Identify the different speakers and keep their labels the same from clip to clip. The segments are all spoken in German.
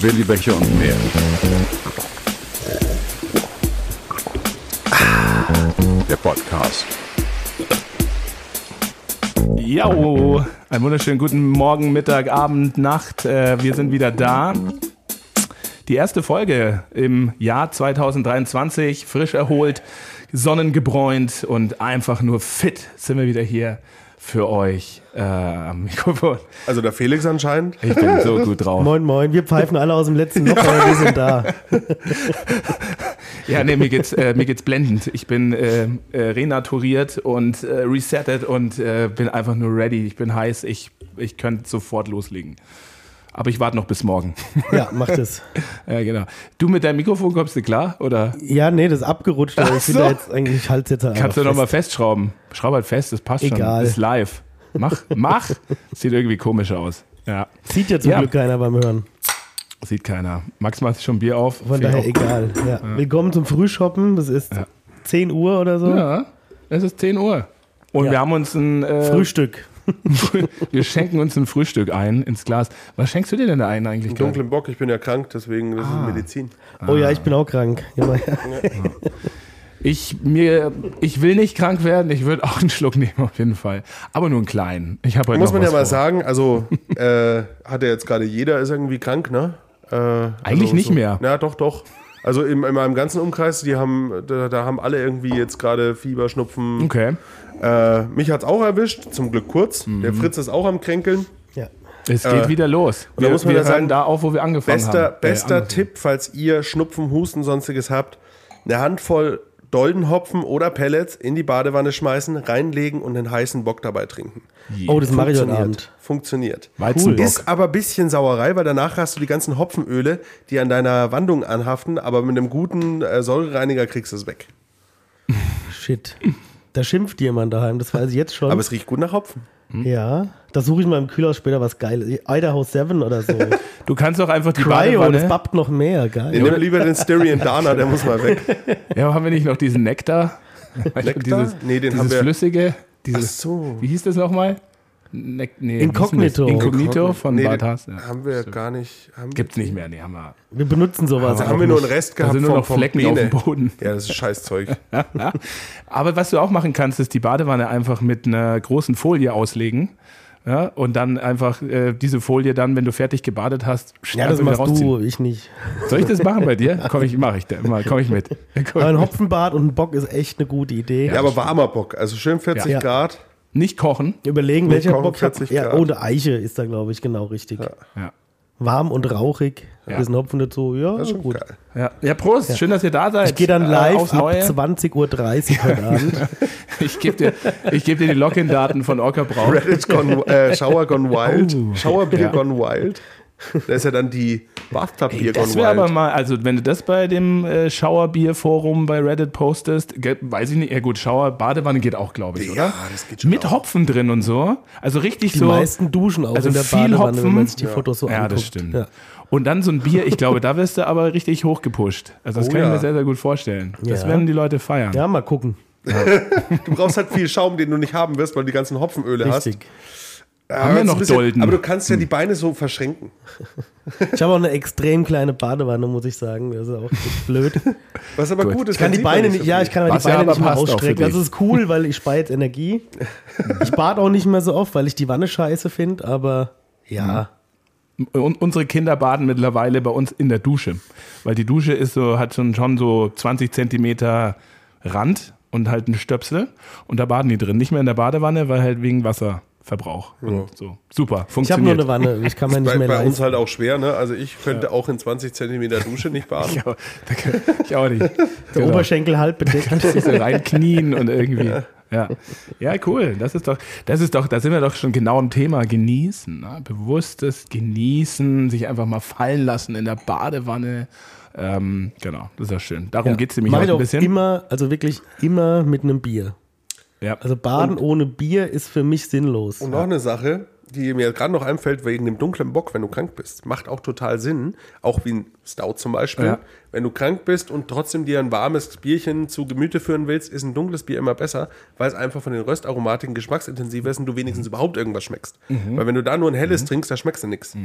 Speaker 1: Willi Becher und mehr. Der Podcast.
Speaker 2: Ja, oh, einen wunderschönen guten Morgen, Mittag, Abend, Nacht. Äh, Wir sind wieder da. Die erste Folge im Jahr 2023, frisch erholt, sonnengebräunt und einfach nur fit sind wir wieder hier für euch äh, am Mikrofon.
Speaker 3: Also der Felix anscheinend.
Speaker 2: Ich bin so gut drauf.
Speaker 4: Moin, moin, wir pfeifen alle aus dem letzten Loch, aber wir sind da.
Speaker 2: Ja, nee, mir geht's, äh, mir geht's blendend. Ich bin äh, äh, renaturiert und äh, resettet und äh, bin einfach nur ready. Ich bin heiß. Ich, ich könnte sofort loslegen. Aber ich warte noch bis morgen.
Speaker 4: Ja, macht es.
Speaker 2: Ja, genau. Du mit deinem Mikrofon kommst du klar? Oder
Speaker 4: Ja, nee, das ist abgerutscht, aber
Speaker 2: Ach
Speaker 4: ich bin da
Speaker 2: so.
Speaker 4: jetzt eigentlich halt jetzt halt
Speaker 2: kannst du
Speaker 4: einfach
Speaker 2: nochmal
Speaker 4: fest.
Speaker 2: festschrauben? Schraub halt fest, das passt schon.
Speaker 4: Egal.
Speaker 2: Ist live. Mach, mach. Sieht irgendwie komisch aus. Ja,
Speaker 4: Sieht ja zum
Speaker 2: Ja.
Speaker 4: Glück keiner beim Hören.
Speaker 2: sieht keiner. Max macht sich schon Bier auf.
Speaker 4: Von
Speaker 2: Finde
Speaker 4: daher
Speaker 2: ich auch
Speaker 4: egal. Ja. Willkommen zum Frühschoppen. Das ist 10 Uhr oder so.
Speaker 2: gut. Ja, es ist 10 Uhr. Und
Speaker 4: Ja.
Speaker 2: wir haben uns ein äh,
Speaker 4: Frühstück.
Speaker 2: wir schenken uns ein Frühstück ein ins Glas. Was schenkst du dir denn da ein eigentlich?
Speaker 3: Einen dunklen Bock, ich bin ja krank, deswegen das ist Medizin.
Speaker 4: Oh ja, ich bin auch krank. Ja, ja.
Speaker 2: Ich, mir, ich will nicht krank werden, ich würde auch einen Schluck nehmen auf jeden Fall. Aber nur einen kleinen. Ich habe heute
Speaker 3: Muss
Speaker 2: noch
Speaker 3: man ja
Speaker 2: was
Speaker 3: mal
Speaker 2: vor.
Speaker 3: sagen, also äh, hat ja jetzt gerade jeder ist irgendwie krank, ne? Äh,
Speaker 2: Eigentlich nicht mehr.
Speaker 3: Ja, doch, doch. Also in, in meinem ganzen Umkreis, die haben, da, da haben alle irgendwie jetzt gerade Fieber, Schnupfen.
Speaker 2: Okay.
Speaker 3: Äh, mich hat's auch erwischt, zum Glück kurz.
Speaker 2: Mhm.
Speaker 3: Der Fritz ist auch am Kränkeln.
Speaker 4: ja.
Speaker 2: Es geht wieder los.
Speaker 3: Äh, und da
Speaker 2: wir
Speaker 3: muss man
Speaker 2: wir
Speaker 3: ja
Speaker 2: hören
Speaker 3: sagen,
Speaker 2: da auf, wo wir angefangen
Speaker 3: Bester,
Speaker 2: haben. Äh,
Speaker 3: bester
Speaker 2: angefangen.
Speaker 3: Tipp, falls ihr Schnupfen, Husten, sonstiges habt, eine Handvoll Doldenhopfen oder Pellets in die Badewanne schmeißen, reinlegen und einen heißen Bock dabei trinken.
Speaker 4: Oh, das mache ich heute
Speaker 3: Funktioniert.
Speaker 4: Abend.
Speaker 3: Funktioniert.
Speaker 2: Weizenbock.
Speaker 3: Ist aber ein bisschen Sauerei, weil danach hast du die ganzen Hopfenöle, die an deiner Wandung anhaften, aber mit einem guten äh, Säurereiniger kriegst du es weg.
Speaker 4: Shit. Da schimpft jemand daheim, das weiß ich jetzt schon.
Speaker 3: Aber es riecht gut nach Hopfen.
Speaker 4: ja, da suche ich mal im Kühlhaus später was Geiles. Idaho 7 oder so.
Speaker 2: Du kannst auch einfach die
Speaker 4: Cryo, das
Speaker 2: Badewanne.
Speaker 4: bappt noch mehr. Geil.
Speaker 3: Nee, nimm lieber den Styrian Dana, der muss mal weg.
Speaker 2: Ja, haben wir nicht noch diesen Nektar?
Speaker 3: Nektar?
Speaker 2: Dieses,
Speaker 3: Nee, den
Speaker 2: dieses
Speaker 3: haben wir-
Speaker 2: flüssige. Dieses,
Speaker 3: Ach so.
Speaker 2: Wie hieß das nochmal? Nek nee, wie hieß denn das?
Speaker 4: Inkognito.
Speaker 2: Inkognito von
Speaker 3: Nee,
Speaker 2: nee,
Speaker 3: den
Speaker 2: Bartas. Ja.
Speaker 3: Haben wir gar nicht. Haben,
Speaker 2: Gibt's nicht mehr. Nee, haben wir.
Speaker 4: Wir benutzen sowas.
Speaker 3: da
Speaker 4: auch
Speaker 3: haben wir nur
Speaker 4: nicht.
Speaker 3: einen Rest
Speaker 2: Da
Speaker 3: gehabt
Speaker 2: sind nur noch Flecken auf dem
Speaker 3: Bene.
Speaker 2: Boden.
Speaker 3: Ja, das ist Scheißzeug.
Speaker 2: Ja. Aber was du auch machen kannst, ist die Badewanne einfach mit einer großen Folie auslegen. Ja, und dann einfach äh, diese Folie dann, wenn du fertig gebadet hast,
Speaker 4: Ja,
Speaker 2: einfach
Speaker 4: das
Speaker 2: wieder
Speaker 4: machst
Speaker 2: rausziehen.
Speaker 4: du, ich nicht.
Speaker 2: Soll ich das machen bei dir? Komm ich, mach ich da, mal, komm ich mit. Komm
Speaker 4: Aber
Speaker 2: ich
Speaker 4: ein
Speaker 2: mit.
Speaker 4: Hopfenbad und ein Bock ist echt eine gute Idee.
Speaker 3: Ja, aber warmer Bock. Also schön 40
Speaker 4: Ja.
Speaker 3: Grad.
Speaker 2: Nicht kochen.
Speaker 4: Überlegen,
Speaker 3: Mit
Speaker 4: welcher
Speaker 3: Korn
Speaker 4: Bock ich hab.
Speaker 3: 40
Speaker 4: Ja,
Speaker 3: Grad.
Speaker 4: ohne Eiche ist da, glaube ich, genau richtig.
Speaker 2: Ja.
Speaker 4: Warm und rauchig. Ein bisschen Hopfen dazu. Ja,
Speaker 3: Das ist schon
Speaker 4: gut.
Speaker 3: geil.
Speaker 2: Ja, ja Prost, schön, dass ihr da seid.
Speaker 4: Ich gehe dann
Speaker 2: Äh, aufs
Speaker 4: live ab
Speaker 2: Neue.
Speaker 4: 20.30 Uhr heute Abend.
Speaker 2: Ich gebe dir, ich geb dir die Login-Daten von Orca Braun.
Speaker 3: Reddit gone, äh, Shower gone wild.
Speaker 2: Oh.
Speaker 3: Showerbier
Speaker 2: Ja.
Speaker 3: gone wild. Da ist ja dann die Bathtub-Bier gone
Speaker 2: Das wäre aber
Speaker 3: wild.
Speaker 2: mal, also wenn du das bei dem äh, Shower-Bier-Forum bei Reddit postest, ge- weiß ich nicht, ja gut, Shower, Badewanne geht auch, glaube ich, oder?
Speaker 3: das geht
Speaker 2: Mit Hopfen drin und so. Also richtig
Speaker 4: genau. Die
Speaker 2: so.
Speaker 4: meisten duschen auch
Speaker 2: also
Speaker 4: in der
Speaker 2: viel
Speaker 4: Badewanne,
Speaker 2: Hopfen.
Speaker 4: wenn man sich die Fotos so
Speaker 2: ja,
Speaker 4: anguckt.
Speaker 2: das stimmt.
Speaker 4: Ja.
Speaker 2: Und dann so ein Bier, ich glaube, da wirst du aber richtig hochgepusht. Also das
Speaker 3: Oh
Speaker 2: kann ich
Speaker 3: ja.
Speaker 2: mir sehr, sehr gut vorstellen. Das
Speaker 4: Ja.
Speaker 2: werden die Leute feiern.
Speaker 4: ja, mal gucken.
Speaker 3: Du brauchst halt viel Schaum, den du nicht haben wirst, weil du die ganzen Hopfenöle
Speaker 4: Richtig.
Speaker 3: hast.
Speaker 2: Haben wir
Speaker 3: jetzt
Speaker 2: noch
Speaker 3: ein bisschen-
Speaker 2: Dolden?
Speaker 3: Aber du kannst ja die Beine so verschränken.
Speaker 4: Ich habe auch eine extrem kleine Badewanne, muss ich sagen. Das ist auch echt blöd.
Speaker 3: Was aber gut, ist.
Speaker 4: Ich kann die Beine nicht, ja, ich kann aber
Speaker 2: Was
Speaker 4: die
Speaker 2: ja
Speaker 4: Beine
Speaker 2: aber
Speaker 4: nicht mehr
Speaker 2: passt auch für
Speaker 4: ausstrecken.
Speaker 2: dich.
Speaker 4: Das ist cool, weil ich spare jetzt Energie. Ich bade auch nicht mehr so oft, weil ich die Wanne scheiße finde, aber
Speaker 2: Mhm.
Speaker 4: ja.
Speaker 2: Und unsere Kinder baden mittlerweile bei uns in der Dusche. Weil die Dusche ist so, hat schon, schon so 20 Zentimeter Rand und halt einen Stöpsel. Und da baden die drin. Nicht mehr in der Badewanne, weil halt wegen Wasserverbrauch. Und so. Super,
Speaker 4: Ich habe nur
Speaker 2: funktioniert.
Speaker 4: eine Wanne, ich kann mir nicht
Speaker 3: Bei,
Speaker 4: mehr
Speaker 3: bei uns
Speaker 4: leisten.
Speaker 3: halt auch schwer, ne? Also ich könnte auch in 20 Zentimeter Dusche nicht baden.
Speaker 2: Ja, danke. ich auch nicht. Der
Speaker 4: Der Oberschenkel halb bedeckt.
Speaker 2: Kannst du so reinknien und irgendwie. Ja. ja, cool. Das ist doch, das ist doch, da sind wir doch schon genau im Thema genießen. Ne? Bewusstes Genießen, sich einfach mal fallen lassen in der Badewanne. Ähm, genau, das ist ja schön. Darum geht's nämlich
Speaker 4: Mach
Speaker 2: auch
Speaker 4: ich
Speaker 2: ein
Speaker 4: auch
Speaker 2: bisschen.
Speaker 4: immer, also wirklich immer mit einem Bier.
Speaker 2: Ja. also-
Speaker 4: Also Baden ohne Bier ist für mich sinnlos.
Speaker 3: Und noch eine Sache, die mir gerade noch einfällt, wegen dem dunklen Bock, wenn du krank bist. Macht auch total Sinn. Auch wie ein Stout zum Beispiel.
Speaker 2: Ja.
Speaker 3: Wenn du krank bist und trotzdem dir ein warmes Bierchen zu Gemüte führen willst, ist ein dunkles Bier immer besser, weil es einfach von den Röstaromatiken geschmacksintensiver ist und du wenigstens überhaupt irgendwas schmeckst.
Speaker 2: Mhm.
Speaker 3: Weil wenn du da nur ein helles trinkst, da schmeckst du nichts.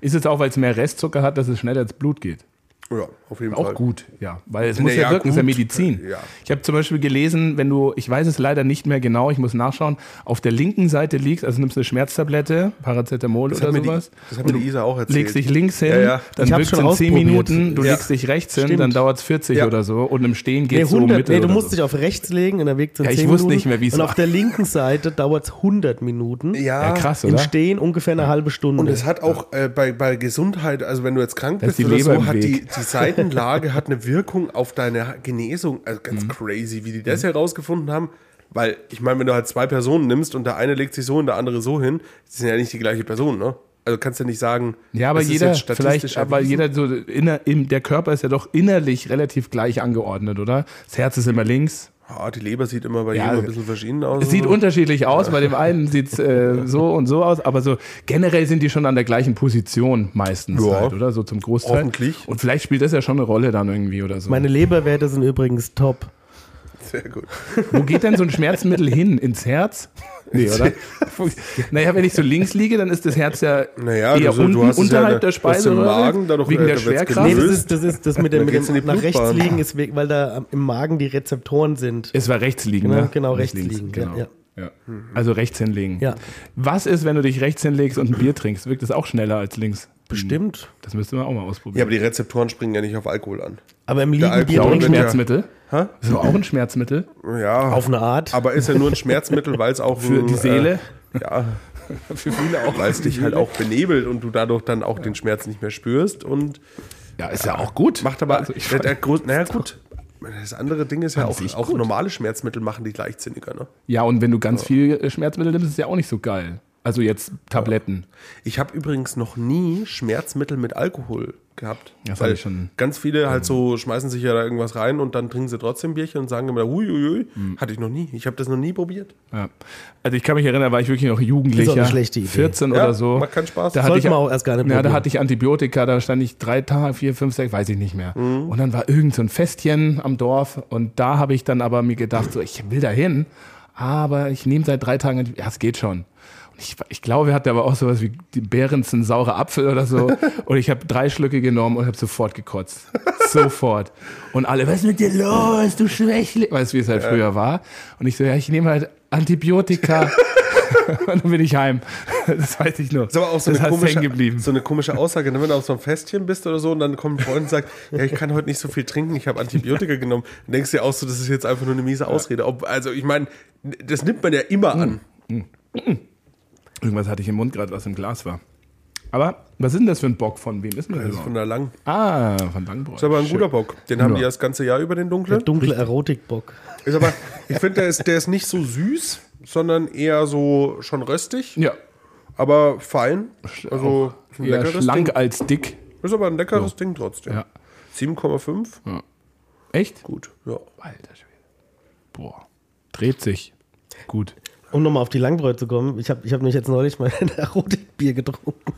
Speaker 2: Ist es auch, weil es mehr Restzucker hat, dass es schneller ins Blut geht?
Speaker 3: Ja, auf jeden
Speaker 2: Auch
Speaker 3: Fall.
Speaker 2: gut, ja. Weil es muss
Speaker 3: Ja,
Speaker 2: ja,
Speaker 3: ja,
Speaker 2: wirken, es ist ja
Speaker 3: gut. Äh,
Speaker 2: Medizin.
Speaker 3: Ja.
Speaker 2: Ich habe zum Beispiel gelesen, wenn du, ich weiß es leider nicht mehr genau, ich muss nachschauen, auf der linken Seite liegst, also nimmst du eine Schmerztablette, Paracetamol
Speaker 3: Das
Speaker 2: oder
Speaker 3: hat, mir die,
Speaker 2: sowas.
Speaker 3: das hat mir die Isa auch erzählt.
Speaker 2: legst dich links hin,
Speaker 3: Ja, ja.
Speaker 2: dann
Speaker 4: Ich hab's
Speaker 2: wirkt es
Speaker 4: schon
Speaker 2: in 10
Speaker 4: ausprobiert.
Speaker 2: Minuten, du
Speaker 3: Ja.
Speaker 2: legst dich rechts hin,
Speaker 4: Stimmt.
Speaker 2: dann dauert es 40
Speaker 3: Ja.
Speaker 2: oder so und im Stehen
Speaker 4: Nee,
Speaker 2: geht es so
Speaker 4: 100,
Speaker 2: mittel
Speaker 4: nee, du
Speaker 2: oder
Speaker 4: musst
Speaker 2: so.
Speaker 4: dich auf rechts legen und der Weg sind
Speaker 2: Ja, ich
Speaker 4: 10
Speaker 2: wusste
Speaker 4: Minuten.
Speaker 2: nicht mehr, wie es
Speaker 4: Und
Speaker 2: war.
Speaker 4: auf der linken Seite dauert es 100 Minuten.
Speaker 3: Ja,
Speaker 2: Ja, krass,
Speaker 4: Im
Speaker 2: oder?
Speaker 4: Stehen ungefähr eine halbe Stunde.
Speaker 3: Und es hat auch äh, bei, bei Gesundheit, also wenn du jetzt krank
Speaker 2: Da ist
Speaker 3: bist
Speaker 2: die
Speaker 3: oder
Speaker 2: Leber
Speaker 3: so,
Speaker 2: im
Speaker 3: hat die,
Speaker 2: Weg.
Speaker 3: die Seitenlage hat eine Wirkung auf deine Genesung. Also ganz
Speaker 2: Mhm.
Speaker 3: crazy, wie die das herausgefunden haben. Weil, ich meine, wenn du halt zwei Personen nimmst und der eine legt sich so und der andere so hin, das sind ja nicht die gleiche Person, ne? Also kannst du nicht sagen,
Speaker 2: Ja, aber
Speaker 3: das ist
Speaker 2: jeder,
Speaker 3: jetzt statistisch
Speaker 2: vielleicht, aber
Speaker 3: erwiesen.
Speaker 2: jeder so inner, im, der Körper ist ja doch innerlich relativ gleich angeordnet, oder? Das Herz ist immer links.
Speaker 3: Ah, die Leber sieht immer bei
Speaker 2: Ja,
Speaker 3: jedem ein bisschen verschieden aus.
Speaker 2: Es sieht
Speaker 4: Mhm.
Speaker 2: unterschiedlich aus, bei dem einen sieht es äh, so und so aus, aber so generell sind die schon an der gleichen Position meistens,
Speaker 3: Ja.
Speaker 2: halt, oder? So zum Großteil.
Speaker 3: Hoffentlich.
Speaker 2: Und vielleicht spielt das ja schon eine Rolle dann irgendwie oder so.
Speaker 4: Meine Leberwerte sind übrigens top.
Speaker 3: Sehr gut.
Speaker 2: Wo geht denn so ein Schmerzmittel hin? Ins Herz? Nee, oder? naja, wenn ich so links liege, dann ist das Herz ja
Speaker 3: Naja,
Speaker 2: eher
Speaker 3: du so- du
Speaker 2: unten,
Speaker 3: hast es ja
Speaker 2: unterhalb
Speaker 3: da-
Speaker 2: der
Speaker 3: du hast den
Speaker 2: Speiseröhre
Speaker 3: Magen, dadurch,
Speaker 2: wegen
Speaker 3: äh,
Speaker 2: der
Speaker 3: da wird's
Speaker 2: Schwerkraft.
Speaker 4: Nee,
Speaker 3: gelöst.
Speaker 4: das ist das, ist, das mit, der,
Speaker 3: Dann
Speaker 4: mit
Speaker 3: geht's
Speaker 4: dem
Speaker 3: in die
Speaker 4: nach rechts
Speaker 3: Blutbahn.
Speaker 4: liegen, ist, we- weil da am- im Magen die Rezeptoren sind.
Speaker 2: Es war rechts liegen,
Speaker 4: Genau,
Speaker 2: ne?
Speaker 4: genau,
Speaker 2: Nicht
Speaker 4: rechts liegen, ja, ja.
Speaker 2: Ja. Also rechts hinlegen.
Speaker 4: Ja.
Speaker 2: Was ist, wenn du dich rechts hinlegst und ein Bier trinkst? Wirkt es auch schneller als links?
Speaker 4: Bestimmt.
Speaker 2: Das müsste man auch mal
Speaker 3: Ja, aber
Speaker 2: ausprobieren.
Speaker 3: die Rezeptoren springen ja nicht auf Alkohol an.
Speaker 4: Aber im
Speaker 3: Der
Speaker 4: Liegen Bier
Speaker 2: ist auch ein
Speaker 3: Alkohol-
Speaker 4: trinken
Speaker 3: Wenn der-
Speaker 2: Schmerzmittel.
Speaker 3: Hä?
Speaker 2: Ist doch auch ein Schmerzmittel
Speaker 3: Ja.
Speaker 4: auf eine Art.
Speaker 3: aber ist ja nur ein Schmerzmittel, weil es auch
Speaker 2: für
Speaker 3: ein,
Speaker 2: die Seele.
Speaker 3: Äh, ja,
Speaker 2: Für viele auch.
Speaker 3: weil es dich halt auch benebelt und du dadurch dann auch den Schmerz nicht mehr spürst und
Speaker 2: Ja, ist ja auch gut.
Speaker 3: macht aber
Speaker 2: Also ich
Speaker 3: der,
Speaker 2: fand,
Speaker 3: der Grund, naja gut, das andere Ding ist ja auch,
Speaker 2: sich
Speaker 3: auch
Speaker 2: gut.
Speaker 3: normale Schmerzmittel machen dich leichtsinniger. Ne?
Speaker 2: ja, und wenn du ganz viel äh, Schmerzmittel nimmst, ist es ja auch nicht so geil. Also jetzt Tabletten.
Speaker 3: Ich habe übrigens noch nie Schmerzmittel mit Alkohol gehabt.
Speaker 2: Das hab
Speaker 3: Weil
Speaker 2: ich schon. ähm,
Speaker 3: Ganz viele halt so schmeißen sich ja da irgendwas rein und dann trinken sie trotzdem Bierchen und sagen immer, huiuiui,
Speaker 2: Hm.
Speaker 3: hatte ich noch nie. Ich habe das noch nie probiert.
Speaker 2: Ja. Also ich kann mich erinnern, da war ich wirklich noch Jugendlicher.
Speaker 4: Ist auch eine schlechte Idee.
Speaker 2: 14
Speaker 3: Ja,
Speaker 2: oder so.
Speaker 3: macht keinen Spaß.
Speaker 2: Da
Speaker 4: Sollte
Speaker 2: hatte ich,
Speaker 4: man auch erst gar nicht
Speaker 2: Ja, da
Speaker 4: probieren.
Speaker 2: hatte ich Antibiotika, da stand ich drei Tage, vier, fünf, sechs, weiß ich nicht mehr.
Speaker 3: Mhm.
Speaker 2: Und dann war irgend so ein Festchen am Dorf und da habe ich dann aber mir gedacht, so ich will da hin, aber ich nehme seit drei Tagen, Antibi- ja, es geht schon. Und Ich, ich glaube, wir hatten aber auch sowas wie die Behrensen saure Apfel oder so. Und ich habe drei Schlücke genommen und habe sofort gekotzt. sofort. Und alle, was ist mit dir los, du Schwächling? Weißt du, wie es halt früher war? Und ich so, ja, ich nehme halt Antibiotika. Und dann bin ich heim. Das weiß ich nur.
Speaker 3: Ist aber auch so
Speaker 2: das
Speaker 3: eine,
Speaker 2: heißt, hängen
Speaker 3: komische,
Speaker 2: geblieben.
Speaker 3: so eine komische Aussage, ne? wenn du auf so einem Festchen bist oder so und dann kommt ein Freund und sagt, ja, ich kann heute nicht so viel trinken, ich habe Antibiotika genommen. Dann denkst du dir auch so, das ist jetzt einfach nur eine miese Ausrede. Ob, also ich meine, das nimmt man ja immer an.
Speaker 2: Irgendwas hatte ich im Mund gerade, was im Glas war. Aber was ist denn das für ein Bock? Von wem ist denn das?
Speaker 3: Das ist Also von
Speaker 2: überhaupt?
Speaker 3: der Lang.
Speaker 2: ah, von
Speaker 3: Ist
Speaker 2: Langbräu.
Speaker 3: aber ein guter Bock. Den haben
Speaker 2: Ja.
Speaker 3: die das ganze Jahr über, den dunklen.
Speaker 4: Dunkle Erotikbock.
Speaker 3: Ist aber, ich finde, der ist, der ist nicht so süß, sondern eher so schon röstig,
Speaker 2: Ja,
Speaker 3: aber fein. Also ist ein
Speaker 2: eher
Speaker 3: leckeres
Speaker 2: schlank
Speaker 3: Ding.
Speaker 2: als dick.
Speaker 3: Ist aber ein leckeres Ding trotzdem.
Speaker 2: Ja.
Speaker 3: 7,5.
Speaker 2: Echt?
Speaker 3: Gut, ja.
Speaker 2: Alter Schwede. Boah, dreht sich. Gut.
Speaker 4: Um nochmal auf die Langbräu zu kommen, ich habe ich hab nämlich jetzt neulich mal ein Erotikbier getrunken.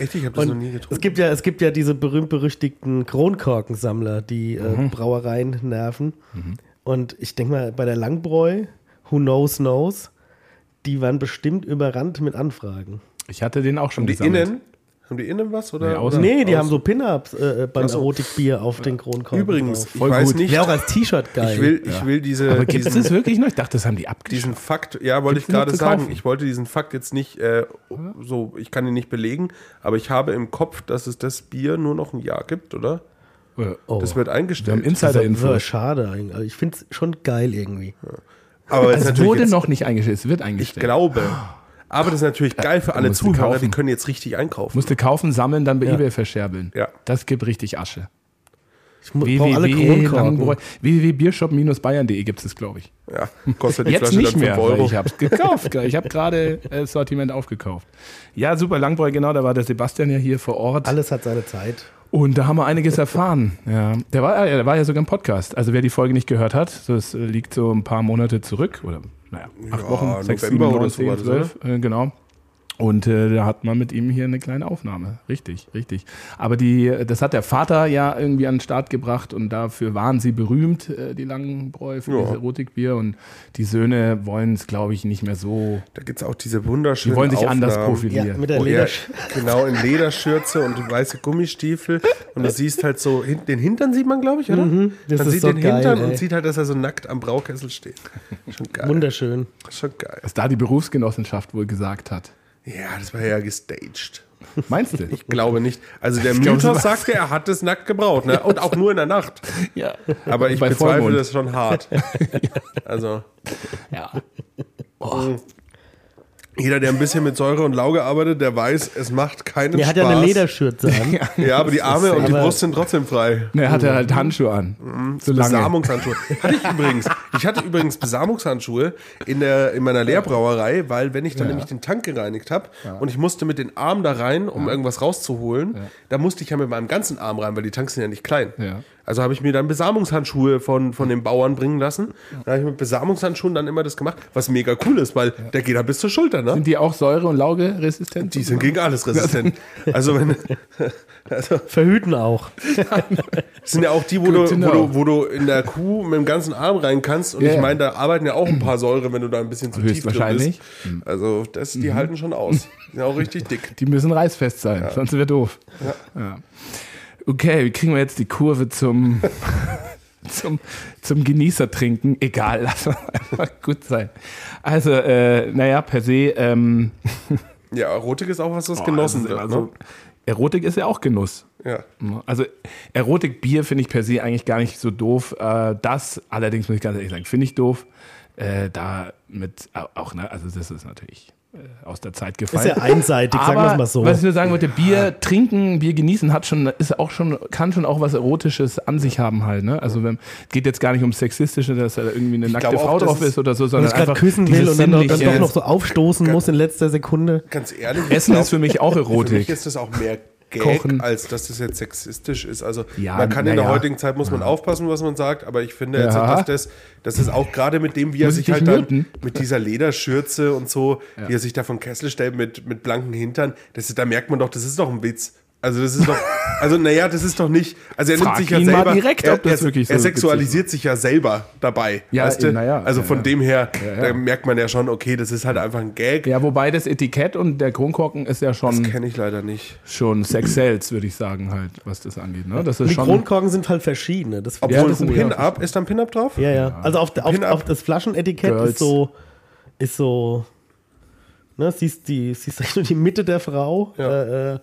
Speaker 3: Echt, ich habe das
Speaker 4: Und
Speaker 3: noch nie getrunken.
Speaker 4: Es gibt ja, es gibt ja diese berühmt-berüchtigten Kronkorkensammler, die
Speaker 3: Mhm.
Speaker 4: äh, Brauereien nerven. Und ich denke mal, bei der Langbräu, who knows knows, die waren bestimmt überrannt mit Anfragen.
Speaker 2: Ich hatte den auch schon
Speaker 3: haben die
Speaker 2: gesammelt.
Speaker 3: innen? Haben die innen was? Oder?
Speaker 2: Nee, außen.
Speaker 4: Nee, die
Speaker 3: Aus-
Speaker 4: haben so Pin-Ups äh, beim
Speaker 3: Ach so.
Speaker 4: Erotikbier auf den Kronkorken.
Speaker 3: Übrigens, ich
Speaker 2: Voll
Speaker 3: weiß
Speaker 2: gut.
Speaker 3: nicht.
Speaker 4: Wäre auch als T-Shirt geil.
Speaker 3: Ich will, ich will diese,
Speaker 2: Aber gibt es das
Speaker 3: äh, diesen,
Speaker 2: wirklich noch? Ich dachte, das haben die abgeschrieben.
Speaker 3: diesen Fakt, ja, wollte ich
Speaker 2: Gibt's noch
Speaker 3: gerade
Speaker 2: zu
Speaker 3: sagen.
Speaker 2: kaufen?
Speaker 3: Ich wollte diesen Fakt jetzt nicht äh, so, ich kann ihn nicht belegen, aber ich habe im Kopf, dass es das Bier nur noch ein Jahr gibt, oder?
Speaker 2: Äh,
Speaker 4: oh.
Speaker 3: Das wird
Speaker 2: Wir haben
Speaker 3: eingestellt.
Speaker 4: Insider-Info.
Speaker 2: Insider-Info.
Speaker 4: schade eigentlich. Also ich finde es schon geil irgendwie.
Speaker 3: Aber es ist
Speaker 2: Es
Speaker 3: natürlich
Speaker 2: wurde
Speaker 3: jetzt-
Speaker 2: noch nicht eingestellt, es wird
Speaker 3: Ich
Speaker 2: eingestellt.
Speaker 3: glaube. Aber das ist natürlich geil für alle
Speaker 2: musst du
Speaker 3: Zuhörer,
Speaker 2: kaufen.
Speaker 3: die können jetzt richtig einkaufen.
Speaker 2: Musste kaufen, sammeln, dann bei
Speaker 4: Ja.
Speaker 2: eBay verscherbeln.
Speaker 3: Ja.
Speaker 2: Das gibt richtig Asche.
Speaker 4: Ich mu- brauch alle Kronkorken.
Speaker 2: www.biershop-bayern.de gibt es, glaube ich.
Speaker 3: Ja, kostet die
Speaker 2: Jetzt
Speaker 3: Flasche
Speaker 2: nicht
Speaker 3: dann 5
Speaker 2: mehr, weil
Speaker 3: Euro.
Speaker 2: ich habe es gekauft. Ich habe gerade äh, das Sortiment aufgekauft. Ja, super, Langbräu, genau, da war der Sebastian ja hier vor Ort.
Speaker 4: Alles hat seine Zeit.
Speaker 2: Und da haben wir einiges erfahren. Ja, der, war, äh, der war ja sogar im Podcast. Also wer die Folge nicht gehört hat, das äh, liegt so ein paar Monate zurück. Oder, naja, acht
Speaker 3: Ja,
Speaker 2: Wochen, sechs, sieben,
Speaker 3: November
Speaker 2: neun,
Speaker 3: oder so war
Speaker 2: zehn,
Speaker 3: das,
Speaker 2: zwölf. Äh, genau. Und äh, da hat man mit ihm hier eine kleine Aufnahme. Richtig, richtig. Aber die, das hat der Vater ja irgendwie an den Start gebracht und dafür waren sie berühmt, äh, die Langenbräu, für
Speaker 3: Ja.
Speaker 2: dieses Erotikbier. Und die Söhne wollen es, glaube ich, nicht mehr so.
Speaker 3: Da gibt es auch diese
Speaker 2: Die
Speaker 3: wunderschönen
Speaker 2: wollen sich anders
Speaker 3: Aufnahmen.
Speaker 2: profilieren.
Speaker 4: Ja, mit der
Speaker 3: wo er
Speaker 4: Ledersch
Speaker 3: Oh, genau in Lederschürze und weiße Gummistiefel und du siehst halt so hin- den Hintern sieht man glaube ich oder?
Speaker 4: Mhm, das
Speaker 3: man
Speaker 4: ist
Speaker 3: sieht
Speaker 4: so
Speaker 3: den
Speaker 4: geil,
Speaker 3: Hintern
Speaker 4: ey.
Speaker 3: und sieht halt, dass er so nackt am Braukessel steht. Schon geil.
Speaker 4: Wunderschön.
Speaker 3: Schon geil.
Speaker 2: Was da die Berufsgenossenschaft wohl gesagt hat.
Speaker 3: Ja, das war ja gestaged.
Speaker 2: Meinst du?
Speaker 3: Ich glaube nicht. Also der
Speaker 2: glaub,
Speaker 3: Mythos
Speaker 2: was-
Speaker 3: sagte, er hat es nackt gebraut ne? und auch nur in der Nacht.
Speaker 2: ja.
Speaker 3: Aber ich
Speaker 2: Bei
Speaker 3: bezweifle
Speaker 2: Vollmond.
Speaker 3: das schon hart. Also Oh.
Speaker 2: Ja.
Speaker 3: jeder, der ein bisschen mit Säure und Lauge arbeitet, der weiß, es macht keinen
Speaker 4: Er
Speaker 3: Spaß.
Speaker 4: hat ja eine Lederschürze an.
Speaker 3: Ja, aber die Arme und die
Speaker 4: aber-
Speaker 3: Brust sind trotzdem frei.
Speaker 2: Ne, hat er halt Handschuhe
Speaker 3: Mhm.
Speaker 2: an. So lange.
Speaker 3: Besamungshandschuhe. Hatte ich übrigens. Ich hatte übrigens Besamungshandschuhe in, der, in meiner Lehrbrauerei, weil wenn ich dann nämlich den Tank gereinigt habe und ich musste mit den Armen da rein, um irgendwas rauszuholen, da musste ich ja mit meinem ganzen Arm rein, weil die Tanks sind ja nicht klein.
Speaker 2: Ja.
Speaker 3: Also habe ich mir dann Besamungshandschuhe von, von den Bauern bringen lassen. Da habe ich mit Besamungshandschuhen dann immer das gemacht, was mega cool ist, weil der geht da bis zur Schulter, ne?
Speaker 2: Sind die auch säure- und laugeresistent?
Speaker 3: Die sind gegen alles resistent. Also wenn,
Speaker 4: Verhüten auch.
Speaker 3: Das sind ja auch die, wo
Speaker 2: Good to
Speaker 3: du, wo,
Speaker 2: know.
Speaker 3: du, wo du in der Kuh mit dem ganzen Arm rein kannst. Und
Speaker 2: Ja,
Speaker 3: ich
Speaker 2: ja.
Speaker 3: meine, da arbeiten ja auch ein paar Säure, wenn du da ein bisschen zu tief drin
Speaker 2: Höchstwahrscheinlich. Mhm.
Speaker 3: bist. Also das, die halten schon aus. Die sind auch richtig dick.
Speaker 2: Die müssen reißfest sein, sonst wäre doof. Ja. Okay, wie kriegen wir jetzt die Kurve zum, zum, zum Genießer trinken? Egal, lass uns einfach gut sein. Also, äh, naja, per se, ähm,
Speaker 3: Ja, Erotik ist auch was, was
Speaker 2: boah,
Speaker 3: genossen
Speaker 2: das ist
Speaker 3: wird.
Speaker 2: immer
Speaker 3: ne?
Speaker 2: so- Erotik ist ja auch Genuss.
Speaker 3: ja.
Speaker 2: Also Erotikbier finde ich per se eigentlich gar nicht so doof. Äh, Das allerdings muss ich ganz ehrlich sagen, finde ich doof. Äh, Da mit au- auch, ne, also das ist natürlich äh, aus der Zeit
Speaker 4: Ist
Speaker 2: gefallen.
Speaker 4: ja einseitig, sagen wir es mal so.
Speaker 2: Was ich nur sagen wollte, Bier trinken, Bier genießen hat schon, ist auch schon, kann schon auch was Erotisches an sich haben halt, ne? Also wenn, geht jetzt gar nicht um Sexistische, dass da irgendwie eine nackte
Speaker 3: glaube auch,
Speaker 2: Frau
Speaker 3: dass
Speaker 2: drauf
Speaker 3: es-
Speaker 2: ist oder so,
Speaker 4: Wenn
Speaker 2: sondern
Speaker 4: ich gerade
Speaker 2: einfach
Speaker 4: küssen will
Speaker 2: dieses
Speaker 4: und dann, noch, dann
Speaker 2: sinnliche-
Speaker 4: doch noch so aufstoßen muss in letzter Sekunde.
Speaker 3: Ganz ehrlich. ich
Speaker 2: Essen
Speaker 3: glaub,
Speaker 2: ist für mich auch
Speaker 3: Für mich
Speaker 2: Erotik.
Speaker 3: ist das auch mehr Gag,
Speaker 2: Kochen.
Speaker 3: als dass das jetzt sexistisch ist. Also
Speaker 2: Ja,
Speaker 3: man kann in
Speaker 2: na
Speaker 3: der
Speaker 2: ja.
Speaker 3: heutigen Zeit, muss man aufpassen, was man sagt, aber ich finde jetzt,
Speaker 2: Ja.
Speaker 3: dass das, dass das auch gerade mit dem, wie er
Speaker 2: Muss ich
Speaker 3: sich
Speaker 2: dich
Speaker 3: halt dann
Speaker 2: muten?
Speaker 3: mit dieser Lederschürze und so, wie er sich da von Kessel stellt mit, mit blanken Hintern, das ist, da merkt man doch, das ist doch ein Witz. Also das ist doch, also naja, das ist doch nicht, also er
Speaker 2: Frag
Speaker 3: nimmt sich ja
Speaker 2: ihn mal
Speaker 3: selber,
Speaker 2: direkt,
Speaker 3: er,
Speaker 2: ob das
Speaker 3: er,
Speaker 2: wirklich
Speaker 3: er
Speaker 2: so
Speaker 3: sexualisiert sich ja selber dabei,
Speaker 2: Ja,
Speaker 3: weißt du?
Speaker 2: na ja,
Speaker 3: also
Speaker 2: ja,
Speaker 3: von
Speaker 2: ja.
Speaker 3: dem her,
Speaker 2: Ja, ja.
Speaker 3: da merkt man ja schon, okay, das ist halt einfach ein Gag,
Speaker 2: Ja, wobei das Etikett und der Kronkorken ist ja schon,
Speaker 3: kenne ich leider nicht.
Speaker 2: schon Sex Sales, würde ich sagen halt, was das angeht, ne? Das ist
Speaker 4: Die
Speaker 2: schon,
Speaker 4: Kronkorken sind halt verschiedene. Das
Speaker 3: Obwohl
Speaker 2: das
Speaker 3: ein
Speaker 2: sind ja-
Speaker 3: Pin-Up, ist da ein Pin-Up drauf?
Speaker 4: ja, ja. Also auf, auf,
Speaker 3: Pin-up.
Speaker 4: auf das Flaschenetikett
Speaker 2: Girls.
Speaker 4: ist so, ist so, ne, siehst die, siehst eigentlich nur die Mitte der Frau.
Speaker 3: Ja.
Speaker 4: Äh, äh,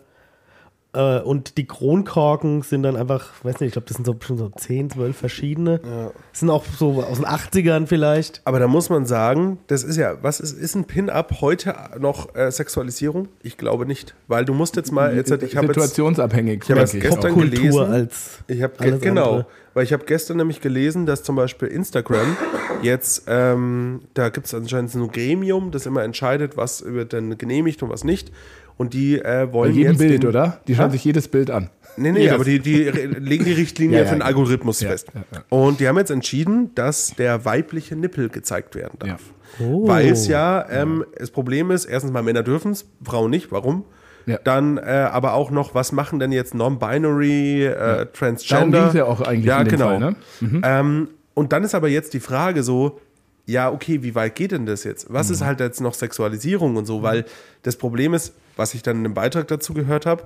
Speaker 4: äh, und die Kronkorken sind dann einfach, weiß nicht, ich glaube, das sind so bestimmt so 10, 12 verschiedene. Das sind auch so aus den 80ern vielleicht.
Speaker 3: Aber da muss man sagen, das ist ja, was ist, ist ein Pin-Up heute noch äh, Sexualisierung? Ich glaube nicht, weil du musst jetzt mal, jetzt, ich habe jetzt,
Speaker 2: situationsabhängig.
Speaker 3: Ich hab
Speaker 2: denke
Speaker 3: erst
Speaker 2: ich
Speaker 3: gestern-
Speaker 2: auch.
Speaker 4: Kultur
Speaker 3: gelesen.
Speaker 4: als
Speaker 3: ich habe
Speaker 4: alles
Speaker 3: genau,
Speaker 4: andere.
Speaker 3: weil ich habe gestern nämlich gelesen, dass zum Beispiel Instagram jetzt, ähm, da gibt es anscheinend so ein Gremium, das immer entscheidet, was wird denn genehmigt und was nicht. Und die äh,
Speaker 2: Bei
Speaker 3: wollen
Speaker 2: jedem
Speaker 3: jetzt
Speaker 2: Bild,
Speaker 3: den,
Speaker 2: oder? Die schauen
Speaker 3: Hä?
Speaker 2: sich jedes Bild an.
Speaker 3: Nee, nee,
Speaker 2: Jedes.
Speaker 3: aber die, die re- legen die Richtlinie
Speaker 2: Ja, ja,
Speaker 3: für den
Speaker 2: ja.
Speaker 3: Algorithmus
Speaker 2: Ja,
Speaker 3: fest.
Speaker 2: ja, ja.
Speaker 3: Und die haben jetzt entschieden, dass der weibliche Nippel gezeigt werden darf.
Speaker 4: Ja. Oh.
Speaker 3: Weil es ja, ähm, das Problem ist, erstens mal Männer dürfen es, Frauen nicht, warum?
Speaker 2: Ja.
Speaker 3: Dann äh, aber auch noch, was machen denn jetzt Non-Binary, äh, Transgender?
Speaker 2: ging's ja auch eigentlich
Speaker 3: Ja,
Speaker 2: in dem
Speaker 3: genau.
Speaker 2: Fall, ne?
Speaker 3: ähm, und dann ist aber jetzt die Frage so, ja, okay, wie weit geht denn das jetzt? Was
Speaker 2: Mhm.
Speaker 3: ist halt jetzt noch Sexualisierung und so? Weil das Problem ist, was ich dann in einem Beitrag dazu gehört habe,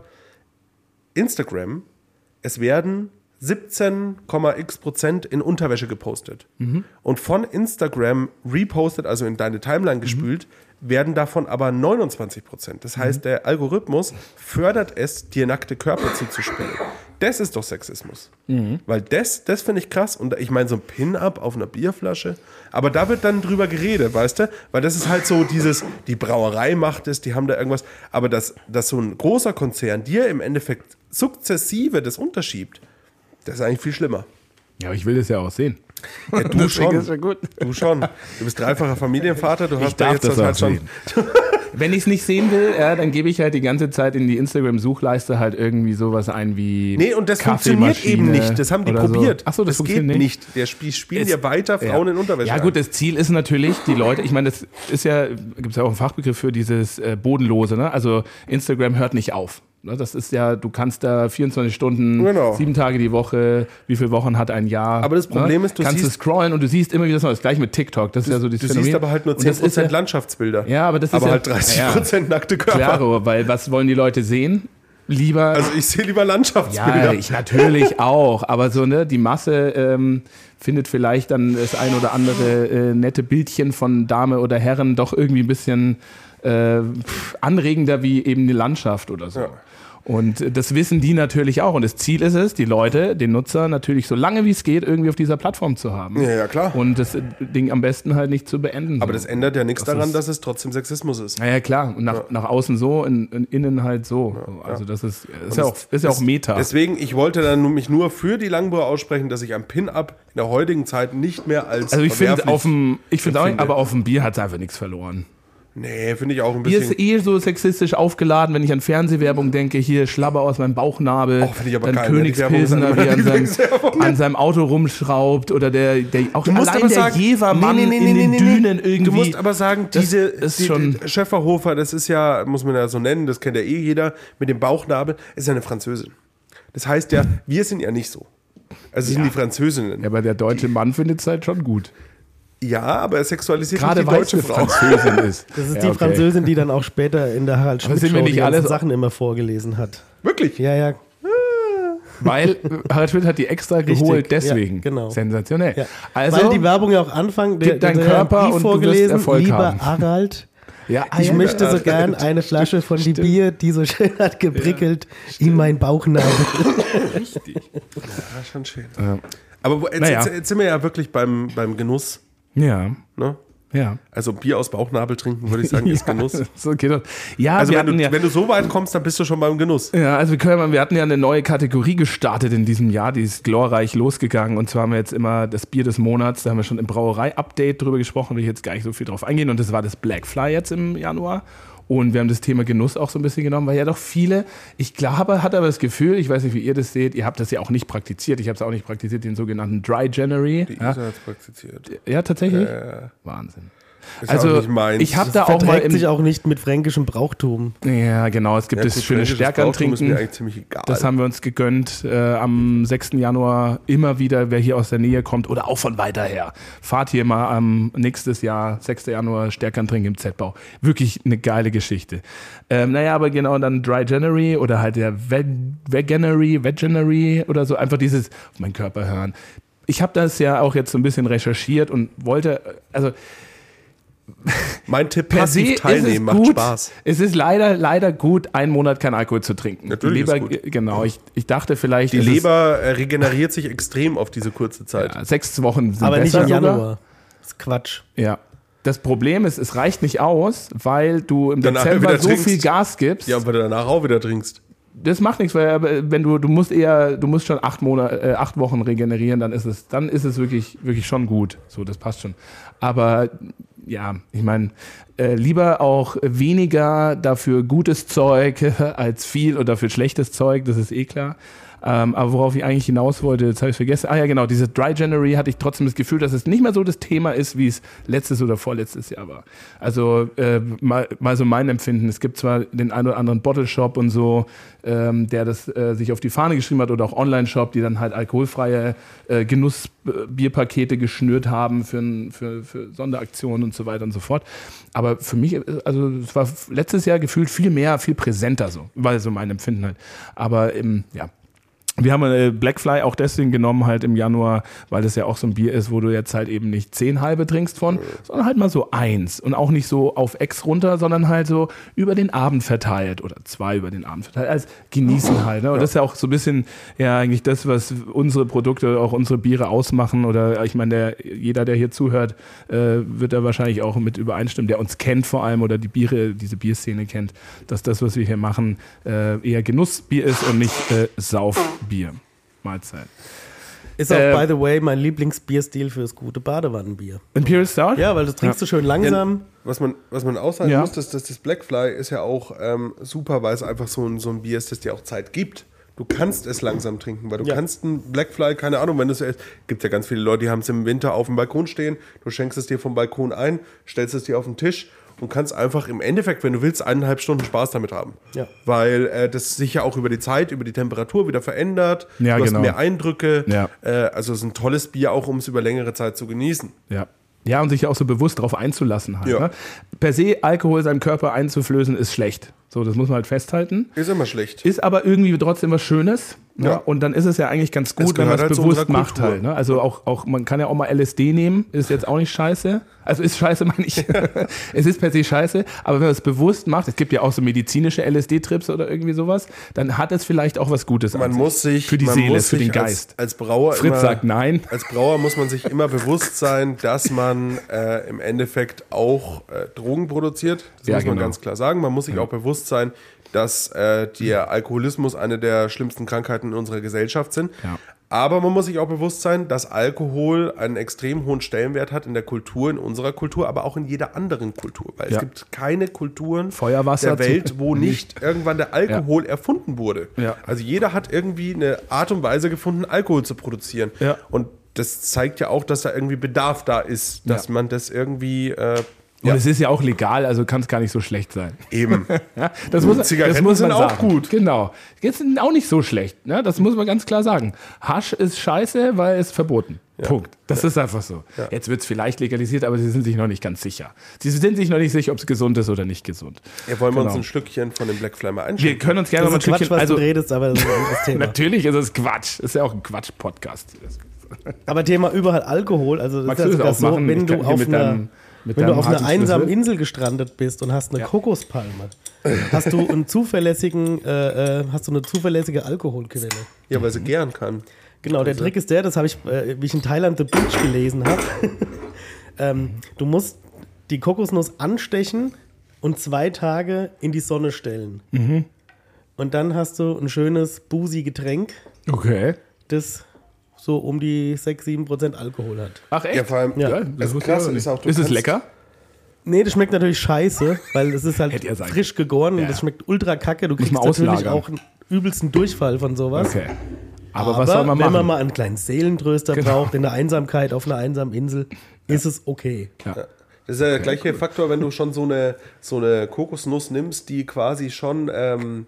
Speaker 3: Instagram, es werden 17,x Prozent in Unterwäsche gepostet. Und von Instagram repostet, also in deine Timeline gespült, werden davon aber 29 Prozent. Das heißt, der Algorithmus fördert es, dir nackte Körper zuzuspielen. Das ist doch Sexismus. Weil das, das finde ich krass. Und ich meine, so ein Pin-Up auf einer Bierflasche. Aber da wird dann drüber geredet, weißt du? Weil das ist halt so dieses, die Brauerei macht es, die haben da irgendwas. Aber dass, dass so ein großer Konzern dir im Endeffekt sukzessive das unterschiebt, das ist eigentlich viel schlimmer.
Speaker 2: Ja, aber ich will das ja auch sehen.
Speaker 3: Ja, du
Speaker 2: Deswegen
Speaker 3: schon.
Speaker 2: ist ja gut.
Speaker 3: Du schon. Du bist dreifacher Familienvater, du hast da
Speaker 2: darf
Speaker 3: jetzt
Speaker 2: das
Speaker 3: das halt
Speaker 2: auch
Speaker 3: schon.
Speaker 2: sehen. Wenn ich es nicht sehen will, ja, dann gebe ich halt die ganze Zeit in die Instagram-Suchleiste halt irgendwie sowas ein wie.
Speaker 3: Nee, und das funktioniert
Speaker 2: Kaffeemaschine
Speaker 3: eben nicht. Das haben die
Speaker 2: oder so.
Speaker 3: probiert.
Speaker 2: Ach so, das,
Speaker 3: geht
Speaker 2: funktioniert nicht.
Speaker 3: Der Spiel spielen
Speaker 2: Es-
Speaker 3: ja weiter Frauen in Unterwäsche.
Speaker 2: Ja, gut,
Speaker 3: an.
Speaker 2: das Ziel ist natürlich, die Leute, ich meine, das ist ja, gibt es ja auch einen Fachbegriff für dieses äh, Bodenlose, ne? Also Instagram hört nicht auf. Ne? Das ist ja, du kannst da 24 Stunden,
Speaker 3: Genau.
Speaker 2: sieben Tage die Woche, wie viele Wochen hat ein Jahr. ne?
Speaker 3: Aber das Problem ist, du
Speaker 2: kannst
Speaker 3: siehst-
Speaker 2: du scrollen und du siehst immer wieder das neue. Das gleiche mit TikTok. Das ist ja so dieses
Speaker 3: Du
Speaker 2: Phänomen.
Speaker 3: siehst aber halt nur
Speaker 2: Und das
Speaker 3: 10%
Speaker 2: ist ja,
Speaker 3: Landschaftsbilder.
Speaker 2: Ja, aber das ist
Speaker 3: aber
Speaker 2: ja-
Speaker 3: halt 30% nackte Körper.
Speaker 2: Klaro, weil was wollen die Leute sehen? Lieber
Speaker 3: Also ich sehe lieber
Speaker 2: Ja,
Speaker 3: Landschaftsbilder.
Speaker 2: ich natürlich auch. Aber so, ne, die Masse ähm, findet vielleicht dann das ein oder andere äh, nette Bildchen von Dame oder Herren doch irgendwie ein bisschen äh, pff, anregender wie eben die Landschaft oder so. Und äh, das wissen die natürlich auch. Und das Ziel ist es, die Leute, den Nutzer natürlich so lange wie es geht irgendwie auf dieser Plattform zu haben.
Speaker 3: Ja, ja, klar.
Speaker 2: Und das äh, Ding am besten halt nicht zu beenden.
Speaker 3: aber
Speaker 2: so.
Speaker 3: das ändert ja nichts daran,
Speaker 2: ist-
Speaker 3: dass es trotzdem Sexismus ist.
Speaker 2: Ja, ja, klar. Und nach, nach außen so und, und innen halt so. So, also das ist, ist, ja, auch, ist ja auch Meta.
Speaker 3: Deswegen, ich wollte dann nur- mich nur für die Langbohr aussprechen, dass ich am Pin-Up in der heutigen Zeit nicht mehr als
Speaker 2: Also ich finde
Speaker 3: verwerflich-
Speaker 2: auf dem, ich finde auch,
Speaker 3: empfinde.
Speaker 2: aber auf dem Bier hat es einfach nichts verloren.
Speaker 3: Nee, finde ich auch ein
Speaker 2: Bier
Speaker 3: bisschen...
Speaker 2: ist eh so sexistisch aufgeladen, wenn ich an Fernsehwerbung denke, hier Schlabber aus meinem Bauchnabel,
Speaker 3: Oh, finde ich aber
Speaker 2: dann
Speaker 3: geil, ne? Die Werbung ist
Speaker 2: Königspilsener,
Speaker 3: eine
Speaker 2: wie er an
Speaker 3: meiner
Speaker 2: seinem,
Speaker 3: Lieblingswerbungen.
Speaker 2: an seinem Auto rumschraubt oder der, der auch
Speaker 3: Du musst
Speaker 2: allein
Speaker 3: aber
Speaker 2: der
Speaker 3: sagen,
Speaker 2: Jevermann
Speaker 3: nee, nee, nee,
Speaker 2: in
Speaker 3: nee,
Speaker 2: den
Speaker 3: nee, nee.
Speaker 2: Dünen irgendwie.
Speaker 3: Du musst aber sagen,
Speaker 2: Das
Speaker 3: diese
Speaker 2: ist
Speaker 3: die,
Speaker 2: schon-
Speaker 3: die Schäferhofer, das ist ja, muss man ja so nennen, das kennt ja eh jeder, mit dem Bauchnabel, ist ja eine Französin. Das heißt ja, wir sind ja nicht so. Also sind die Französinnen.
Speaker 2: ja, aber der deutsche Mann findet es halt schon gut.
Speaker 3: Ja, aber er sexualisiert
Speaker 2: Gerade
Speaker 3: nicht die
Speaker 2: weil es
Speaker 3: deutsche
Speaker 2: eine
Speaker 3: Frau.
Speaker 2: Französin ist.
Speaker 4: Das ist
Speaker 2: Ja,
Speaker 4: die
Speaker 2: okay.
Speaker 4: Französin, die dann auch später in der Harald Schmidt
Speaker 2: sind
Speaker 4: Show
Speaker 2: wir
Speaker 4: die
Speaker 2: nicht
Speaker 4: ganzen
Speaker 2: alle so-
Speaker 4: Sachen immer vorgelesen hat.
Speaker 3: Wirklich?
Speaker 4: Ja, ja.
Speaker 2: Weil äh, Harald Schmidt hat die extra
Speaker 4: Richtig,
Speaker 2: geholt,
Speaker 4: ja,
Speaker 2: deswegen.
Speaker 4: genau.
Speaker 2: Sensationell.
Speaker 4: ja.
Speaker 2: Also,
Speaker 4: Weil die Werbung ja auch anfangen,
Speaker 2: gib deinen Körper und du
Speaker 4: Brief
Speaker 2: wirst
Speaker 4: vorgelesen,
Speaker 2: Erfolg
Speaker 4: lieber
Speaker 2: haben.
Speaker 4: Harald,
Speaker 2: ja,
Speaker 4: ich
Speaker 2: Ah, ja,
Speaker 4: möchte so
Speaker 3: Harald.
Speaker 4: gern eine Flasche von die Bier, die so schön hat geprickelt, in meinen Bauchnabel.
Speaker 3: Ja, schon schön. Aber wo- jetzt,
Speaker 2: Naja.
Speaker 3: jetzt, jetzt sind wir ja wirklich beim, beim Genuss.
Speaker 2: ja,
Speaker 3: Ne?
Speaker 2: ja.
Speaker 3: Also Bier aus Bauchnabel trinken, würde ich sagen, ist Genuss.
Speaker 2: So geht das. Ja,
Speaker 3: Also
Speaker 2: Ah, wir
Speaker 3: wenn du,
Speaker 2: hatten ja,
Speaker 3: wenn du so weit kommst, dann bist du schon beim Genuss.
Speaker 2: Ja, also wir, können, mal- wir hatten ja eine neue Kategorie gestartet in diesem Jahr, die ist glorreich losgegangen. Und zwar haben wir jetzt immer das Bier des Monats, da haben wir schon im Brauerei-Update drüber gesprochen, will ich jetzt gar nicht so viel drauf eingehen. Und das war das Black Fly jetzt im Januar. Und wir haben das Thema Genuss auch so ein bisschen genommen, weil ja doch viele, ich glaube, hat aber das Gefühl, ich weiß nicht, wie ihr das seht, ihr habt das ja auch nicht praktiziert, ich habe es auch nicht praktiziert, den sogenannten Dry January. Ja,
Speaker 3: Isa hat's praktiziert.
Speaker 2: ja, tatsächlich.
Speaker 3: Äh.
Speaker 2: Wahnsinn.
Speaker 3: Ist auch
Speaker 2: Also
Speaker 3: nicht meins.
Speaker 2: ich habe da auch mal
Speaker 4: Verträgt
Speaker 2: im,
Speaker 4: sich auch nicht mit fränkischem Brauchtum.
Speaker 2: ja genau, es gibt
Speaker 3: Ja,
Speaker 2: das
Speaker 3: gut,
Speaker 2: schöne
Speaker 3: fränkisches
Speaker 2: Stärkern
Speaker 3: Brauchtum Ist
Speaker 2: trinken.
Speaker 3: mir eigentlich ziemlich egal.
Speaker 2: Das haben wir uns gegönnt äh, am 6. Januar. Immer wieder, wer hier aus der Nähe kommt oder auch von weiter her. Fahrt hier mal am nächstes Jahr, 6. Januar, Stärkern trinken im Z-Bau. Wirklich eine geile Geschichte. Ähm, naja, aber genau, dann Dry January oder halt der Veg Veganuary, Veganuary oder so. Einfach dieses auf meinen Körper hören. Ich habe das ja auch jetzt so ein bisschen recherchiert und wollte, also
Speaker 3: Mein Tipp,
Speaker 2: per se
Speaker 3: passiv
Speaker 2: ist es
Speaker 3: teilnehmen macht
Speaker 2: gut.
Speaker 3: Spaß.
Speaker 2: Es ist leider, leider gut, einen Monat keinen Alkohol zu trinken.
Speaker 3: Natürlich
Speaker 2: die
Speaker 3: ist
Speaker 2: Leber, Genau, ich, ich dachte vielleicht.
Speaker 3: Die
Speaker 2: es ist-
Speaker 3: Leber äh, regeneriert sich extrem auf diese kurze Zeit.
Speaker 2: Ja, Äh, sechs Wochen sind
Speaker 4: Aber nicht
Speaker 2: besser
Speaker 4: im
Speaker 2: sogar.
Speaker 4: Januar. Das ist Quatsch.
Speaker 2: Ja. Das Problem ist, es reicht nicht aus, weil du im
Speaker 3: Danach
Speaker 2: Dezember
Speaker 3: wieder
Speaker 2: so
Speaker 3: trinkst.
Speaker 2: viel Gas gibst.
Speaker 3: Ja, und wenn du danach auch wieder trinkst.
Speaker 2: Das macht nichts, weil aber äh, wenn du du musst eher du musst schon acht Monate äh, acht Wochen regenerieren, dann ist es dann ist es wirklich wirklich schon gut. So, das passt schon. Aber ja, ich meine äh, lieber auch weniger dafür gutes Zeug als viel oder für schlechtes Zeug. Das ist eh klar. Ähm, aber worauf ich eigentlich hinaus wollte, jetzt habe ich vergessen. Ah ja, genau, diese Dry January hatte ich trotzdem das Gefühl, dass es nicht mehr so das Thema ist, wie es letztes oder vorletztes Jahr war. Also äh, mal, mal so mein Empfinden. Es gibt zwar den einen oder anderen Bottle Shop und so, ähm, der das äh, sich auf die Fahne geschrieben hat oder auch Online-Shop, die dann halt alkoholfreie äh, Genussbierpakete geschnürt haben für, n- für, für Sonderaktionen und so weiter und so fort. Aber für mich, äh, also es war f- letztes Jahr gefühlt viel mehr, viel präsenter so, weil so mein Empfinden halt. Aber ähm, ja, wir haben äh, Blackfly auch deswegen genommen, halt im Januar, weil das ja auch so ein Bier ist, wo du jetzt halt eben nicht zehn halbe trinkst von, sondern halt mal so eins. Und auch nicht so auf Ex runter, sondern halt so über den Abend verteilt oder zwei über den Abend verteilt. Als genießen halt. Ne? Und das ist ja auch so ein bisschen ja eigentlich das, was unsere Produkte, auch unsere Biere ausmachen. Oder ich meine, der, jeder, der hier zuhört, äh, wird da wahrscheinlich auch mit übereinstimmen, der uns kennt vor allem oder die Biere, diese Bierszene kennt, dass das, was wir hier machen, äh, eher Genussbier ist und nicht äh, Saufbier. Mahlzeit.
Speaker 4: Ist auch,
Speaker 2: Äh,
Speaker 4: by the way, mein Lieblingsbierstil fürs gute Badewannenbier.
Speaker 2: Imperial Stout?
Speaker 4: Ja, weil du trinkst du schön langsam.
Speaker 3: Was man, was man auch sagen
Speaker 2: Ja.
Speaker 3: muss, ist, dass das Blackfly ist ja auch ähm, super, weil es einfach so ein, so ein Bier ist, das dir auch Zeit gibt. Du kannst es langsam trinken, weil du
Speaker 4: Ja.
Speaker 3: kannst ein Blackfly, keine Ahnung, wenn du es erst, gibt ja ganz viele Leute, die haben es im Winter auf dem Balkon stehen, du schenkst es dir vom Balkon ein, stellst es dir auf den Tisch und kannst einfach im Endeffekt, wenn du willst, eineinhalb Stunden Spaß damit haben.
Speaker 4: Ja.
Speaker 3: Weil äh, das sich ja auch über die Zeit, über die Temperatur wieder verändert,
Speaker 2: Ja,
Speaker 3: du
Speaker 2: genau.
Speaker 3: hast mehr Eindrücke,
Speaker 2: Ja.
Speaker 3: äh, also es ist ein tolles Bier auch, um es über längere Zeit zu genießen.
Speaker 2: Ja. Ja, und sich ja auch so bewusst darauf einzulassen. Halt,
Speaker 3: Ja.
Speaker 2: ne? Per se, Alkohol seinem Körper einzuflößen, ist schlecht. So, das muss man halt festhalten.
Speaker 3: Ist immer schlecht.
Speaker 2: Ist aber irgendwie trotzdem was Schönes. Ne?
Speaker 3: Ja.
Speaker 2: Und dann ist es ja eigentlich ganz gut, wenn
Speaker 3: gehört
Speaker 2: man es
Speaker 3: halt zu
Speaker 2: bewusst
Speaker 3: unserer
Speaker 2: macht
Speaker 3: Kultur.
Speaker 2: halt. Ne? Also auch, auch, man kann ja auch mal LSD nehmen, ist jetzt auch nicht scheiße. Also ist scheiße, meine ich. es ist per se scheiße, aber wenn man es bewusst macht, es gibt ja auch so medizinische LSD-Trips oder irgendwie sowas, dann hat es vielleicht auch was Gutes. an
Speaker 3: Man muss sich
Speaker 2: Für die
Speaker 3: man
Speaker 2: Seele,
Speaker 3: muss
Speaker 2: für den
Speaker 3: sich
Speaker 2: Geist.
Speaker 3: Als, als Brauer
Speaker 2: Fritz
Speaker 3: immer,
Speaker 2: sagt nein.
Speaker 3: Als Brauer muss man sich immer bewusst sein, dass man äh, im Endeffekt auch äh, Drogen produziert. Das
Speaker 2: Ja,
Speaker 3: muss man
Speaker 2: genau.
Speaker 3: ganz klar sagen. Man muss sich auch bewusst sein, dass äh, der Alkoholismus eine der schlimmsten Krankheiten in unserer Gesellschaft sind.
Speaker 2: Ja.
Speaker 3: Aber man muss sich auch bewusst sein, dass Alkohol einen extrem hohen Stellenwert hat in der Kultur, in unserer Kultur, aber auch in jeder anderen Kultur. Weil
Speaker 2: Ja.
Speaker 3: es gibt keine Kulturen
Speaker 2: Feuerwasser
Speaker 3: der
Speaker 2: zu-
Speaker 3: Welt, wo nicht irgendwann der Alkohol erfunden wurde.
Speaker 2: Ja.
Speaker 3: Also jeder hat irgendwie eine Art und Weise gefunden, Alkohol zu produzieren.
Speaker 2: Ja.
Speaker 3: Und das zeigt ja auch, dass da irgendwie Bedarf da ist, dass
Speaker 2: Ja.
Speaker 3: man das irgendwie äh,
Speaker 2: Und
Speaker 3: ja,
Speaker 2: es ist ja auch legal, also kann es gar nicht so schlecht sein.
Speaker 3: eben.
Speaker 2: Ja, das muss, das
Speaker 3: Zigaretten
Speaker 2: muss man
Speaker 3: sind auch
Speaker 2: sagen.
Speaker 3: gut.
Speaker 2: Genau. Jetzt sind auch nicht so schlecht. Ne? Das muss man ganz klar sagen. Hasch ist scheiße, weil es verboten. Punkt. Das ist einfach so. Jetzt wird es vielleicht legalisiert, aber sie sind sich noch nicht ganz sicher. Sie sind sich noch nicht sicher, ob es gesund ist oder nicht gesund.
Speaker 3: Ja, wollen wir uns
Speaker 2: Genau.
Speaker 3: ein Schlückchen von dem Black Flammer
Speaker 2: Wir
Speaker 3: einschenken?
Speaker 2: können uns gerne
Speaker 4: Das
Speaker 2: noch mal ein
Speaker 4: ist Quatsch,
Speaker 2: Stückchen.
Speaker 4: was
Speaker 2: Also,
Speaker 4: du redest, aber das ist ein anderes Thema.
Speaker 2: natürlich ist es Quatsch. Das ist ja auch ein Quatsch-Podcast.
Speaker 4: Aber Thema überall Alkohol, also das
Speaker 2: Magst
Speaker 4: ist
Speaker 2: du
Speaker 4: ja sogar
Speaker 2: das
Speaker 4: so,
Speaker 2: aufmachen? Ich
Speaker 4: wenn
Speaker 2: kann
Speaker 4: du
Speaker 2: hier
Speaker 4: auf
Speaker 2: mit
Speaker 4: einer,
Speaker 2: deinem- mit
Speaker 4: wenn du
Speaker 2: deinem
Speaker 4: auf einer
Speaker 2: Atemschlüssel.
Speaker 4: einsamen Insel gestrandet bist und hast eine Kokospalme, hast du einen zuverlässigen, äh, äh, hast du eine zuverlässige Alkoholquelle.
Speaker 3: Ja, weil sie gern kann. Also,
Speaker 4: Genau,
Speaker 2: Also-
Speaker 4: der Trick ist der, das habe ich, äh, wie ich in Thailand The Beach gelesen habe. ähm, du musst die Kokosnuss anstechen und zwei Tage in die Sonne stellen.
Speaker 2: Mhm.
Speaker 4: Und dann hast du ein schönes, busi Getränk,
Speaker 2: Okay.
Speaker 4: das so um die 6, 7 Prozent Alkohol hat.
Speaker 2: Ach echt?
Speaker 3: Ja, vor allem,
Speaker 4: Ja.
Speaker 2: Ja,
Speaker 3: das
Speaker 2: das wusste ich
Speaker 3: Krasse
Speaker 2: auch nicht.
Speaker 3: ist auch, du
Speaker 2: Ist es
Speaker 3: kannst-
Speaker 2: lecker?
Speaker 4: Nee, das schmeckt natürlich scheiße, weil es ist halt
Speaker 2: Hätte ja sein
Speaker 4: frisch gegoren und
Speaker 2: Ja.
Speaker 4: das schmeckt ultra kacke. Du
Speaker 2: Muss
Speaker 4: kriegst
Speaker 2: man
Speaker 4: natürlich
Speaker 2: auslagern.
Speaker 4: auch einen übelsten Durchfall von sowas.
Speaker 2: Okay. Aber, was soll man
Speaker 4: wenn
Speaker 2: machen?
Speaker 4: man mal einen kleinen Seelentröster
Speaker 2: Genau.
Speaker 4: braucht, in der Einsamkeit auf einer einsamen Insel, ist es okay.
Speaker 3: Das ist ja der gleiche Faktor, wenn du schon so eine, so eine Kokosnuss nimmst, die quasi schon ähm,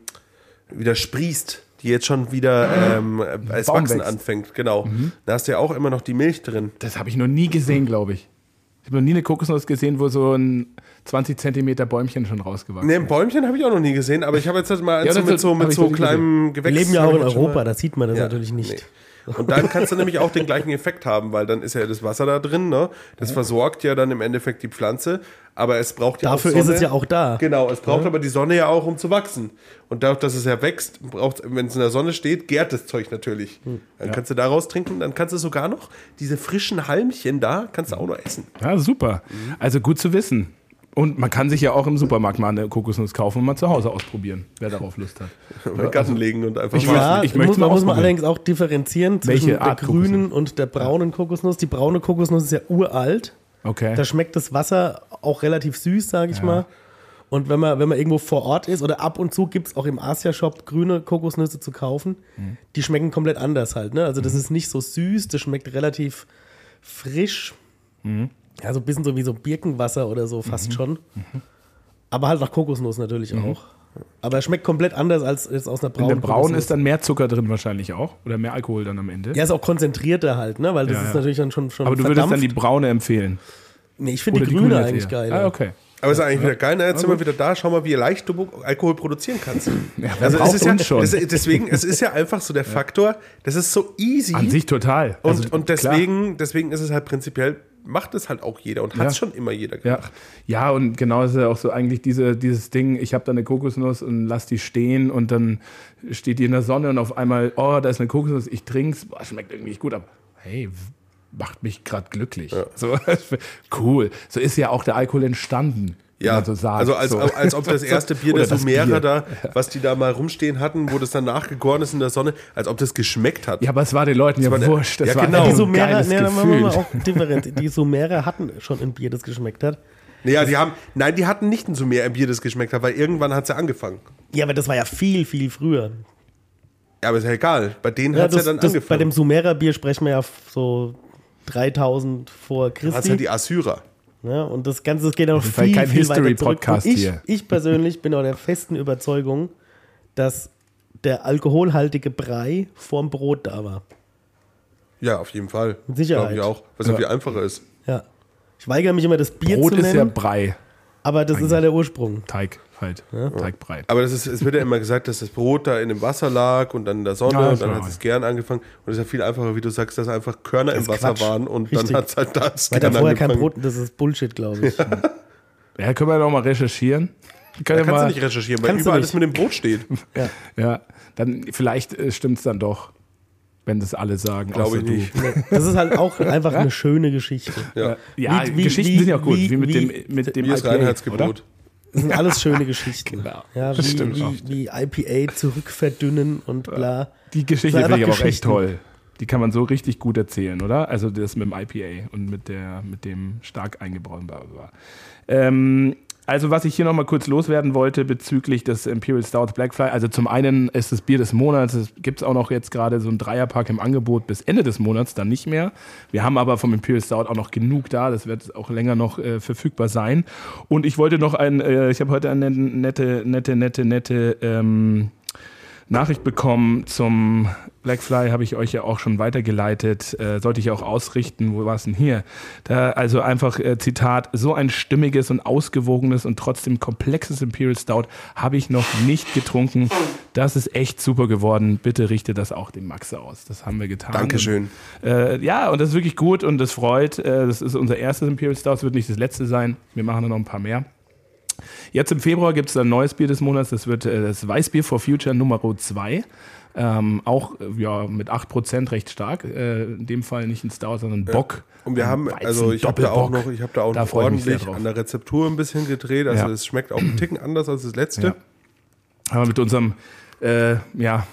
Speaker 3: wieder sprießt, die jetzt schon wieder ähm, als
Speaker 2: Ah. Baum
Speaker 3: Wachsen
Speaker 2: wächst. Mhm.
Speaker 3: anfängt. Genau. Da hast du ja auch immer noch die Milch drin.
Speaker 2: Das habe ich noch nie gesehen, glaube ich. Ich habe noch nie eine Kokosnuss gesehen, wo so ein 20 Zentimeter Bäumchen schon rausgewachsen
Speaker 3: Ne,
Speaker 2: ist.
Speaker 3: ein Bäumchen habe ich auch noch nie gesehen, aber ich habe jetzt halt mal
Speaker 2: Ja,
Speaker 3: so
Speaker 2: das
Speaker 3: mit so,
Speaker 2: hab
Speaker 3: mit
Speaker 2: ich
Speaker 3: so
Speaker 2: noch nie
Speaker 3: kleinem Gewächs.
Speaker 4: Wir leben ja auch in
Speaker 3: hab ich schon
Speaker 4: Europa,
Speaker 3: mal-
Speaker 4: da sieht man das
Speaker 3: Ja,
Speaker 4: natürlich nicht.
Speaker 3: nee. Und dann kannst du nämlich auch den gleichen Effekt haben, weil dann ist ja das Wasser da drin, ne? Das versorgt ja dann im Endeffekt die Pflanze, aber es braucht ja
Speaker 4: Dafür
Speaker 3: auch Sonne.
Speaker 4: ist es ja auch da.
Speaker 3: Genau, es braucht aber die Sonne ja auch, um zu wachsen. Und dadurch, dass es ja wächst, braucht wenn es in der Sonne steht, gärt das Zeug natürlich.
Speaker 4: Hm.
Speaker 3: Dann kannst du daraus trinken, dann kannst du sogar noch diese frischen Halmchen da, kannst du auch noch essen.
Speaker 2: Ja, super. Also gut zu wissen. Und man kann sich ja auch im Supermarkt mal eine Kokosnuss kaufen und mal zu Hause ausprobieren, wer darauf Lust hat.
Speaker 3: In den Garten legen und einfach
Speaker 2: Ich
Speaker 3: mal-
Speaker 2: weiß
Speaker 4: Ja,
Speaker 2: nicht, ich möchte
Speaker 4: muss,
Speaker 2: mal
Speaker 4: man muss man
Speaker 2: ausprobieren.
Speaker 4: allerdings auch differenzieren zwischen
Speaker 2: Welche
Speaker 4: der
Speaker 2: Art
Speaker 4: grünen und der braunen Kokosnuss. Die braune Kokosnuss ist ja uralt.
Speaker 2: Okay.
Speaker 4: Da schmeckt das Wasser auch relativ süß, sage ich mal. Und wenn man, wenn man irgendwo vor Ort ist oder ab und zu gibt es auch im Asia-Shop grüne Kokosnüsse zu kaufen,
Speaker 2: Mhm.
Speaker 4: die schmecken komplett anders halt. Ne? Also das ist nicht so süß, das schmeckt relativ frisch.
Speaker 2: Mhm.
Speaker 4: Ja, so ein bisschen so wie so Birkenwasser oder so fast schon.
Speaker 2: Mhm.
Speaker 4: Aber halt nach Kokosnuss natürlich auch. Aber schmeckt komplett anders als jetzt aus einer
Speaker 2: In
Speaker 4: braunen
Speaker 2: der Braun
Speaker 4: Kokosnuss.
Speaker 2: ist dann mehr Zucker drin wahrscheinlich auch. Oder mehr Alkohol dann am Ende.
Speaker 4: Ja, ist auch konzentrierter halt, ne? Weil das
Speaker 2: Ja,
Speaker 4: ist
Speaker 2: ja.
Speaker 4: natürlich dann schon, schon
Speaker 2: Aber du würdest dann die
Speaker 4: verdampft.
Speaker 2: braune empfehlen.
Speaker 4: Nee, ich finde die,
Speaker 2: grüne
Speaker 4: grüne
Speaker 2: jetzt
Speaker 4: eigentlich
Speaker 2: eher.
Speaker 4: geil.
Speaker 2: Ah, okay.
Speaker 3: Aber ist eigentlich wieder geil. Na, jetzt sind wir wieder da. Schau mal, wie leicht du Alkohol produzieren kannst.
Speaker 2: wer braucht
Speaker 3: ist ja,
Speaker 2: uns schon?
Speaker 3: Es, deswegen, es ist ja einfach so der Faktor, das ist so easy.
Speaker 2: An sich total.
Speaker 3: und
Speaker 2: Also,
Speaker 3: und
Speaker 2: klar.
Speaker 3: deswegen, deswegen ist es halt prinzipiell, macht es halt auch jeder und hat es
Speaker 2: Ja.
Speaker 3: schon immer jeder
Speaker 2: Ja.
Speaker 3: gemacht.
Speaker 2: ja, und genau ist ja auch so eigentlich diese, dieses Ding, ich habe da eine Kokosnuss und lass die stehen und dann steht die in der Sonne und auf einmal, oh, da ist eine Kokosnuss, ich trink's, boah, schmeckt irgendwie nicht gut, aber hey, w- macht mich gerade glücklich. So, cool. So ist ja auch der Alkohol entstanden.
Speaker 3: Ja,
Speaker 2: man so sagt.
Speaker 3: also als,
Speaker 2: so.
Speaker 3: als ob das erste Bier der
Speaker 2: Oder das
Speaker 3: Sumerer
Speaker 2: Bier.
Speaker 3: da, was die da mal rumstehen hatten, wo das dann nachgegoren ist in der Sonne, als ob das geschmeckt hat.
Speaker 2: Ja, aber es war den Leuten ja
Speaker 3: war der-
Speaker 2: wurscht. Das
Speaker 3: Ja,
Speaker 2: war halt
Speaker 3: genau.
Speaker 2: ein
Speaker 4: Äh, Die Sumerer,
Speaker 2: geiles
Speaker 4: nee, dann machen wir
Speaker 2: Gefühl.
Speaker 4: mal auch different. Die Sumerer hatten schon ein Bier, das geschmeckt hat.
Speaker 3: Ja, die haben, nein, die hatten nicht ein Sumer im Bier, das geschmeckt hat, weil irgendwann hat es ja angefangen.
Speaker 4: Ja, aber das war ja viel, viel früher.
Speaker 3: Ja, aber ist ja egal. Bei denen
Speaker 4: Ja,
Speaker 3: hat es ja
Speaker 4: das,
Speaker 3: dann
Speaker 4: das,
Speaker 3: angefangen.
Speaker 4: bei dem Sumerer Bier sprechen wir ja so 3000 vor
Speaker 3: hat
Speaker 4: Christi.
Speaker 3: ja die Assyrer.
Speaker 4: Ja, und das Ganze das geht auch
Speaker 2: jeden Fall
Speaker 4: viel,
Speaker 2: kein
Speaker 4: viel weiter zurück.
Speaker 2: History-Podcast
Speaker 4: Und ich,
Speaker 2: hier.
Speaker 4: ich persönlich bin auch der festen Überzeugung, dass der alkoholhaltige Brei vorm Brot da war.
Speaker 3: Ja, auf jeden Fall.
Speaker 4: Mit Sicherheit.
Speaker 3: Glaube ich auch, weil es ja.
Speaker 2: Ja.
Speaker 3: viel einfacher ist.
Speaker 4: Ja. Ich weigere mich immer, das Bier
Speaker 2: Brot
Speaker 4: zu
Speaker 2: ist
Speaker 4: nennen,
Speaker 2: ja Brei.
Speaker 4: aber das ist halt der Ursprung.
Speaker 2: Teig halt. Teigbrei.
Speaker 3: Aber das ist, es wird ja immer gesagt, dass das Brot da in dem Wasser lag und dann in der Sonne
Speaker 2: Ja, das
Speaker 3: und dann
Speaker 2: war
Speaker 3: hat
Speaker 2: mal.
Speaker 3: es gern angefangen. Und es ist ja viel einfacher, wie du sagst, dass einfach Körner im
Speaker 4: ist
Speaker 3: Wasser
Speaker 4: Quatsch.
Speaker 3: waren und
Speaker 4: Richtig.
Speaker 3: dann hat es halt da als
Speaker 4: Weil da
Speaker 3: Kern
Speaker 4: vorher kein
Speaker 3: angefangen.
Speaker 4: Brot, das ist Bullshit, glaube ich.
Speaker 2: Ja, können wir noch mal recherchieren. Können wir
Speaker 3: Kannst du
Speaker 2: mal,
Speaker 3: nicht recherchieren, weil
Speaker 4: Kannst du
Speaker 3: überall
Speaker 4: nicht.
Speaker 3: das mit dem Brot steht.
Speaker 2: ja, dann vielleicht äh, stimmt's dann doch, wenn das alle sagen.
Speaker 3: Glaube
Speaker 2: außer
Speaker 3: ich
Speaker 2: du.
Speaker 3: nicht.
Speaker 4: Das ist halt auch einfach eine schöne Geschichte.
Speaker 3: Ja.
Speaker 2: Ja,
Speaker 4: Wie- wie-
Speaker 2: Geschichten
Speaker 4: wie-
Speaker 2: sind ja auch gut, wie,
Speaker 4: wie-
Speaker 2: mit
Speaker 4: wie-
Speaker 2: dem mit dem
Speaker 3: Mir ist
Speaker 2: IPA,
Speaker 3: Reinheitsgebot.
Speaker 2: oder?
Speaker 4: Das sind alles schöne Geschichten.
Speaker 2: Genau.
Speaker 4: Ja,
Speaker 2: Das
Speaker 4: wie,
Speaker 2: stimmt
Speaker 4: wie, wie IPA zurückverdünnen und bla.
Speaker 2: Die Geschichte
Speaker 4: Das sind
Speaker 2: finde ich
Speaker 4: einfach
Speaker 2: aber auch echt
Speaker 4: Geschichten.
Speaker 2: toll. Die kann man so richtig gut erzählen, oder? Also das mit dem IPA und mit, der, mit dem stark eingebrauten bla, bla, bla. Ähm, also was ich hier nochmal kurz loswerden wollte bezüglich des Imperial Stout Blackfly. Also zum einen ist das Bier des Monats. Es gibt auch noch jetzt gerade so ein Dreierpack im Angebot bis Ende des Monats, dann nicht mehr. Wir haben aber vom Imperial Stout auch noch genug da. Das wird auch länger noch äh, verfügbar sein. Und ich wollte noch ein, äh, ich habe heute eine nette, nette, nette, nette... Ähm, Nachricht bekommen zum Blackfly, habe ich euch ja auch schon weitergeleitet. Äh, sollte ich auch ausrichten, wo war es denn hier? Da, also einfach äh, Zitat, so ein stimmiges und ausgewogenes und trotzdem komplexes Imperial Stout habe ich noch nicht getrunken. Das ist echt super geworden. Bitte richte das auch dem Max aus. Das haben wir getan.
Speaker 3: Dankeschön.
Speaker 2: Äh, ja, und das ist wirklich gut und das freut. Äh, das ist unser erstes Imperial Stout, es wird nicht das letzte sein. Wir machen da noch ein paar mehr. Jetzt im Februar gibt es ein neues Bier des Monats, das wird äh, das Weißbier for Future Nummer 2. Ähm, auch äh, ja, mit 8% recht stark. Äh, in dem Fall nicht ein Stout, sondern ein Bock.
Speaker 3: Äh, Und wir
Speaker 2: Ein
Speaker 3: haben,
Speaker 2: Weizen-
Speaker 3: also ich habe da auch
Speaker 2: Doppelbock.
Speaker 3: noch, ich habe da auch
Speaker 2: Da
Speaker 3: noch
Speaker 2: freu ich mich sehr
Speaker 3: ordentlich
Speaker 2: drauf.
Speaker 3: an der Rezeptur ein bisschen gedreht. Also
Speaker 2: Ja.
Speaker 3: es schmeckt auch einen Ticken anders als das letzte.
Speaker 2: Aber mit unserem äh, ja,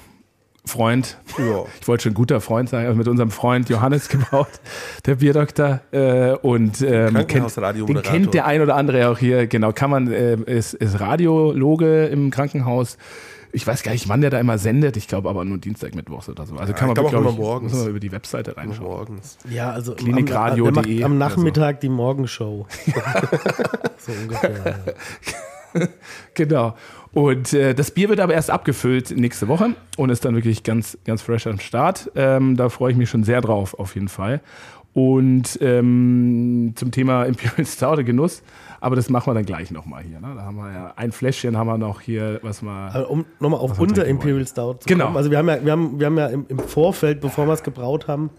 Speaker 2: Freund,
Speaker 3: Ja.
Speaker 2: ich wollte schon guter Freund sein, aber mit unserem Freund Johannes gebaut, der Bierdoktor. Äh, und ähm, kennt,
Speaker 3: Krankenhausradio-Moderator.
Speaker 2: den kennt der ein oder andere auch hier. Genau, kann man, äh, ist, ist Radiologe im Krankenhaus. Ich weiß gar nicht, wann der da immer sendet. Ich glaube aber nur Dienstag, Mittwochs oder so. Also kann
Speaker 3: ich
Speaker 2: man
Speaker 3: glaub auch
Speaker 2: glaub
Speaker 3: immer
Speaker 2: ich,
Speaker 3: morgens.
Speaker 2: Muss man über die Webseite reinschauen.
Speaker 3: Morgens.
Speaker 4: Ja, also am-
Speaker 2: Klinikradio.de
Speaker 4: am, der macht am
Speaker 2: oder so.
Speaker 4: Nachmittag die Morgenshow. so ungefähr. Ja.
Speaker 2: Genau. Und äh, das Bier wird aber erst abgefüllt nächste Woche und ist dann wirklich ganz, ganz fresh am Start. Ähm, da freue ich mich schon sehr drauf, auf jeden Fall. Und ähm, zum Thema Imperial Stout Genuss, aber das machen wir dann gleich nochmal hier. Ne? Da haben wir ja ein Fläschchen, haben wir noch hier, was mal.
Speaker 4: Aber um nochmal auf unser
Speaker 2: trinken
Speaker 4: Imperial Stout zu
Speaker 2: Genau.
Speaker 4: kommen. Also wir haben ja, wir haben, wir haben ja im, im Vorfeld, bevor wir es gebraut haben,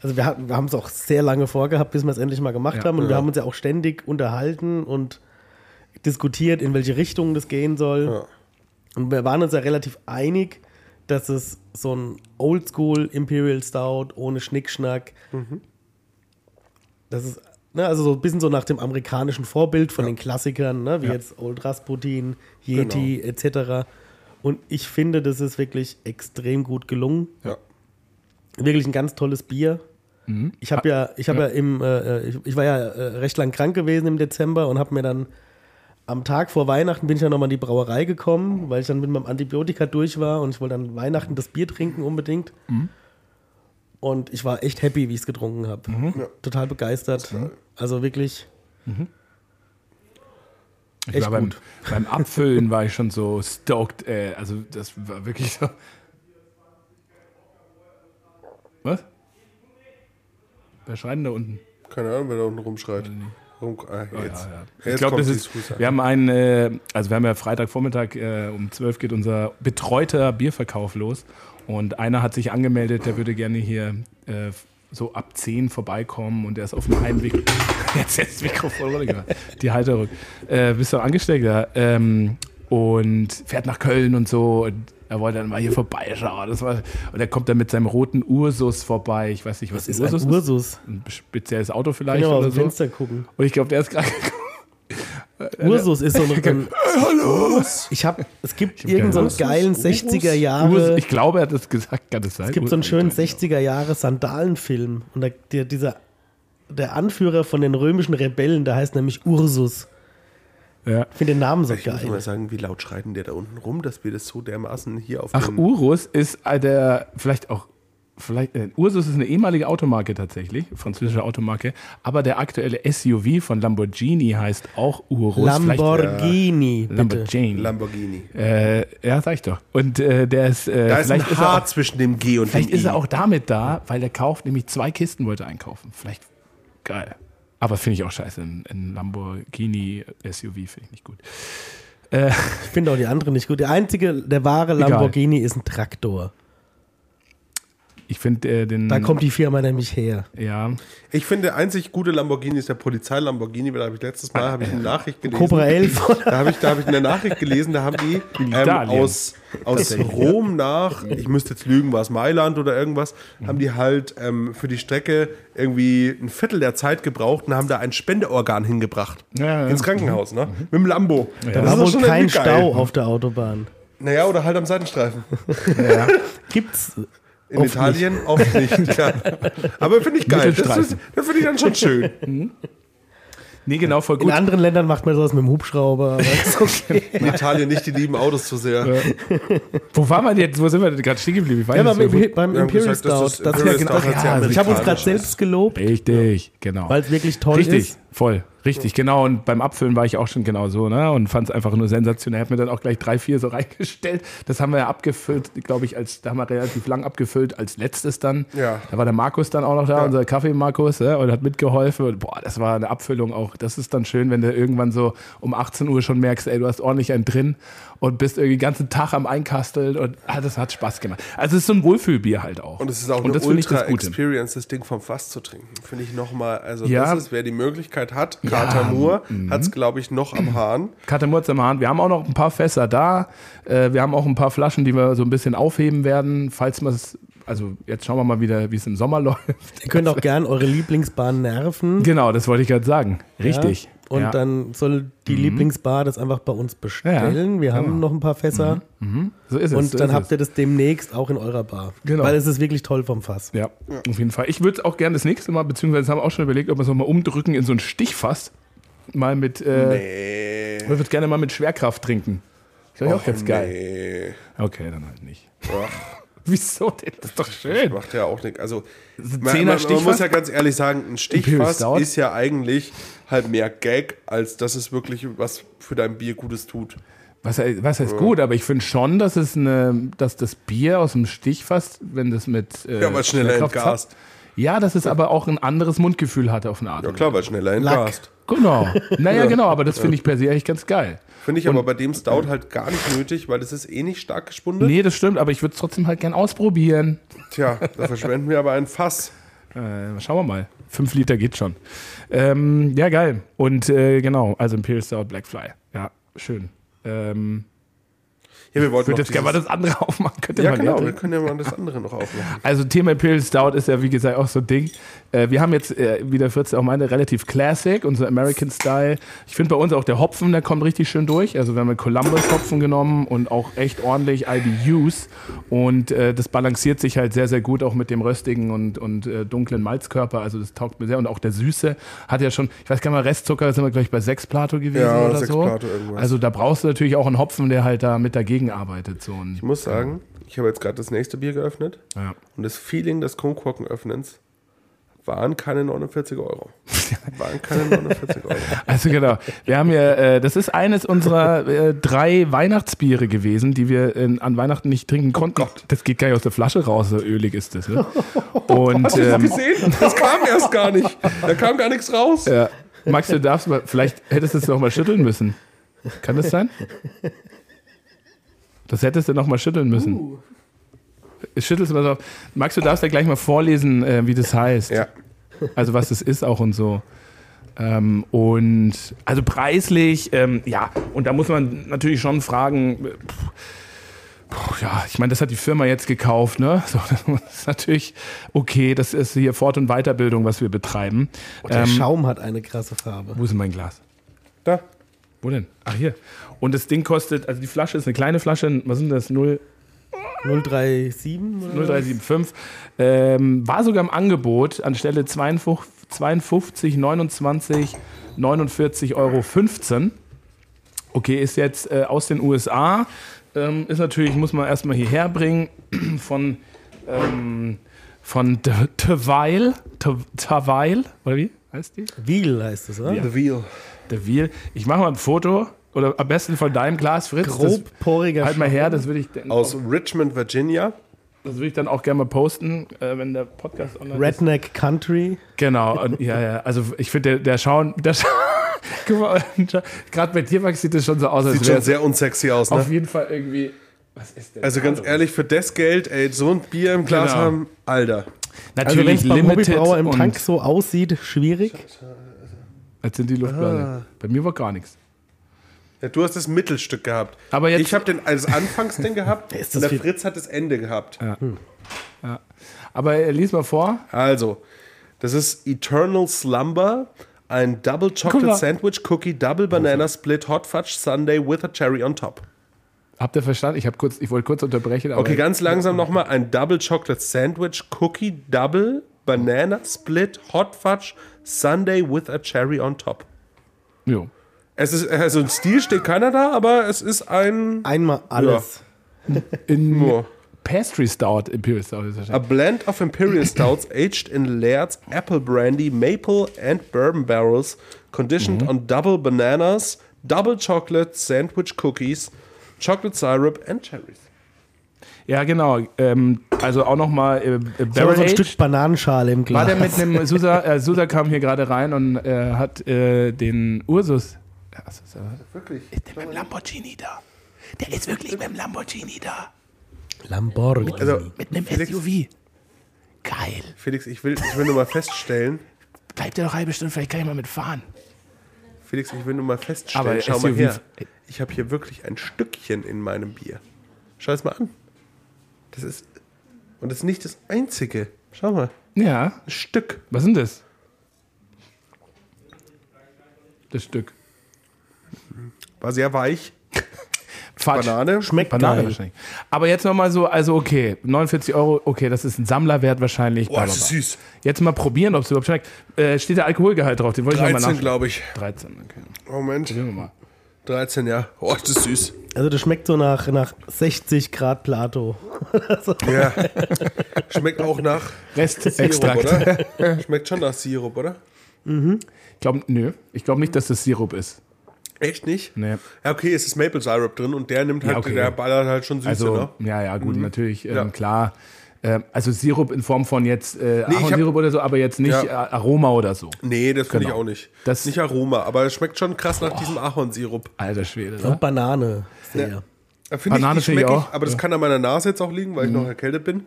Speaker 4: also wir, hatten- wir haben es auch sehr lange vorgehabt, bis wir es endlich mal gemacht
Speaker 2: Ja.
Speaker 4: haben. Und wir
Speaker 3: Ja.
Speaker 4: haben uns ja auch ständig unterhalten und diskutiert, in welche Richtung das gehen soll.
Speaker 3: Ja.
Speaker 4: Und wir waren uns ja relativ einig, dass es so ein Oldschool Imperial Stout ohne Schnickschnack, das ist ne, also so ein bisschen so nach dem amerikanischen Vorbild von den Klassikern, ne, wie jetzt Old Rasputin, Yeti etc. Und ich finde, das ist wirklich extrem gut gelungen.
Speaker 3: Ja.
Speaker 4: Wirklich ein ganz tolles Bier. Ich
Speaker 2: Ah.
Speaker 4: habe ja, ich habe ja. im, äh, ich, ich war ja äh, recht lang krank gewesen im Dezember und habe mir dann am Tag vor Weihnachten bin ich ja nochmal in die Brauerei gekommen, weil ich dann mit meinem Antibiotika durch war und ich wollte an Weihnachten das Bier trinken unbedingt.
Speaker 2: Mhm.
Speaker 4: Und ich war echt happy, wie ich es getrunken habe.
Speaker 2: Mhm.
Speaker 4: Total begeistert. Also wirklich.
Speaker 2: Ich
Speaker 4: echt
Speaker 2: Mhm. war beim,
Speaker 4: gut.
Speaker 2: beim Abfüllen war ich schon so stoked. Äh, also das war wirklich so. Was? Wer schreit denn da unten?
Speaker 3: Keine Ahnung, wer da unten rumschreit. Rum, ah, jetzt.
Speaker 2: Ja, ja.
Speaker 3: Jetzt
Speaker 2: Ich glaube,
Speaker 3: kommt
Speaker 2: das
Speaker 3: die
Speaker 2: ist.
Speaker 3: Susan.
Speaker 2: Wir haben einen, äh, also wir haben ja Freitagvormittag äh, um 12 geht unser betreuter Bierverkauf los und einer hat sich angemeldet, der würde gerne hier äh, so ab 10 vorbeikommen und der ist auf dem Heimweg. Jetzt jetzt das Mikrofon runtergemacht. Die Halterung. Äh, bist du angesteckt, ja? Ähm, und fährt nach Köln und so. Und er wollte dann mal hier vorbeischauen. Das war, und er kommt dann mit seinem roten Ursus vorbei. Ich weiß nicht, was,
Speaker 4: Das ist
Speaker 2: ein Ursus
Speaker 4: ein
Speaker 2: ist.
Speaker 4: Ursus.
Speaker 2: Ein spezielles Auto
Speaker 4: Kann
Speaker 2: vielleicht
Speaker 4: ich mal aus
Speaker 2: oder
Speaker 4: dem
Speaker 2: so.
Speaker 4: Fenster gucken.
Speaker 2: Und ich glaube, Äh, der ist gerade gekommen.
Speaker 4: Ursus ist so ein. so ein
Speaker 2: Hallo!
Speaker 4: ich hab, es gibt
Speaker 2: keine
Speaker 4: irgendeinen so einen
Speaker 2: Ursus.
Speaker 4: geilen 60er Jahre.
Speaker 2: Ursus, ich glaube, er hat es gesagt, kann es sein.
Speaker 4: Äh, Es gibt so einen schönen 60er Jahre Sandalenfilm und da, der, dieser der Anführer von den römischen Rebellen, der heißt nämlich Ursus.
Speaker 2: Ja.
Speaker 4: Ich finde den Namen so
Speaker 3: Ich muss mal
Speaker 4: geil.
Speaker 3: sagen, wie laut schreiten der da unten rum, dass wir das so dermaßen hier auf
Speaker 2: Ach,
Speaker 4: Ähm.
Speaker 3: den-
Speaker 2: Urus ist äh, der, vielleicht auch, vielleicht, äh, Ursus ist eine ehemalige Automarke tatsächlich, französische Automarke, aber der aktuelle SUV von Lamborghini heißt auch Urus. Vielleicht,
Speaker 4: Lamborghini,
Speaker 2: äh,
Speaker 4: bitte.
Speaker 2: Lamborghini.
Speaker 3: Lamborghini.
Speaker 2: äh, ja, sag ich doch. Und äh, der ist, äh,
Speaker 3: Da ist ein
Speaker 2: vielleicht ist er
Speaker 3: Haar
Speaker 2: auch,
Speaker 3: zwischen dem G und
Speaker 2: vielleicht
Speaker 3: dem
Speaker 2: ist
Speaker 3: I.
Speaker 2: er auch damit da, weil der kauft nämlich zwei Kisten wollte einkaufen. Vielleicht geil. Aber finde ich auch scheiße. Ein, ein Lamborghini SUV finde ich nicht gut.
Speaker 4: Ich finde auch die anderen nicht gut. Der einzige, der wahre Lamborghini ist ein Traktor.
Speaker 2: Ich finde äh, den.
Speaker 4: Da kommt die Firma nämlich her.
Speaker 2: Ja.
Speaker 3: Ich finde, der einzig gute Lamborghini ist der Polizei-Lamborghini, weil da habe ich letztes Mal habe ich eine Nachricht gelesen.
Speaker 4: Äh, Cobra 11. oder?
Speaker 3: Da habe ich, da habe ich eine Nachricht gelesen, da haben die ähm,
Speaker 2: Italien.
Speaker 3: aus, aus Rom nach, ich müsste jetzt lügen, war es Mailand oder irgendwas, haben die halt ähm, für die Strecke irgendwie ein Viertel der Zeit gebraucht und haben da ein Spendeorgan hingebracht.
Speaker 2: Ja, Mhm. ja.
Speaker 3: Ins Krankenhaus, ne? Mit dem Lambo.
Speaker 4: Da
Speaker 3: Das
Speaker 4: war
Speaker 3: ist doch
Speaker 4: wohl
Speaker 3: schon
Speaker 4: kein
Speaker 3: irgendwie geil.
Speaker 4: Stau auf der Autobahn.
Speaker 3: Naja, oder halt am Seitenstreifen.
Speaker 4: Gibt's.
Speaker 3: In
Speaker 4: Oft
Speaker 3: Italien oft nicht. Ja. Aber finde ich geil. Das,
Speaker 2: Mittelstreifen.
Speaker 3: ist- das finde ich dann schon schön.
Speaker 2: Nee, genau, voll
Speaker 4: In
Speaker 2: gut.
Speaker 4: anderen Ländern macht man sowas mit dem Hubschrauber. aber ist okay.
Speaker 3: In Italien nicht, die lieben Autos zu sehr. Ja,
Speaker 2: Wo waren wir denn jetzt? Wo sind wir denn gerade stehen geblieben? Ich weiß
Speaker 4: ja,
Speaker 2: nicht
Speaker 4: aber
Speaker 2: so gut.
Speaker 4: beim, beim Imperial Stout. Das
Speaker 3: Das
Speaker 4: ist
Speaker 3: ist ja
Speaker 4: ja
Speaker 2: Imperial
Speaker 4: genau.
Speaker 2: Stout hat sie
Speaker 4: Ja, ich habe uns gerade
Speaker 3: amerikanisch.
Speaker 4: selbst gelobt.
Speaker 2: Richtig, genau.
Speaker 4: Weil es wirklich toll
Speaker 2: richtig,
Speaker 4: ist.
Speaker 2: voll. Richtig, genau. Und beim Abfüllen war ich auch schon genau so, ne? Und fand es einfach nur sensationell. Hab mir dann auch gleich drei, vier so reingestellt. Das haben wir ja abgefüllt, glaube ich, als, da haben wir relativ lang abgefüllt, als letztes dann.
Speaker 3: Ja.
Speaker 2: Da war der Markus dann auch noch da, unser Kaffee-Markus, ja, und hat mitgeholfen. Und boah, das war eine Abfüllung auch. Das ist dann schön, wenn du irgendwann so um 18 Uhr schon merkst, ey, du hast ordentlich einen drin und bist irgendwie den ganzen Tag am Einkasteln und ah, das hat Spaß gemacht. Also es ist so ein Wohlfühlbier halt auch.
Speaker 3: Und es ist auch
Speaker 2: und
Speaker 3: eine
Speaker 2: das finde ich das Gute.
Speaker 3: Ultra-Experience, das Ding vom Fass zu trinken. Finde ich nochmal, also
Speaker 2: Ja. Mhm.
Speaker 3: das ist, wer die Möglichkeit hat, Kater Moore hat es, glaube ich, noch am Hahn.
Speaker 2: Katamurz im Hahn. Wir haben auch noch ein paar Fässer da. Äh, wir haben auch ein paar Flaschen, die wir so ein bisschen aufheben werden, falls man es. Also jetzt schauen wir mal wieder, wie es im Sommer läuft.
Speaker 4: Ihr könnt auch gern eure Lieblingsbahn nerven.
Speaker 2: Genau, das wollte ich gerade sagen. Richtig.
Speaker 4: Ja? Und
Speaker 2: ja. Mhm.
Speaker 4: dann soll die Lieblingsbar das einfach bei uns bestellen.
Speaker 2: Ja,
Speaker 4: Wir haben noch ein paar Fässer.
Speaker 2: so ist es.
Speaker 4: Und
Speaker 2: so
Speaker 4: dann
Speaker 2: ist
Speaker 4: habt ihr das demnächst auch in eurer Bar.
Speaker 2: Genau.
Speaker 4: Weil es ist wirklich toll vom Fass.
Speaker 2: Ja, auf jeden Fall. Ich würde es auch gerne das nächste Mal, beziehungsweise haben wir auch schon überlegt, ob wir es nochmal umdrücken in so ein Stichfass. Mal mit. Äh,
Speaker 3: Nee.
Speaker 2: Ich würde es gerne mal mit Schwerkraft trinken. Ist doch auch ganz geil.
Speaker 3: Nee.
Speaker 2: Okay, dann halt nicht. Wieso denn? Das ist doch schön.
Speaker 3: Macht ja auch nichts. Also, man, man,
Speaker 2: Zehner
Speaker 3: man
Speaker 2: Stichfass?
Speaker 3: muss ja ganz ehrlich sagen, ein
Speaker 2: Imperial
Speaker 3: Stichfass
Speaker 2: Stout?
Speaker 3: ist ja eigentlich halt mehr Gag, als dass es wirklich was für dein Bier Gutes tut.
Speaker 2: Was, he- was heißt gut, aber ich finde schon, dass es eine, dass das Bier aus dem Stichfass, wenn das mit äh,
Speaker 3: Ja, weil schneller
Speaker 2: Schwerkraft
Speaker 3: entgast.
Speaker 2: zapft, Ja, dass es aber auch ein anderes Mundgefühl hatte auf eine Art.
Speaker 3: Ja, klar, weil schneller
Speaker 4: Lack.
Speaker 3: entgast.
Speaker 2: Genau. Naja, genau, aber das finde ich per se eigentlich ganz geil.
Speaker 3: Finde ich aber bei dem Stout halt gar nicht nötig, weil das ist eh nicht stark gespundet.
Speaker 2: Nee, das stimmt, aber ich würde es trotzdem halt gern ausprobieren.
Speaker 3: Tja, da verschwenden wir aber ein Fass.
Speaker 2: Äh, schauen wir mal. Fünf Liter geht schon. Ähm, ja, geil. Und äh, genau, also Imperial Stout Blackfly. Ja, schön. Ähm,
Speaker 3: Ja, wir
Speaker 2: ich
Speaker 3: wollten
Speaker 2: würde
Speaker 3: noch
Speaker 2: jetzt gerne mal
Speaker 3: dieses-
Speaker 2: das andere aufmachen. Könnt ihr
Speaker 3: Ja,
Speaker 2: mal leer
Speaker 3: genau, wir
Speaker 2: trinken?
Speaker 3: können ja mal das andere noch aufmachen.
Speaker 2: Also Thema Imperial Stout ist ja wie gesagt auch so ein Ding. Äh, wir haben jetzt, äh, wie der Fritz auch meinte, relativ Classic, unser American Style. Ich finde bei uns auch der Hopfen, der kommt richtig schön durch. Also wir haben Columbus Hopfen genommen und auch echt ordentlich IBUs. Und äh, das balanciert sich halt sehr, sehr gut auch mit dem röstigen und, und äh, dunklen Malzkörper. Also das taugt mir sehr. Und auch der Süße hat ja schon, ich weiß gar nicht mal, Restzucker sind wir gleich bei 6 Plato gewesen
Speaker 3: Ja,
Speaker 2: oder
Speaker 3: 6
Speaker 2: so.
Speaker 3: Plato irgendwas.
Speaker 2: Also da brauchst du natürlich auch einen Hopfen, der halt da mit dagegen arbeitet. So ein,
Speaker 3: Ich muss sagen, ich habe jetzt gerade das nächste Bier geöffnet
Speaker 2: ja.
Speaker 3: und das Feeling des Kronkorkenöffnens waren keine 49 Euro. Waren keine 49 Euro.
Speaker 2: Also genau. Wir haben ja, äh, das ist eines unserer äh, drei Weihnachtsbiere gewesen, die wir in, an Weihnachten nicht trinken konnten. das geht gar nicht aus der Flasche raus, so ölig ist das. Ne? Und ähm,
Speaker 3: Gesehen? Das kam erst gar nicht. Da kam gar nichts raus.
Speaker 2: ja, Max, du darfst mal, vielleicht hättest du es noch mal schütteln müssen. Kann das sein? Das hättest du noch mal schütteln müssen. Schüttelst du mal so auf. Max, du darfst ja gleich mal vorlesen, äh, wie das heißt.
Speaker 3: Ja.
Speaker 2: Also was das ist auch und so. Ähm, und also preislich, ähm, ja, und da muss man natürlich schon fragen, äh, pff, ja, ich meine, das hat die Firma jetzt gekauft, ne? So, das ist natürlich okay, das ist hier Fort- und Weiterbildung, was wir betreiben.
Speaker 4: Der
Speaker 2: Ähm,
Speaker 4: Schaum hat eine krasse Farbe.
Speaker 2: wo ist denn mein Glas?
Speaker 3: Da.
Speaker 2: Wo denn? Ach, hier. Und das Ding kostet, also die Flasche ist eine kleine Flasche, was sind das? 0,
Speaker 4: 037 oder?
Speaker 2: 0375. Ähm, war sogar im Angebot anstelle 52, 52 29, 49 Euro 15. Okay, ist jetzt äh, aus den USA. Ähm, ist natürlich, muss man erstmal hierher bringen von, ähm, von De- Tevil. Te- Tevil, oder wie heißt die?
Speaker 4: Wiel heißt es, oder?
Speaker 2: Ja.
Speaker 3: The Wheel.
Speaker 2: Deville. Ich mache mal ein Foto. Oder am besten von deinem Glas, Fritz.
Speaker 4: Grob poriger
Speaker 2: Das, halt mal her, das würde ich,
Speaker 3: Aus Richmond, Virginia.
Speaker 2: das würd ich dann auch gerne mal posten, äh, wenn der Podcast online ist.
Speaker 4: Redneck Country.
Speaker 2: Genau, und, ja, ja. Also ich finde, der, der Schauen, der Scha Guck mal, gerade bei dir, Max, sieht das schon so aus, als
Speaker 3: Sieht schon
Speaker 2: wäre
Speaker 3: sehr unsexy aus,
Speaker 2: auf
Speaker 3: ne?
Speaker 2: jeden Fall irgendwie. Was ist denn?
Speaker 3: Also ganz
Speaker 2: da los?
Speaker 3: ehrlich, für das Geld, ey, so ein Bier im Glas
Speaker 2: Genau.
Speaker 3: haben, Alter.
Speaker 4: Also wenn
Speaker 2: natürlich
Speaker 4: es beim
Speaker 2: limited.
Speaker 4: Hobbybrauer im
Speaker 2: und-
Speaker 4: Tank so aussieht, schwierig.
Speaker 2: Jetzt sind die Luftblase.
Speaker 3: Ah.
Speaker 2: Bei mir war gar nichts.
Speaker 3: Ja, du hast das Mittelstück gehabt.
Speaker 2: Aber jetzt-
Speaker 3: ich habe den als Anfangsding gehabt
Speaker 4: Ist
Speaker 3: und
Speaker 4: das
Speaker 3: der
Speaker 4: viel-
Speaker 3: Fritz hat das Ende gehabt.
Speaker 2: Aber äh, lies mal vor.
Speaker 3: Also, das ist Eternal Slumber, ein Double Chocolate
Speaker 2: Guck mal.
Speaker 3: Sandwich Cookie, Double Banana Split, Hot Fudge Sundae with a Cherry on top.
Speaker 2: Habt ihr verstanden? Ich, hab kurz, ich wollte kurz unterbrechen, aber
Speaker 3: Okay, ganz langsam nochmal. Ein Double Chocolate Sandwich Cookie, Double Banana Split, Hot Fudge Sundae with a Cherry on top.
Speaker 2: jo.
Speaker 3: Es ist, also ein Stil steht keiner da, aber es ist ein.
Speaker 4: Einmal alles.
Speaker 2: In
Speaker 3: Nur.
Speaker 2: Pastry Stout, Imperial Stout ist
Speaker 3: A
Speaker 2: wahrscheinlich.
Speaker 3: blend of imperial stouts aged in Laird's apple brandy, maple, and bourbon barrels, conditioned
Speaker 4: Mhm.
Speaker 3: on double bananas, double chocolate sandwich cookies, chocolate syrup, and cherries.
Speaker 2: Ja, genau. Ähm, also auch nochmal äh, äh,
Speaker 4: Ich habe so
Speaker 2: Barrel
Speaker 4: ein
Speaker 2: Age.
Speaker 4: Stück Bananenschale im Glas.
Speaker 2: War der mit einem Susa, äh, Susa kam hier gerade rein und äh, hat äh, den Ursus. Ach, Susa.
Speaker 3: Wirklich?
Speaker 2: Ist der mit dem Lamborghini da? Der ist wirklich mit dem Lamborghini da.
Speaker 4: Lamborghini.
Speaker 3: Also,
Speaker 2: Mit einem
Speaker 3: Felix-
Speaker 2: SUV. Geil.
Speaker 3: Felix, ich will, ich will nur mal feststellen,
Speaker 2: Bleibt ja noch eine halbe Stunde, vielleicht kann ich mal mitfahren.
Speaker 3: Felix, ich will nur mal feststellen,
Speaker 2: Aber
Speaker 3: schau mal
Speaker 2: SUV
Speaker 3: her. Ich habe hier wirklich ein Stückchen in meinem Bier. Schau es mal an. Das ist, und das ist nicht das einzige. Schau mal,
Speaker 2: Ja,
Speaker 3: ein Stück.
Speaker 2: was sind das? Das Stück.
Speaker 3: War sehr weich.
Speaker 2: Fatsch.
Speaker 3: Banane.
Speaker 4: Schmeckt
Speaker 2: Banane
Speaker 4: geil.
Speaker 2: wahrscheinlich. Aber jetzt nochmal so, also okay, 49 Euro, okay, das ist ein Sammlerwert wahrscheinlich.
Speaker 3: Boah, das ist süß.
Speaker 2: Jetzt mal probieren, ob es überhaupt schmeckt. Äh, steht der Alkoholgehalt drauf, den wollte ich nochmal
Speaker 3: 13,
Speaker 2: nachschauen.
Speaker 3: glaube ich.
Speaker 2: 13, okay.
Speaker 3: Moment.
Speaker 2: Sehen wir mal.
Speaker 3: 13, ja. Oh, das ist süß.
Speaker 4: Also das schmeckt so nach, nach 60 Grad Plato.
Speaker 3: Ja. Schmeckt auch nach Sirup,
Speaker 2: Restextrakt.
Speaker 3: oder? Schmeckt schon nach Sirup, oder?
Speaker 2: Ich glaube, nö. Ich glaube nicht, dass das Sirup ist.
Speaker 3: Echt nicht?
Speaker 2: Nee.
Speaker 3: Ja, okay, es ist Maple Syrup drin und der nimmt halt,
Speaker 2: Ja, okay.
Speaker 3: der ballert halt schon Süße,
Speaker 2: Also,
Speaker 3: ne?
Speaker 2: ja, ja, gut, natürlich, ähm,
Speaker 3: Ja.
Speaker 2: klar. Ähm, also Sirup in Form von jetzt äh,
Speaker 3: ich hab-
Speaker 2: Ahornsirup oder so, aber jetzt nicht
Speaker 3: Ja.
Speaker 2: äh, Aroma oder so.
Speaker 3: Nee, das finde
Speaker 2: Genau.
Speaker 3: ich auch nicht.
Speaker 2: Das-
Speaker 3: nicht Aroma, aber es schmeckt schon krass nach diesem Ahornsirup.
Speaker 2: Alter Schwede.
Speaker 4: Und
Speaker 2: Ne?
Speaker 4: Banane. Sehr.
Speaker 3: Äh, Find
Speaker 2: Banane
Speaker 3: die
Speaker 2: finde ich
Speaker 3: schmeck
Speaker 2: auch,
Speaker 3: aber das
Speaker 2: ja. Mhm.
Speaker 3: kann an meiner Nase jetzt auch liegen, weil ich noch erkältet bin.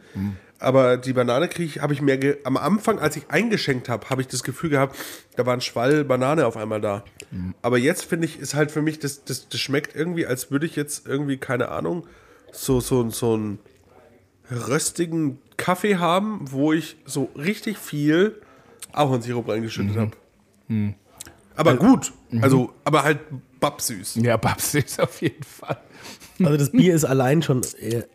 Speaker 3: Aber die Banane kriege ich, habe ich mehr ge am Anfang, als ich eingeschenkt habe, habe ich das Gefühl gehabt, da war ein Schwall Banane auf einmal da.
Speaker 2: Mhm.
Speaker 3: Aber jetzt finde ich, ist halt für mich, das, das, das schmeckt irgendwie, als würde ich jetzt irgendwie, keine Ahnung, so, so, so einen röstigen Kaffee haben, wo ich so richtig viel Ahornsirup reingeschüttet
Speaker 2: Mhm.
Speaker 3: habe. Aber gut, also, aber halt babsüß.
Speaker 2: Ja, Babs ist auf jeden Fall.
Speaker 4: Also das Bier ist allein schon eher,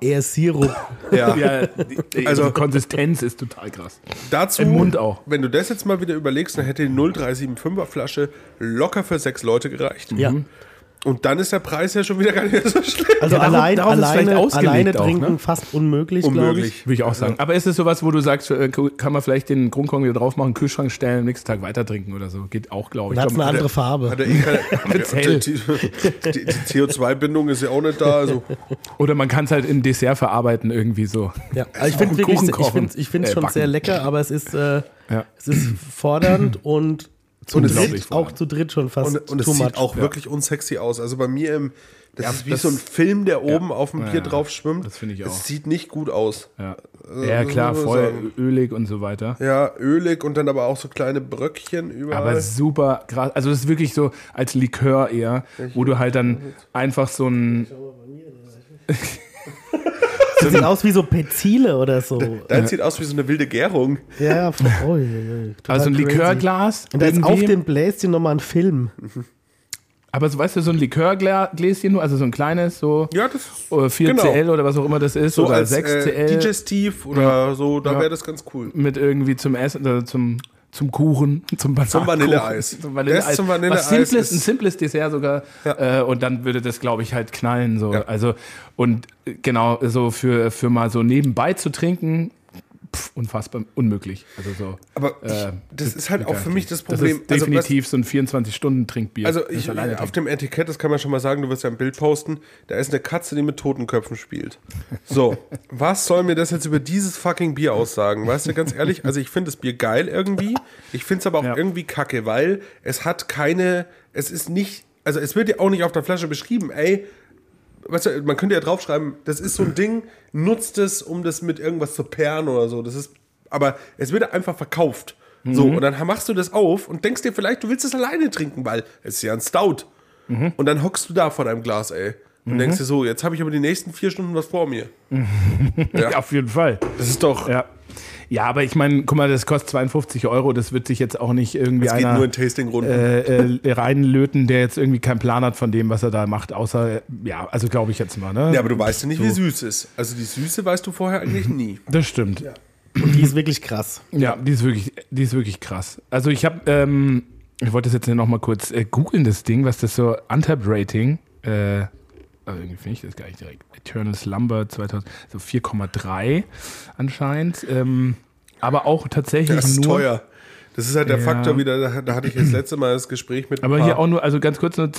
Speaker 4: eher Sirup.
Speaker 2: Mhm. Ja, die, die, also
Speaker 3: Also-
Speaker 2: die Konsistenz ist total krass.
Speaker 3: Dazu,
Speaker 2: Im Mund auch.
Speaker 3: wenn du das jetzt mal wieder überlegst, dann hätte die 0375er Flasche locker für sechs Leute gereicht.
Speaker 4: Ja.
Speaker 3: Und dann ist der Preis ja schon wieder gar nicht mehr so schlecht.
Speaker 4: Also
Speaker 2: Mhm. Ja, darum-
Speaker 4: allein,
Speaker 2: darauf ist es
Speaker 4: alleine,
Speaker 2: vielleicht ausgelegt
Speaker 4: alleine
Speaker 2: auch,
Speaker 4: trinken
Speaker 2: ne?
Speaker 4: fast unmöglich, glaube
Speaker 3: Unmöglich.
Speaker 4: ich.
Speaker 2: Würde ich auch sagen. Aber ist es sowas, wo du sagst, äh, kann man vielleicht den Grundkorn wieder drauf machen, Kühlschrank stellen, am nächsten Tag weiter trinken oder so? Geht auch, glaube ich.
Speaker 4: Und hat
Speaker 2: ich.
Speaker 4: eine
Speaker 2: glaub,
Speaker 4: andere
Speaker 3: Hat
Speaker 4: Farbe.
Speaker 3: er eh keine,
Speaker 2: Witz hell.
Speaker 3: die, die, die CO2-Bindung ist ja auch nicht da. Also,
Speaker 2: oder man kann es halt in Dessert verarbeiten irgendwie so.
Speaker 4: Ja. Also ich
Speaker 2: auch
Speaker 4: finde
Speaker 2: ein
Speaker 4: wirklich,
Speaker 2: Kuchen
Speaker 4: ich
Speaker 2: kochen.
Speaker 4: finde, ich finde
Speaker 2: Äh,
Speaker 4: es schon
Speaker 2: backen.
Speaker 4: sehr lecker, aber es ist, äh,
Speaker 2: Ja.
Speaker 4: es ist fordernd und zu
Speaker 2: Und es
Speaker 4: dritt,
Speaker 2: sieht-
Speaker 4: auch zu dritt schon fast
Speaker 3: und, und es
Speaker 4: too
Speaker 3: sieht
Speaker 4: much.
Speaker 3: auch wirklich unsexy aus. Also bei mir im. Das ist wie
Speaker 2: das-
Speaker 3: so ein Film, der oben auf dem
Speaker 2: Ja,
Speaker 3: Bier
Speaker 2: ja.
Speaker 3: drauf schwimmt.
Speaker 2: Das finde ich auch.
Speaker 3: Es sieht nicht gut aus.
Speaker 2: Ja,
Speaker 3: Äh,
Speaker 2: ja klar,
Speaker 3: muss man
Speaker 2: voll
Speaker 3: sagen.
Speaker 2: ölig und so weiter.
Speaker 3: Ja, ölig und dann aber auch so kleine Bröckchen überall.
Speaker 2: Aber super krass. Also es ist wirklich so als Likör eher, wo du halt dann einfach so ein
Speaker 4: Das sieht aus wie so Pezile oder so.
Speaker 3: Dein sieht aus wie so eine wilde Gärung.
Speaker 4: ja, voll. Oh, ja, ja, total
Speaker 3: halt
Speaker 2: also ein
Speaker 4: crazy.
Speaker 2: Likörglas
Speaker 4: Und da ist auf
Speaker 2: irgendwie.
Speaker 4: dem Bläschen nochmal ein Film.
Speaker 2: Aber so, weißt du, so ein Likörgläschen nur, also so ein kleines, so
Speaker 3: Ja, das ist
Speaker 2: äh, 4CL oder was auch immer das ist,
Speaker 3: so
Speaker 2: oder
Speaker 3: als
Speaker 2: 6CL.
Speaker 3: äh, Digestiv oder so, da
Speaker 2: Ja.
Speaker 3: wäre das ganz cool.
Speaker 2: mit irgendwie zum Essen, oder zum, zum Kuchen, zum Bananenkuchen.
Speaker 3: Zum Vanilleeis.
Speaker 2: Zum Vanilleeis.
Speaker 3: Das zum Vanilleeis
Speaker 2: Was simples,
Speaker 3: ist-
Speaker 2: ein simples Dessert sogar.
Speaker 3: Ja.
Speaker 2: Äh, und dann würde das, glaube ich, halt knallen. So.
Speaker 3: Ja.
Speaker 2: Also, und äh, genau, so für, für mal so nebenbei zu trinken, pff, unfassbar unmöglich. Also so.
Speaker 3: Aber ich,
Speaker 2: Äh,
Speaker 3: das ist halt auch
Speaker 2: gar
Speaker 3: für
Speaker 2: nicht.
Speaker 3: mich das Problem.
Speaker 2: Das ist definitiv so ein 24-Stunden-Trinkbier.
Speaker 3: Also,
Speaker 2: das
Speaker 3: also ich,
Speaker 2: alleine
Speaker 3: auf
Speaker 2: trinken.
Speaker 3: dem Etikett, das kann man schon mal sagen, du wirst ja ein Bild posten, da ist eine Katze, die mit Totenköpfen spielt. So, was soll mir das jetzt über dieses fucking Bier aussagen? Weißt du, ganz ehrlich, also ich finde das Bier geil irgendwie, ich finde es aber auch
Speaker 2: Ja.
Speaker 3: irgendwie kacke, weil es hat keine, es ist nicht, also es wird ja auch nicht auf der Flasche beschrieben, ey, weißt du, man könnte ja draufschreiben, das ist so ein Ding, nutzt es, um das mit irgendwas zu perren oder so. Das ist, aber es wird einfach verkauft. So,
Speaker 2: Mhm.
Speaker 3: und dann machst du das auf und denkst dir vielleicht, du willst es alleine trinken, weil es ist ja ein Stout.
Speaker 2: Mhm.
Speaker 3: Und dann hockst du da vor deinem Glas, ey. Und denkst dir so, jetzt habe ich aber die nächsten vier Stunden was vor mir. ja.
Speaker 2: Auf jeden Fall.
Speaker 3: Das ist doch,
Speaker 2: Ja. Ja, aber ich meine, guck mal, das kostet 52 Euro, das wird sich jetzt auch nicht irgendwie
Speaker 3: es geht
Speaker 2: einer
Speaker 3: nur in Tastingrunden.
Speaker 2: äh, äh, reinlöten, der jetzt irgendwie keinen Plan hat von dem, was er da macht, außer, äh, ja, also glaube ich jetzt mal, ne?
Speaker 3: ja, aber du weißt ja nicht, wie süß es ist. Also die Süße weißt du vorher eigentlich nie.
Speaker 2: Das stimmt. Ja,
Speaker 4: Und die ist wirklich krass.
Speaker 2: die, ist wirklich, die ist wirklich krass. Also ich habe, ähm, ich wollte das jetzt nochmal kurz äh, googeln, das Ding, was das so, Untapped Rating, äh, also irgendwie finde ich das gar nicht direkt, Eternal Slumber 2000, so 4,3 anscheinend, ähm, aber auch tatsächlich
Speaker 3: Das ist
Speaker 2: nur...
Speaker 3: teuer. Das ist halt der
Speaker 2: Ja.
Speaker 3: Faktor wieder, da, da hatte ich das letzte Mal das Gespräch mit ein
Speaker 2: Aber
Speaker 3: paar-
Speaker 2: hier auch nur, also ganz kurz eine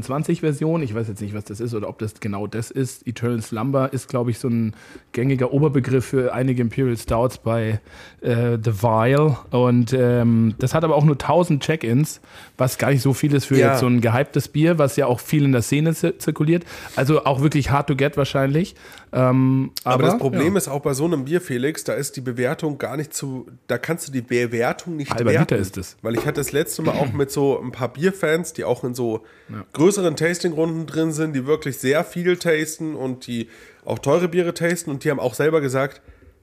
Speaker 2: 2021-Version. Ich weiß jetzt nicht, was das ist oder ob das genau das ist. Eternal Slumber ist, glaube ich, so ein gängiger Oberbegriff für einige Imperial Stouts bei äh, The Vial. Und ähm, das hat aber auch nur 1000 Check-ins, was gar nicht so viel ist für
Speaker 3: Ja.
Speaker 2: jetzt so ein gehyptes Bier, was ja auch viel in der Szene zi- zirkuliert. Also auch wirklich hard to get wahrscheinlich. Ähm, aber,
Speaker 3: Aber das Problem
Speaker 2: ja.
Speaker 3: ist auch bei so einem Bier, Felix, da ist die Bewertung gar nicht zu, da kannst du die Bewertung nicht
Speaker 2: Halber
Speaker 3: werten.
Speaker 2: Liter ist es.
Speaker 3: Weil ich hatte das letzte Mal auch mit so ein paar Bierfans, die auch in so größeren Tastingrunden drin sind, die wirklich sehr viel tasten und die auch teure Biere tasten und die haben auch selber gesagt,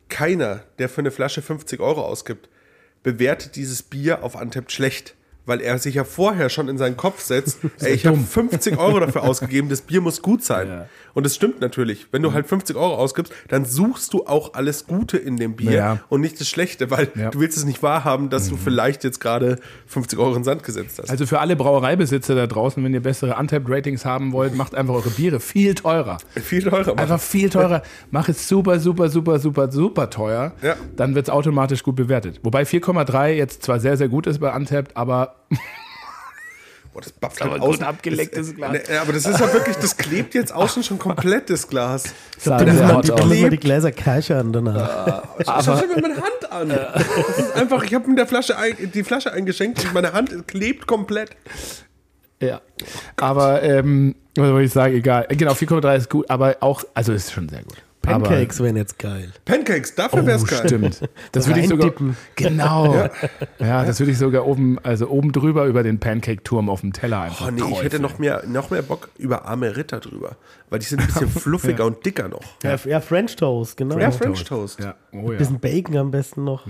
Speaker 3: keiner, der für eine Flasche 50 Euro ausgibt, bewertet dieses Bier auf Antept schlecht. Weil er sich ja vorher schon in seinen Kopf setzt, ey, ich habe 50 Euro dafür ausgegeben, das Bier muss gut sein.
Speaker 2: Ja. Mhm.
Speaker 3: Und das stimmt natürlich. Wenn du halt 50 Euro ausgibst, dann suchst du auch alles Gute in dem Bier
Speaker 2: Ja.
Speaker 3: und nicht das Schlechte, weil
Speaker 2: Ja.
Speaker 3: du willst es nicht wahrhaben, dass du vielleicht jetzt gerade 50 Euro in den Sand gesetzt hast.
Speaker 2: Mhm. Also für alle Brauereibesitzer da draußen, wenn ihr bessere Untapped-Ratings haben wollt, macht einfach eure Biere viel teurer.
Speaker 3: viel teurer. machen.
Speaker 2: Einfach viel teurer. Mach es super, super, super, super, super teuer.
Speaker 3: Ja.
Speaker 2: Dann wird es automatisch gut bewertet. Wobei 4,3 jetzt zwar sehr, sehr gut ist bei Untapped, aber
Speaker 3: Boah, das bappt
Speaker 2: aber
Speaker 3: halt
Speaker 2: gut
Speaker 3: außen.
Speaker 2: abgelecktes
Speaker 3: das,
Speaker 2: Glas.
Speaker 3: Ne, aber das ist ja wirklich, das klebt jetzt außen schon komplett, das Glas.
Speaker 4: Da
Speaker 2: sah
Speaker 4: müssen
Speaker 2: sehr
Speaker 4: wir
Speaker 2: hot
Speaker 4: die,
Speaker 3: Auto.
Speaker 4: da
Speaker 2: aus.
Speaker 4: müssen wir die Gläser keichern danach.
Speaker 3: Ich schau mir meine Hand an. Das ist einfach, ich habe mir der Flasche ein, die Flasche eingeschenkt und meine Hand klebt komplett.
Speaker 2: Ja. Aber, ähm, was soll ich sagen, egal. Genau, 4,3 ist gut, aber auch, also ist schon sehr gut.
Speaker 4: Pancakes wären jetzt geil.
Speaker 3: Pancakes, dafür
Speaker 2: Aber,
Speaker 3: wär's
Speaker 2: oh,
Speaker 3: geil.
Speaker 2: stimmt. Das würde ich sogar.
Speaker 4: Reindippen.
Speaker 2: Genau. Ja, das würde ich sogar oben, also oben drüber über den Pancake-Turm auf dem Teller einfach.
Speaker 3: Oh nee, ich
Speaker 2: träufeln.
Speaker 3: hätte noch mehr, noch mehr Bock über arme Ritter drüber. Weil die sind ein bisschen fluffiger und dicker noch.
Speaker 4: Ja, ja French Toast, genau.
Speaker 3: Ja, Mhm. French Toast.
Speaker 2: Ja. Oh, ja.
Speaker 4: Bisschen Bacon am besten noch.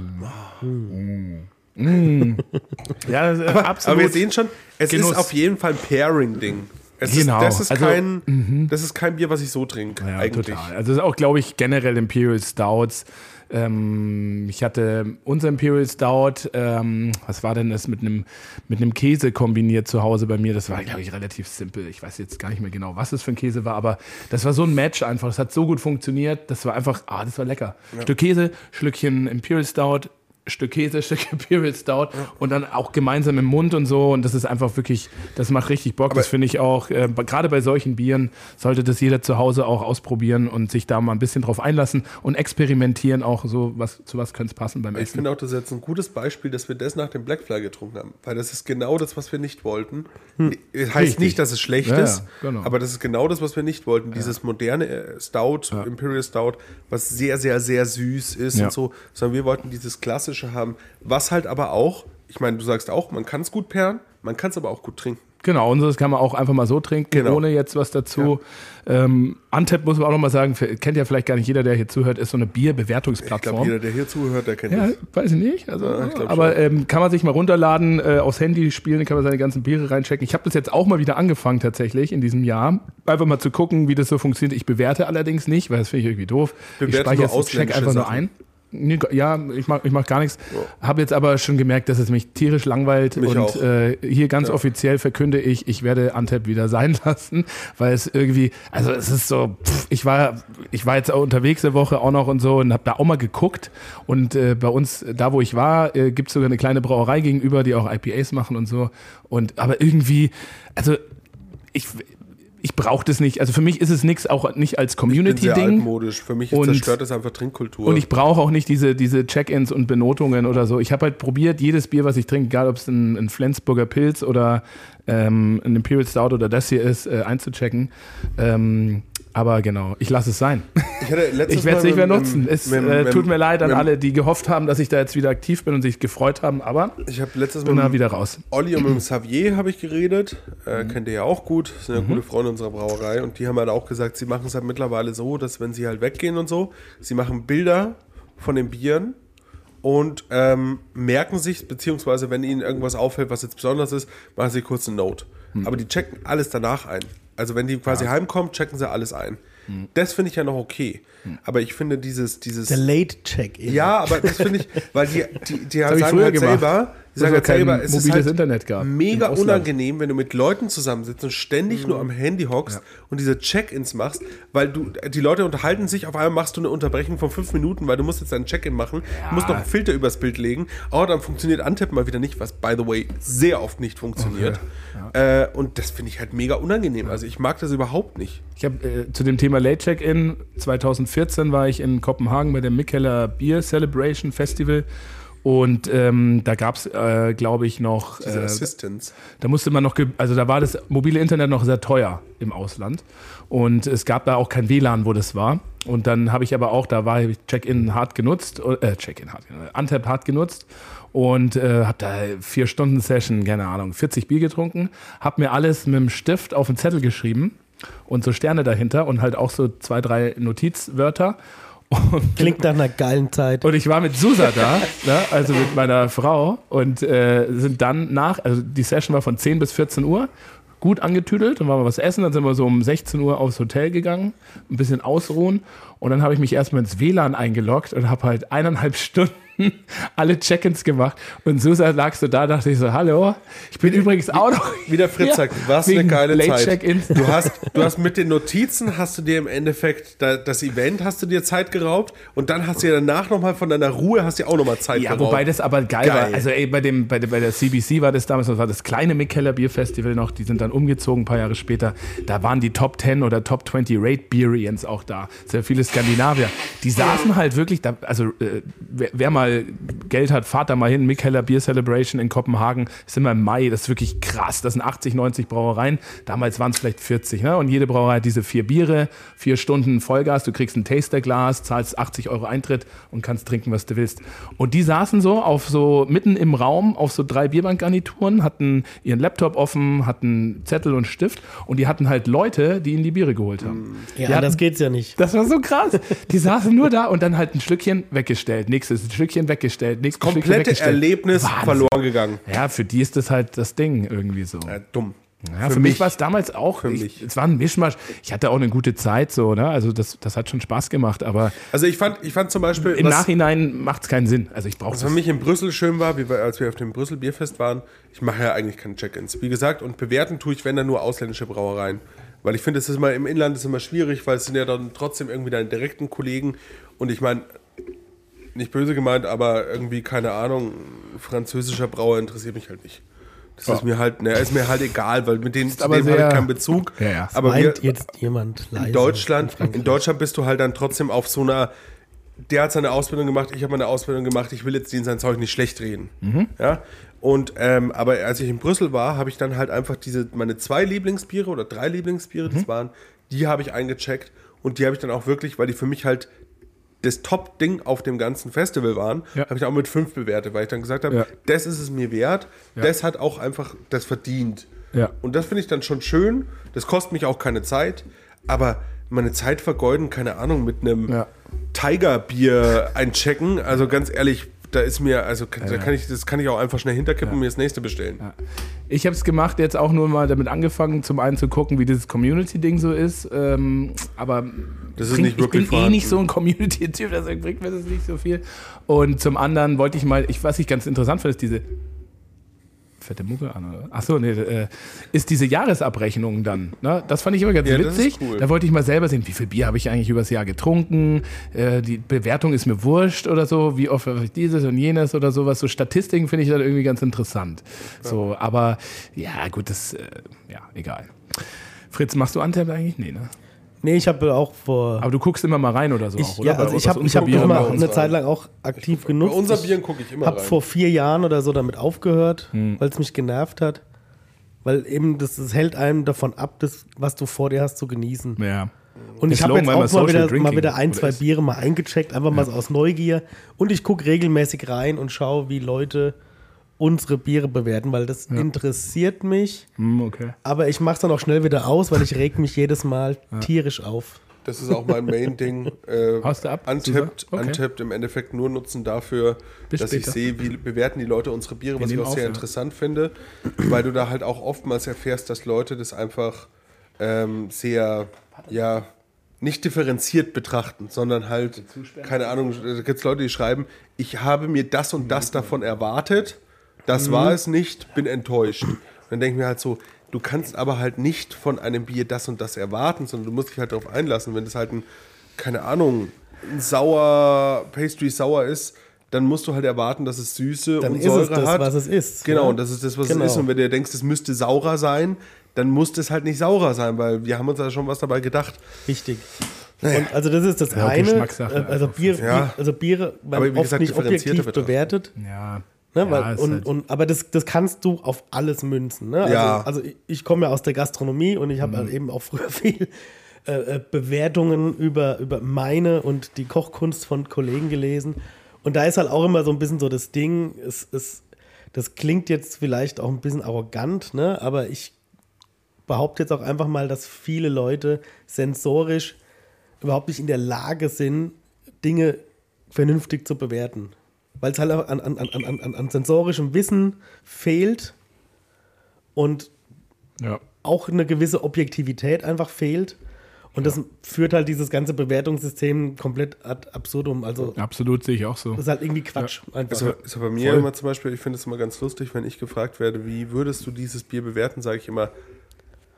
Speaker 2: ja, das ist absolut.
Speaker 3: Aber wir sehen schon, es
Speaker 2: Genuss.
Speaker 3: ist auf jeden Fall ein Pairing-Ding. Es
Speaker 2: Genau,
Speaker 3: Ist, das, ist
Speaker 2: also-
Speaker 3: kein, das ist kein Bier, was ich so trinke,
Speaker 2: Ja,
Speaker 3: eigentlich.
Speaker 2: total. Also es ist auch, glaube ich, generell Imperial Stouts. Ähm, ich hatte unser Imperial Stout, ähm, was war denn das mit einem mit einem Käse kombiniert zu Hause bei mir? Das war, glaube ich, relativ simpel. Ich weiß jetzt gar nicht mehr genau, was es für ein Käse war, aber das war so ein Match einfach. Das hat so gut funktioniert. Das war einfach, ah, das war lecker. Stück Käse, Schlückchen Imperial Stout. Stück Käse, Stück Imperial Stout und dann auch gemeinsam im Mund und so. Und das ist einfach wirklich, das macht richtig Bock. das finde ich auch, äh, bei- gerade bei solchen Bieren sollte das jeder zu Hause auch ausprobieren und sich da mal ein bisschen drauf einlassen und experimentieren auch so, was, zu was könnte es passen beim
Speaker 3: Ich
Speaker 2: Essen.
Speaker 3: finde auch, das ist jetzt ein gutes Beispiel, dass wir das nach dem Black Flag getrunken haben. Weil das ist genau das, was wir nicht wollten. Es heißt
Speaker 2: Hm. Richtig.
Speaker 3: nicht, dass es schlecht
Speaker 2: Ja, ja,
Speaker 3: ist,
Speaker 2: genau.
Speaker 3: aber das ist genau das, was wir nicht wollten. Dieses moderne äh, Stout, Imperial Stout, was sehr, sehr, sehr süß ist
Speaker 2: Ja.
Speaker 3: und so. Sondern wir wollten dieses Klassische haben, was halt aber auch, ich meine, du sagst auch, man kann es gut perren, man kann es aber auch gut trinken.
Speaker 2: Genau, und das kann man auch einfach mal so trinken,
Speaker 3: Genau.
Speaker 2: ohne jetzt was dazu. Ähm, Antep muss man auch nochmal sagen, für- kennt ja vielleicht gar nicht jeder, der hier zuhört, ist so eine
Speaker 3: Ich glaube,
Speaker 2: Bierbewertungsplattform.
Speaker 3: jeder, der hier zuhört, der kennt
Speaker 2: Ja,
Speaker 3: das.
Speaker 2: weiß ich nicht. Also,
Speaker 3: Ja, ich glaub
Speaker 2: aber
Speaker 3: schon.
Speaker 2: ähm, kann man sich mal runterladen, äh, aufs Handy spielen, kann man seine ganzen Biere reinchecken. Ich habe das jetzt auch mal wieder angefangen tatsächlich in diesem Jahr. Einfach mal zu gucken, wie das so funktioniert. Ich bewerte allerdings nicht, weil das finde ich irgendwie doof. Ich
Speaker 3: Bewerte
Speaker 2: speichere jetzt
Speaker 3: nur
Speaker 2: den Check
Speaker 3: ausländische
Speaker 2: einfach nur
Speaker 3: Sachen.
Speaker 2: ein. Nee, ga- Ja, ich mach, ich mach gar nichts. Habe jetzt aber schon gemerkt, dass es mich tierisch langweilt
Speaker 3: Mich
Speaker 2: und
Speaker 3: auch.
Speaker 2: äh, hier ganz offiziell verkünde ich, ich werde Antep wieder sein lassen, weil es irgendwie, also es ist so, pff, ich war, ich war jetzt auch unterwegs eine Woche auch noch und so und habe da auch mal geguckt und äh, bei uns, da wo ich war, äh, gibt es sogar eine kleine Brauerei gegenüber, die auch IPAs machen und so und aber irgendwie, also ich, ich brauche das nicht, also für mich ist es nichts, auch nicht als
Speaker 3: Ich bin sehr
Speaker 2: Community-Ding.
Speaker 3: altmodisch. Für mich
Speaker 2: Und-
Speaker 3: zerstört das einfach Trinkkultur.
Speaker 2: Und ich brauche auch nicht diese, diese Check-ins und Benotungen oder so. Ich habe halt probiert, jedes Bier, was ich trinke, egal ob es ein, ein Flensburger Pilz oder ähm, ein Imperial Stout oder das hier ist, äh, einzuchecken. Ähm, aber genau, ich lasse es sein.
Speaker 3: ich hatte letztes
Speaker 2: Ich werde es
Speaker 3: Mal
Speaker 2: nicht mehr
Speaker 3: mit-
Speaker 2: nutzen.
Speaker 3: mit-
Speaker 2: Es
Speaker 3: mit-
Speaker 2: äh,
Speaker 3: mit-
Speaker 2: tut mir leid an
Speaker 3: mit-
Speaker 2: alle, die gehofft haben, dass ich da jetzt wieder aktiv bin und sich gefreut haben, aber
Speaker 3: Ich habe letztes
Speaker 2: bin da
Speaker 3: Mal mit
Speaker 2: wieder raus.
Speaker 3: Olli und mit dem Xavier habe ich geredet. Äh, Kennt ihr ja auch gut. Sind ja gute Freunde unserer Brauerei. Und die haben halt auch gesagt, sie machen es halt mittlerweile so, dass wenn sie halt weggehen und so, sie machen Bilder von den Bieren und ähm, merken sich, beziehungsweise wenn ihnen irgendwas auffällt, was jetzt besonders ist, machen sie kurz eine Note. Aber die checken alles danach ein. Also wenn die quasi heimkommen, checken sie alles ein. Das finde ich ja noch okay. Aber ich finde dieses, dieses
Speaker 4: Der Late Check.
Speaker 3: ja, aber das finde ich, weil die, die, die
Speaker 2: hab ich
Speaker 3: sagen
Speaker 2: früher
Speaker 3: halt
Speaker 2: gemacht,
Speaker 3: selber, die
Speaker 2: wo es
Speaker 3: sagen
Speaker 2: noch
Speaker 3: halt
Speaker 2: kein
Speaker 3: selber, es ist
Speaker 2: mobiles
Speaker 3: halt
Speaker 2: Internet gab im
Speaker 3: mega
Speaker 2: Ausland.
Speaker 3: unangenehm, wenn du mit Leuten zusammensitzt und ständig nur am Handy hockst und diese Check-ins machst, weil du die Leute unterhalten sich, auf einmal machst du eine Unterbrechung von fünf Minuten, weil du musst jetzt dein Check-in machen, musst noch einen Filter übers Bild legen, oh, dann funktioniert Antippen mal wieder nicht, was by the way sehr oft nicht funktioniert. Äh, und das finde ich halt mega unangenehm. Also ich mag das überhaupt nicht.
Speaker 2: Ich habe äh, zu dem Thema Late Check-In 2014 war ich in Kopenhagen bei der Mikkeller Beer Celebration Festival und ähm, da gab es, äh, glaube ich, noch
Speaker 3: Diese
Speaker 2: äh,
Speaker 3: Assistance.
Speaker 2: da musste man noch, ge- also da war das mobile Internet noch sehr teuer im Ausland. Und es gab da auch kein WLAN, wo das war. Und dann habe ich aber auch, da war ich Check-in hart genutzt, äh, Check-in hart, genutzt, Untap hart genutzt und äh, habe da vier Stunden Session, keine Ahnung, 40 Bier getrunken, habe mir alles mit dem Stift auf den Zettel geschrieben und so Sterne dahinter und halt auch so zwei, drei Notizwörter. Und
Speaker 4: Klingt nach einer geilen Zeit.
Speaker 2: und ich war mit Susa da, ne, also mit meiner Frau, und äh, sind dann nach, also die Session war von 10 bis 14 Uhr, gut angetüdelt, dann waren wir was essen, dann sind wir so um 16 Uhr aufs Hotel gegangen, ein bisschen ausruhen und dann habe ich mich erstmal ins WLAN eingeloggt und habe halt eineinhalb Stunden alle Check-ins gemacht und Susa lag so da, dachte ich so, hallo, ich bin übrigens auch noch
Speaker 3: Wie der Fritz
Speaker 2: hier
Speaker 3: sagt, was eine
Speaker 2: wegen
Speaker 3: geile
Speaker 2: Late
Speaker 3: Zeit.
Speaker 2: Check-ins.
Speaker 3: Du hast, du hast mit den Notizen hast du dir im Endeffekt da, das Event hast du dir Zeit geraubt und dann hast du dir danach nochmal von deiner Ruhe hast du dir auch nochmal Zeit
Speaker 2: Ja,
Speaker 3: geraubt.
Speaker 2: wobei das aber geil,
Speaker 3: Geil.
Speaker 2: war. Also ey, bei, dem, bei, der- bei der CBC war das damals, das war das kleine Mikkeller Bierfestival noch, die sind dann umgezogen ein paar Jahre später. Da waren die Top 10 oder Top 20 Rate Beerians auch da. Sehr viele Skandinavier. Die saßen halt wirklich, da, also äh, wer, wer mal Geld hat, fahrt da mal hin. Mikkeller Beer Celebration in Kopenhagen ist immer im Mai, das ist wirklich krass. Das sind 80, 90 Brauereien. Damals waren es vielleicht 40. Ne? Und jede Brauerei hat diese vier Biere, vier Stunden Vollgas, du kriegst ein Tasterglas, zahlst 80 Euro Eintritt und kannst trinken, was du willst. Und die saßen so auf so mitten im Raum auf so drei Bierbankgarnituren, hatten ihren Laptop offen, hatten Zettel und Stift und die hatten halt Leute, die ihnen die Biere geholt haben.
Speaker 4: Ja,
Speaker 2: Die hatten-
Speaker 4: anders geht's ja nicht.
Speaker 2: das war so krass. Die saßen nur da und dann halt ein Schlückchen weggestellt, nächstes ein Schlückchen weggestellt, nächstes Schlückchen
Speaker 3: komplette
Speaker 2: weggestellt.
Speaker 3: Erlebnis
Speaker 2: Wahnsinn.
Speaker 3: verloren gegangen.
Speaker 2: Ja, für die ist das halt das Ding irgendwie so.
Speaker 3: Ja, dumm.
Speaker 2: Ja, für, mich, war es damals auch.
Speaker 3: Für
Speaker 2: ich,
Speaker 3: mich.
Speaker 2: Es war ein Mischmasch. Ich hatte auch eine gute Zeit, so, ne? Also das, das hat schon Spaß gemacht, aber
Speaker 3: Also ich fand, ich fand zum Beispiel
Speaker 2: im
Speaker 3: was-
Speaker 2: Nachhinein macht es keinen Sinn. Also ich brauche
Speaker 3: Was für mich in Brüssel schön war, wie wir, als wir auf dem Brüssel Bierfest waren, ich mache ja eigentlich keine Check-ins. Wie gesagt, und bewerten tue ich, wenn dann nur ausländische Brauereien. Weil ich finde, es ist immer im Inland ist immer schwierig, weil es sind ja dann trotzdem irgendwie deine direkten Kollegen. Und ich meine, nicht böse gemeint, aber irgendwie, keine Ahnung, französischer Brauer interessiert mich halt nicht. Das ist mir halt, ne, ist mir halt egal, weil mit denen, zu
Speaker 2: aber
Speaker 3: denen habe
Speaker 2: sehr-
Speaker 3: ich keinen Bezug.
Speaker 2: Ja, ja.
Speaker 3: Aber wir,
Speaker 4: Meint jetzt jemand leise.
Speaker 3: in Deutschland, in Deutschland bist du halt dann trotzdem auf so einer. Der hat seine Ausbildung gemacht, ich habe meine Ausbildung gemacht, ich will jetzt den sein Zeug nicht schlecht reden. Ja? Und, ähm, aber als ich in Brüssel war, habe ich dann halt einfach diese, meine zwei Lieblingsbiere oder drei Lieblingsbiere, das waren, die habe ich eingecheckt und die habe ich dann auch wirklich, weil die für mich halt das Top-Ding auf dem ganzen Festival waren,
Speaker 2: Ja.
Speaker 3: habe ich auch mit fünf bewertet, weil ich dann gesagt habe,
Speaker 2: Ja.
Speaker 3: das ist es mir wert, das hat auch einfach das verdient.
Speaker 2: Ja.
Speaker 3: Und das finde ich dann schon schön. Das kostet mich auch keine Zeit. Aber meine Zeit vergeuden, keine Ahnung, mit einem
Speaker 2: Ja.
Speaker 3: Tigerbier einchecken. Also ganz ehrlich, da ist mir, also kann, da kann ich, das kann ich auch einfach schnell hinterkippen und mir das nächste bestellen.
Speaker 2: Ich habe es gemacht, jetzt auch nur mal damit angefangen, zum einen zu gucken, wie dieses Community-Ding so ist. Ähm, aber
Speaker 3: Das ist
Speaker 2: bringt-
Speaker 3: nicht wirklich
Speaker 2: ich bin eh
Speaker 3: vorhanden.
Speaker 2: nicht so ein Community-Typ, deswegen bringt mir das nicht so viel. Und zum anderen wollte ich mal, ich, was ich ganz interessant finde, ist diese fette Mucke an. oder? Ach so, nee, äh, ist diese Jahresabrechnung dann. Ne? Das fand ich immer ganz
Speaker 3: Ja, das ist
Speaker 2: witzig.
Speaker 3: cool.
Speaker 2: Da wollte ich mal selber sehen, wie viel Bier habe ich eigentlich übers Jahr getrunken, äh, die Bewertung ist mir wurscht oder so, wie oft habe ich dieses und jenes oder sowas. So Statistiken finde ich dann irgendwie ganz interessant. So, aber ja, gut, das, äh, ja, egal. Fritz, machst du Anteil eigentlich? Nee, ne?
Speaker 4: Nee, ich habe auch vor.
Speaker 2: Aber du guckst immer mal rein oder so auch,
Speaker 4: Ich,
Speaker 2: oder?
Speaker 4: ja, also
Speaker 2: Bei-
Speaker 4: ich
Speaker 2: was
Speaker 4: habe ich
Speaker 2: unsere
Speaker 4: hab
Speaker 2: Biere
Speaker 4: das mal
Speaker 2: machen.
Speaker 4: eine Zeit lang auch aktiv genutzt.
Speaker 3: Bei unser Bieren gucke ich immer
Speaker 4: habe
Speaker 3: rein. Hm.
Speaker 4: vor vier Jahren oder so damit aufgehört, weil es mich genervt hat. Weil eben das, das hält einem davon ab, das, was du vor dir hast, zu genießen.
Speaker 2: Ja.
Speaker 4: Und
Speaker 2: Ist
Speaker 4: ich habe
Speaker 2: low, weil
Speaker 4: jetzt
Speaker 2: man
Speaker 4: auch mal
Speaker 2: Social
Speaker 4: wieder, mal
Speaker 2: Drinking
Speaker 4: wieder ein,
Speaker 2: oder
Speaker 4: zwei
Speaker 2: ist.
Speaker 4: Biere mal eingecheckt, einfach mal so aus Neugier. Und ich gucke regelmäßig rein und schaue, wie Leute unsere Biere bewerten, weil das interessiert mich.
Speaker 2: Hm, okay.
Speaker 4: Aber ich mache es dann auch schnell wieder aus, weil ich reg mich jedes Mal tierisch auf.
Speaker 3: Das ist auch mein Main-Ding. Äh,
Speaker 2: Haust du ab,
Speaker 3: Untapped,
Speaker 2: Susa? Okay.
Speaker 3: Untapped im Endeffekt nur nutzen dafür,
Speaker 2: Bis
Speaker 3: dass
Speaker 2: später.
Speaker 3: ich sehe, wie bewerten die Leute unsere Biere, was ich
Speaker 2: nehmen
Speaker 3: auch
Speaker 2: auf,
Speaker 3: sehr
Speaker 2: ja.
Speaker 3: interessant finde, weil du da halt auch oftmals erfährst, dass Leute das einfach ähm, sehr, ja, nicht differenziert betrachten, sondern halt, keine Ahnung, da gibt es Leute, die schreiben, ich habe mir das und das davon erwartet, das
Speaker 4: Mhm.
Speaker 3: war es nicht, bin enttäuscht. Und dann denke ich mir halt so, du kannst aber halt nicht von einem Bier das und das erwarten, sondern du musst dich halt darauf einlassen. Wenn das halt ein, keine Ahnung, ein sauer, Pastry sauer ist, dann musst du halt erwarten, dass es Süße
Speaker 4: Dann
Speaker 3: und
Speaker 4: ist es
Speaker 3: Säure
Speaker 4: das,
Speaker 3: hat.
Speaker 4: was es ist,
Speaker 3: Genau,
Speaker 4: ne?
Speaker 3: und das ist das, was
Speaker 4: Genau.
Speaker 3: es ist. Und wenn du denkst, es müsste saurer sein, dann muss das halt nicht saurer sein, weil wir haben uns da schon was dabei gedacht.
Speaker 4: Richtig. Und also das ist das
Speaker 2: Ja,
Speaker 4: eine.
Speaker 2: Geschmackssache
Speaker 4: äh, Also, Bier,
Speaker 3: Ja.
Speaker 4: also Biere
Speaker 3: Aber
Speaker 4: werden
Speaker 3: wie
Speaker 4: oft
Speaker 3: gesagt,
Speaker 4: nicht
Speaker 3: differenzierter
Speaker 4: objektiv
Speaker 3: betrachtet.
Speaker 4: bewertet.
Speaker 2: Ja.
Speaker 4: Ne,
Speaker 2: ja,
Speaker 4: weil,
Speaker 2: ist
Speaker 4: und,
Speaker 2: halt-
Speaker 4: und, aber das, das kannst du auf alles münzen. Ne?
Speaker 3: Ja.
Speaker 4: Also, also ich, ich komme ja aus der Gastronomie und
Speaker 2: Mhm.
Speaker 4: ich habe halt eben auch früher viel äh, äh, Bewertungen über, über meine und die Kochkunst von Kollegen gelesen. Und da ist halt auch immer so ein bisschen so das Ding, es, es, das klingt jetzt vielleicht auch ein bisschen arrogant, ne? aber ich behaupte jetzt auch einfach mal, dass viele Leute sensorisch überhaupt nicht in der Lage sind, Dinge vernünftig zu bewerten. Weil es halt auch an, an, an, an, an- an sensorischem Wissen fehlt und
Speaker 2: ja.
Speaker 4: auch eine gewisse Objektivität einfach fehlt. Und das führt halt dieses ganze Bewertungssystem komplett ad absurdum. Also
Speaker 2: Absolut sehe ich auch so.
Speaker 4: das ist halt irgendwie Quatsch. Einfach.
Speaker 3: Ist aber, ist aber Also, bei mir
Speaker 2: Voll.
Speaker 3: immer zum Beispiel, ich finde es immer ganz lustig, wenn ich gefragt werde, wie würdest du dieses Bier bewerten, sage ich immer,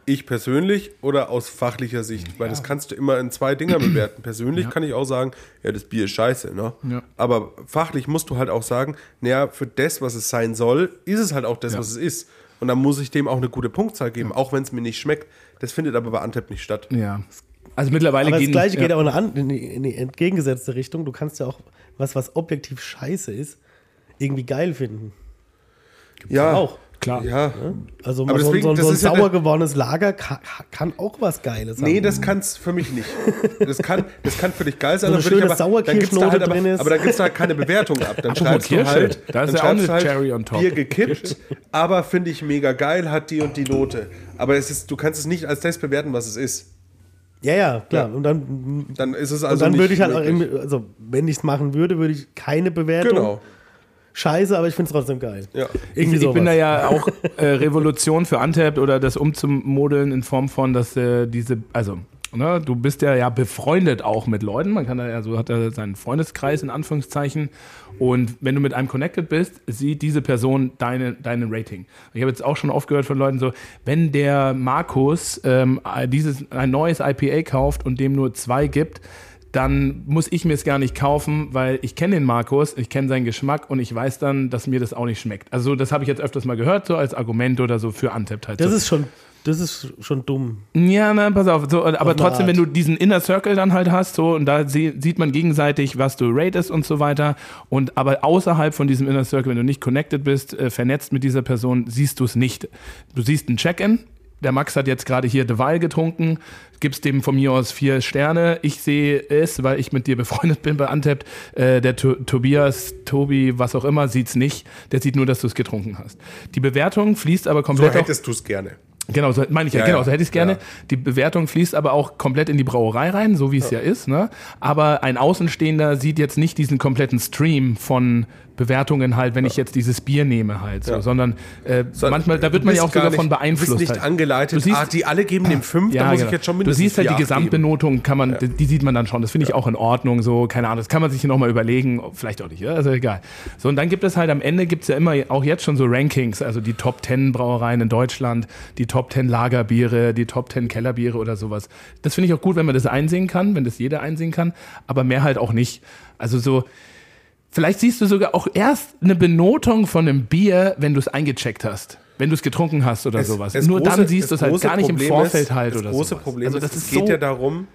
Speaker 3: ich persönlich oder aus fachlicher Sicht, weil das kannst du immer in zwei Dinger bewerten. Persönlich kann ich auch sagen, ja, das Bier ist scheiße, ne?
Speaker 2: Ja.
Speaker 3: Aber fachlich musst du halt auch sagen, naja, für das, was es sein soll, ist es halt auch das,
Speaker 2: Ja.
Speaker 3: was es ist. Und dann muss ich dem auch eine gute Punktzahl geben, auch wenn es mir nicht schmeckt. Das findet aber bei Antep nicht statt.
Speaker 2: Ja. Also mittlerweile
Speaker 4: aber das
Speaker 2: gehen
Speaker 4: Gleiche
Speaker 2: ja.
Speaker 4: geht auch in eine, an- in, die, in die entgegengesetzte Richtung. Du kannst ja auch was, was objektiv scheiße ist, irgendwie geil finden.
Speaker 3: Ja,
Speaker 4: Auch.
Speaker 2: Klar.
Speaker 3: Ja.
Speaker 4: Also
Speaker 3: Aber
Speaker 4: mal so,
Speaker 3: deswegen,
Speaker 4: so,
Speaker 3: das
Speaker 4: so ein
Speaker 3: ist ja
Speaker 4: sauer
Speaker 3: der-
Speaker 4: gewordenes Lager kann, kann auch was Geiles haben.
Speaker 3: Nee, das kann's für mich nicht. Das kann, das kann für dich geil sein.
Speaker 4: So eine
Speaker 3: dann würd ich
Speaker 4: schöne
Speaker 3: dann gibt's da halt
Speaker 4: Sauerkirschnote drin
Speaker 3: aber,
Speaker 4: ist.
Speaker 3: aber dann gibt's da halt keine Bewertung ab. Dann
Speaker 2: Apropos
Speaker 3: schreibst
Speaker 2: Kirsche,
Speaker 3: du halt,
Speaker 2: da ist
Speaker 3: dann
Speaker 2: ja auch
Speaker 3: schreibst
Speaker 2: eine
Speaker 3: halt
Speaker 2: Cherry on top.
Speaker 3: Bier gekippt, aber finde ich mega geil, hat die und die Note. Aber es ist, du kannst es nicht als das bewerten, was es ist.
Speaker 4: ja, ja, klar.
Speaker 3: Ja.
Speaker 4: Und dann
Speaker 3: Dann ist es also
Speaker 4: und dann
Speaker 3: nicht
Speaker 4: würde ich halt auch
Speaker 3: möglich.
Speaker 4: irgendwie, also wenn ich es machen würde, würde ich keine Bewertung.
Speaker 3: Genau.
Speaker 4: Scheiße, aber ich finde es trotzdem geil.
Speaker 3: Ja.
Speaker 4: Irgendwie
Speaker 2: ich, ich bin
Speaker 4: sowas.
Speaker 2: da ja auch äh, Revolution für Untapped oder das umzumodeln in Form von, dass äh, diese, also ne, du bist ja ja befreundet auch mit Leuten, man kann da ja so hat er seinen Freundeskreis in Anführungszeichen und wenn du mit einem connected bist, sieht diese Person deine, deinen Rating. Ich habe jetzt auch schon oft gehört von Leuten so, wenn der Markus ähm, dieses ein neues IPA kauft und dem nur zwei gibt, dann muss ich mir es gar nicht kaufen, weil ich kenne den Markus, ich kenne seinen Geschmack und ich weiß dann, dass mir das auch nicht schmeckt. Also das habe ich jetzt öfters mal gehört, so als Argument oder so für Untapped halt.
Speaker 4: Das
Speaker 2: so.
Speaker 4: ist schon, das ist schon dumm.
Speaker 2: ja, na, pass auf. So, aber
Speaker 4: eine
Speaker 2: trotzdem, wenn
Speaker 4: Art.
Speaker 2: du diesen Inner Circle dann halt hast, so, und da sie, sieht man gegenseitig, was du ratest und so weiter. Und aber außerhalb von diesem Inner Circle, wenn du nicht connected bist, äh, vernetzt mit dieser Person, siehst du es nicht. Du siehst ein Check-in der Max hat jetzt gerade hier De Waal getrunken, gibst dem von mir aus vier Sterne. Ich sehe es, weil ich mit dir befreundet bin bei Antept. Äh, der To- Tobias, Tobi, was auch immer, sieht's nicht. Der sieht nur, dass du es getrunken hast. Die Bewertung fließt aber
Speaker 3: So
Speaker 2: komplett. auch-
Speaker 3: hättest du es gerne.
Speaker 2: Genau, so meine ich ja,
Speaker 3: Ja,
Speaker 2: genau,
Speaker 3: ja.
Speaker 2: so hätte ich es gerne.
Speaker 3: Ja.
Speaker 2: Die Bewertung fließt aber auch komplett in die Brauerei rein, so wie es ja, ist. Ne? Aber ein Außenstehender sieht jetzt nicht diesen kompletten Stream von Bewertungen halt, wenn ich jetzt dieses Bier nehme halt, so, sondern äh, manchmal, da wird
Speaker 3: Du
Speaker 2: man ja
Speaker 3: bist
Speaker 2: auch
Speaker 3: gar
Speaker 2: sogar von
Speaker 3: nicht- Du
Speaker 2: beeinflusst.
Speaker 3: bist nicht
Speaker 2: halt.
Speaker 3: angeleitet.
Speaker 2: Du siehst-
Speaker 3: ah, die alle geben dem 5, da muss
Speaker 2: genau.
Speaker 3: ich jetzt schon
Speaker 2: du
Speaker 3: mindestens
Speaker 2: siehst halt
Speaker 3: vier,
Speaker 2: die
Speaker 3: acht geben.
Speaker 2: Gesamtbenotung, kann man, die, die sieht man dann schon. Das finde ich auch in Ordnung, so, keine Ahnung. Das kann man sich nochmal überlegen, vielleicht auch nicht, ja? also egal. So, und dann gibt es halt am Ende gibt es ja immer auch jetzt schon so Rankings, also die Top 10 Brauereien in Deutschland, die Top 10 Lagerbiere, die Top 10 Kellerbiere oder sowas. Das finde ich auch gut, wenn man das einsehen kann, wenn das jeder einsehen kann, aber mehr halt auch nicht. Also so, Vielleicht siehst du sogar auch erst eine Benotung von einem Bier, wenn du es eingecheckt hast. Wenn du es getrunken hast oder
Speaker 3: Es-
Speaker 2: sowas.
Speaker 3: das
Speaker 2: Nur
Speaker 3: große-
Speaker 2: dann siehst du es
Speaker 3: das
Speaker 2: halt
Speaker 3: große
Speaker 2: gar nicht
Speaker 3: Problem
Speaker 2: im Vorfeld
Speaker 3: ist,
Speaker 2: halt
Speaker 3: das
Speaker 2: oder
Speaker 3: große
Speaker 2: sowas.
Speaker 3: Problem
Speaker 2: also
Speaker 3: ist,
Speaker 2: das
Speaker 3: es
Speaker 2: ist
Speaker 3: geht
Speaker 2: so,
Speaker 3: ja darum,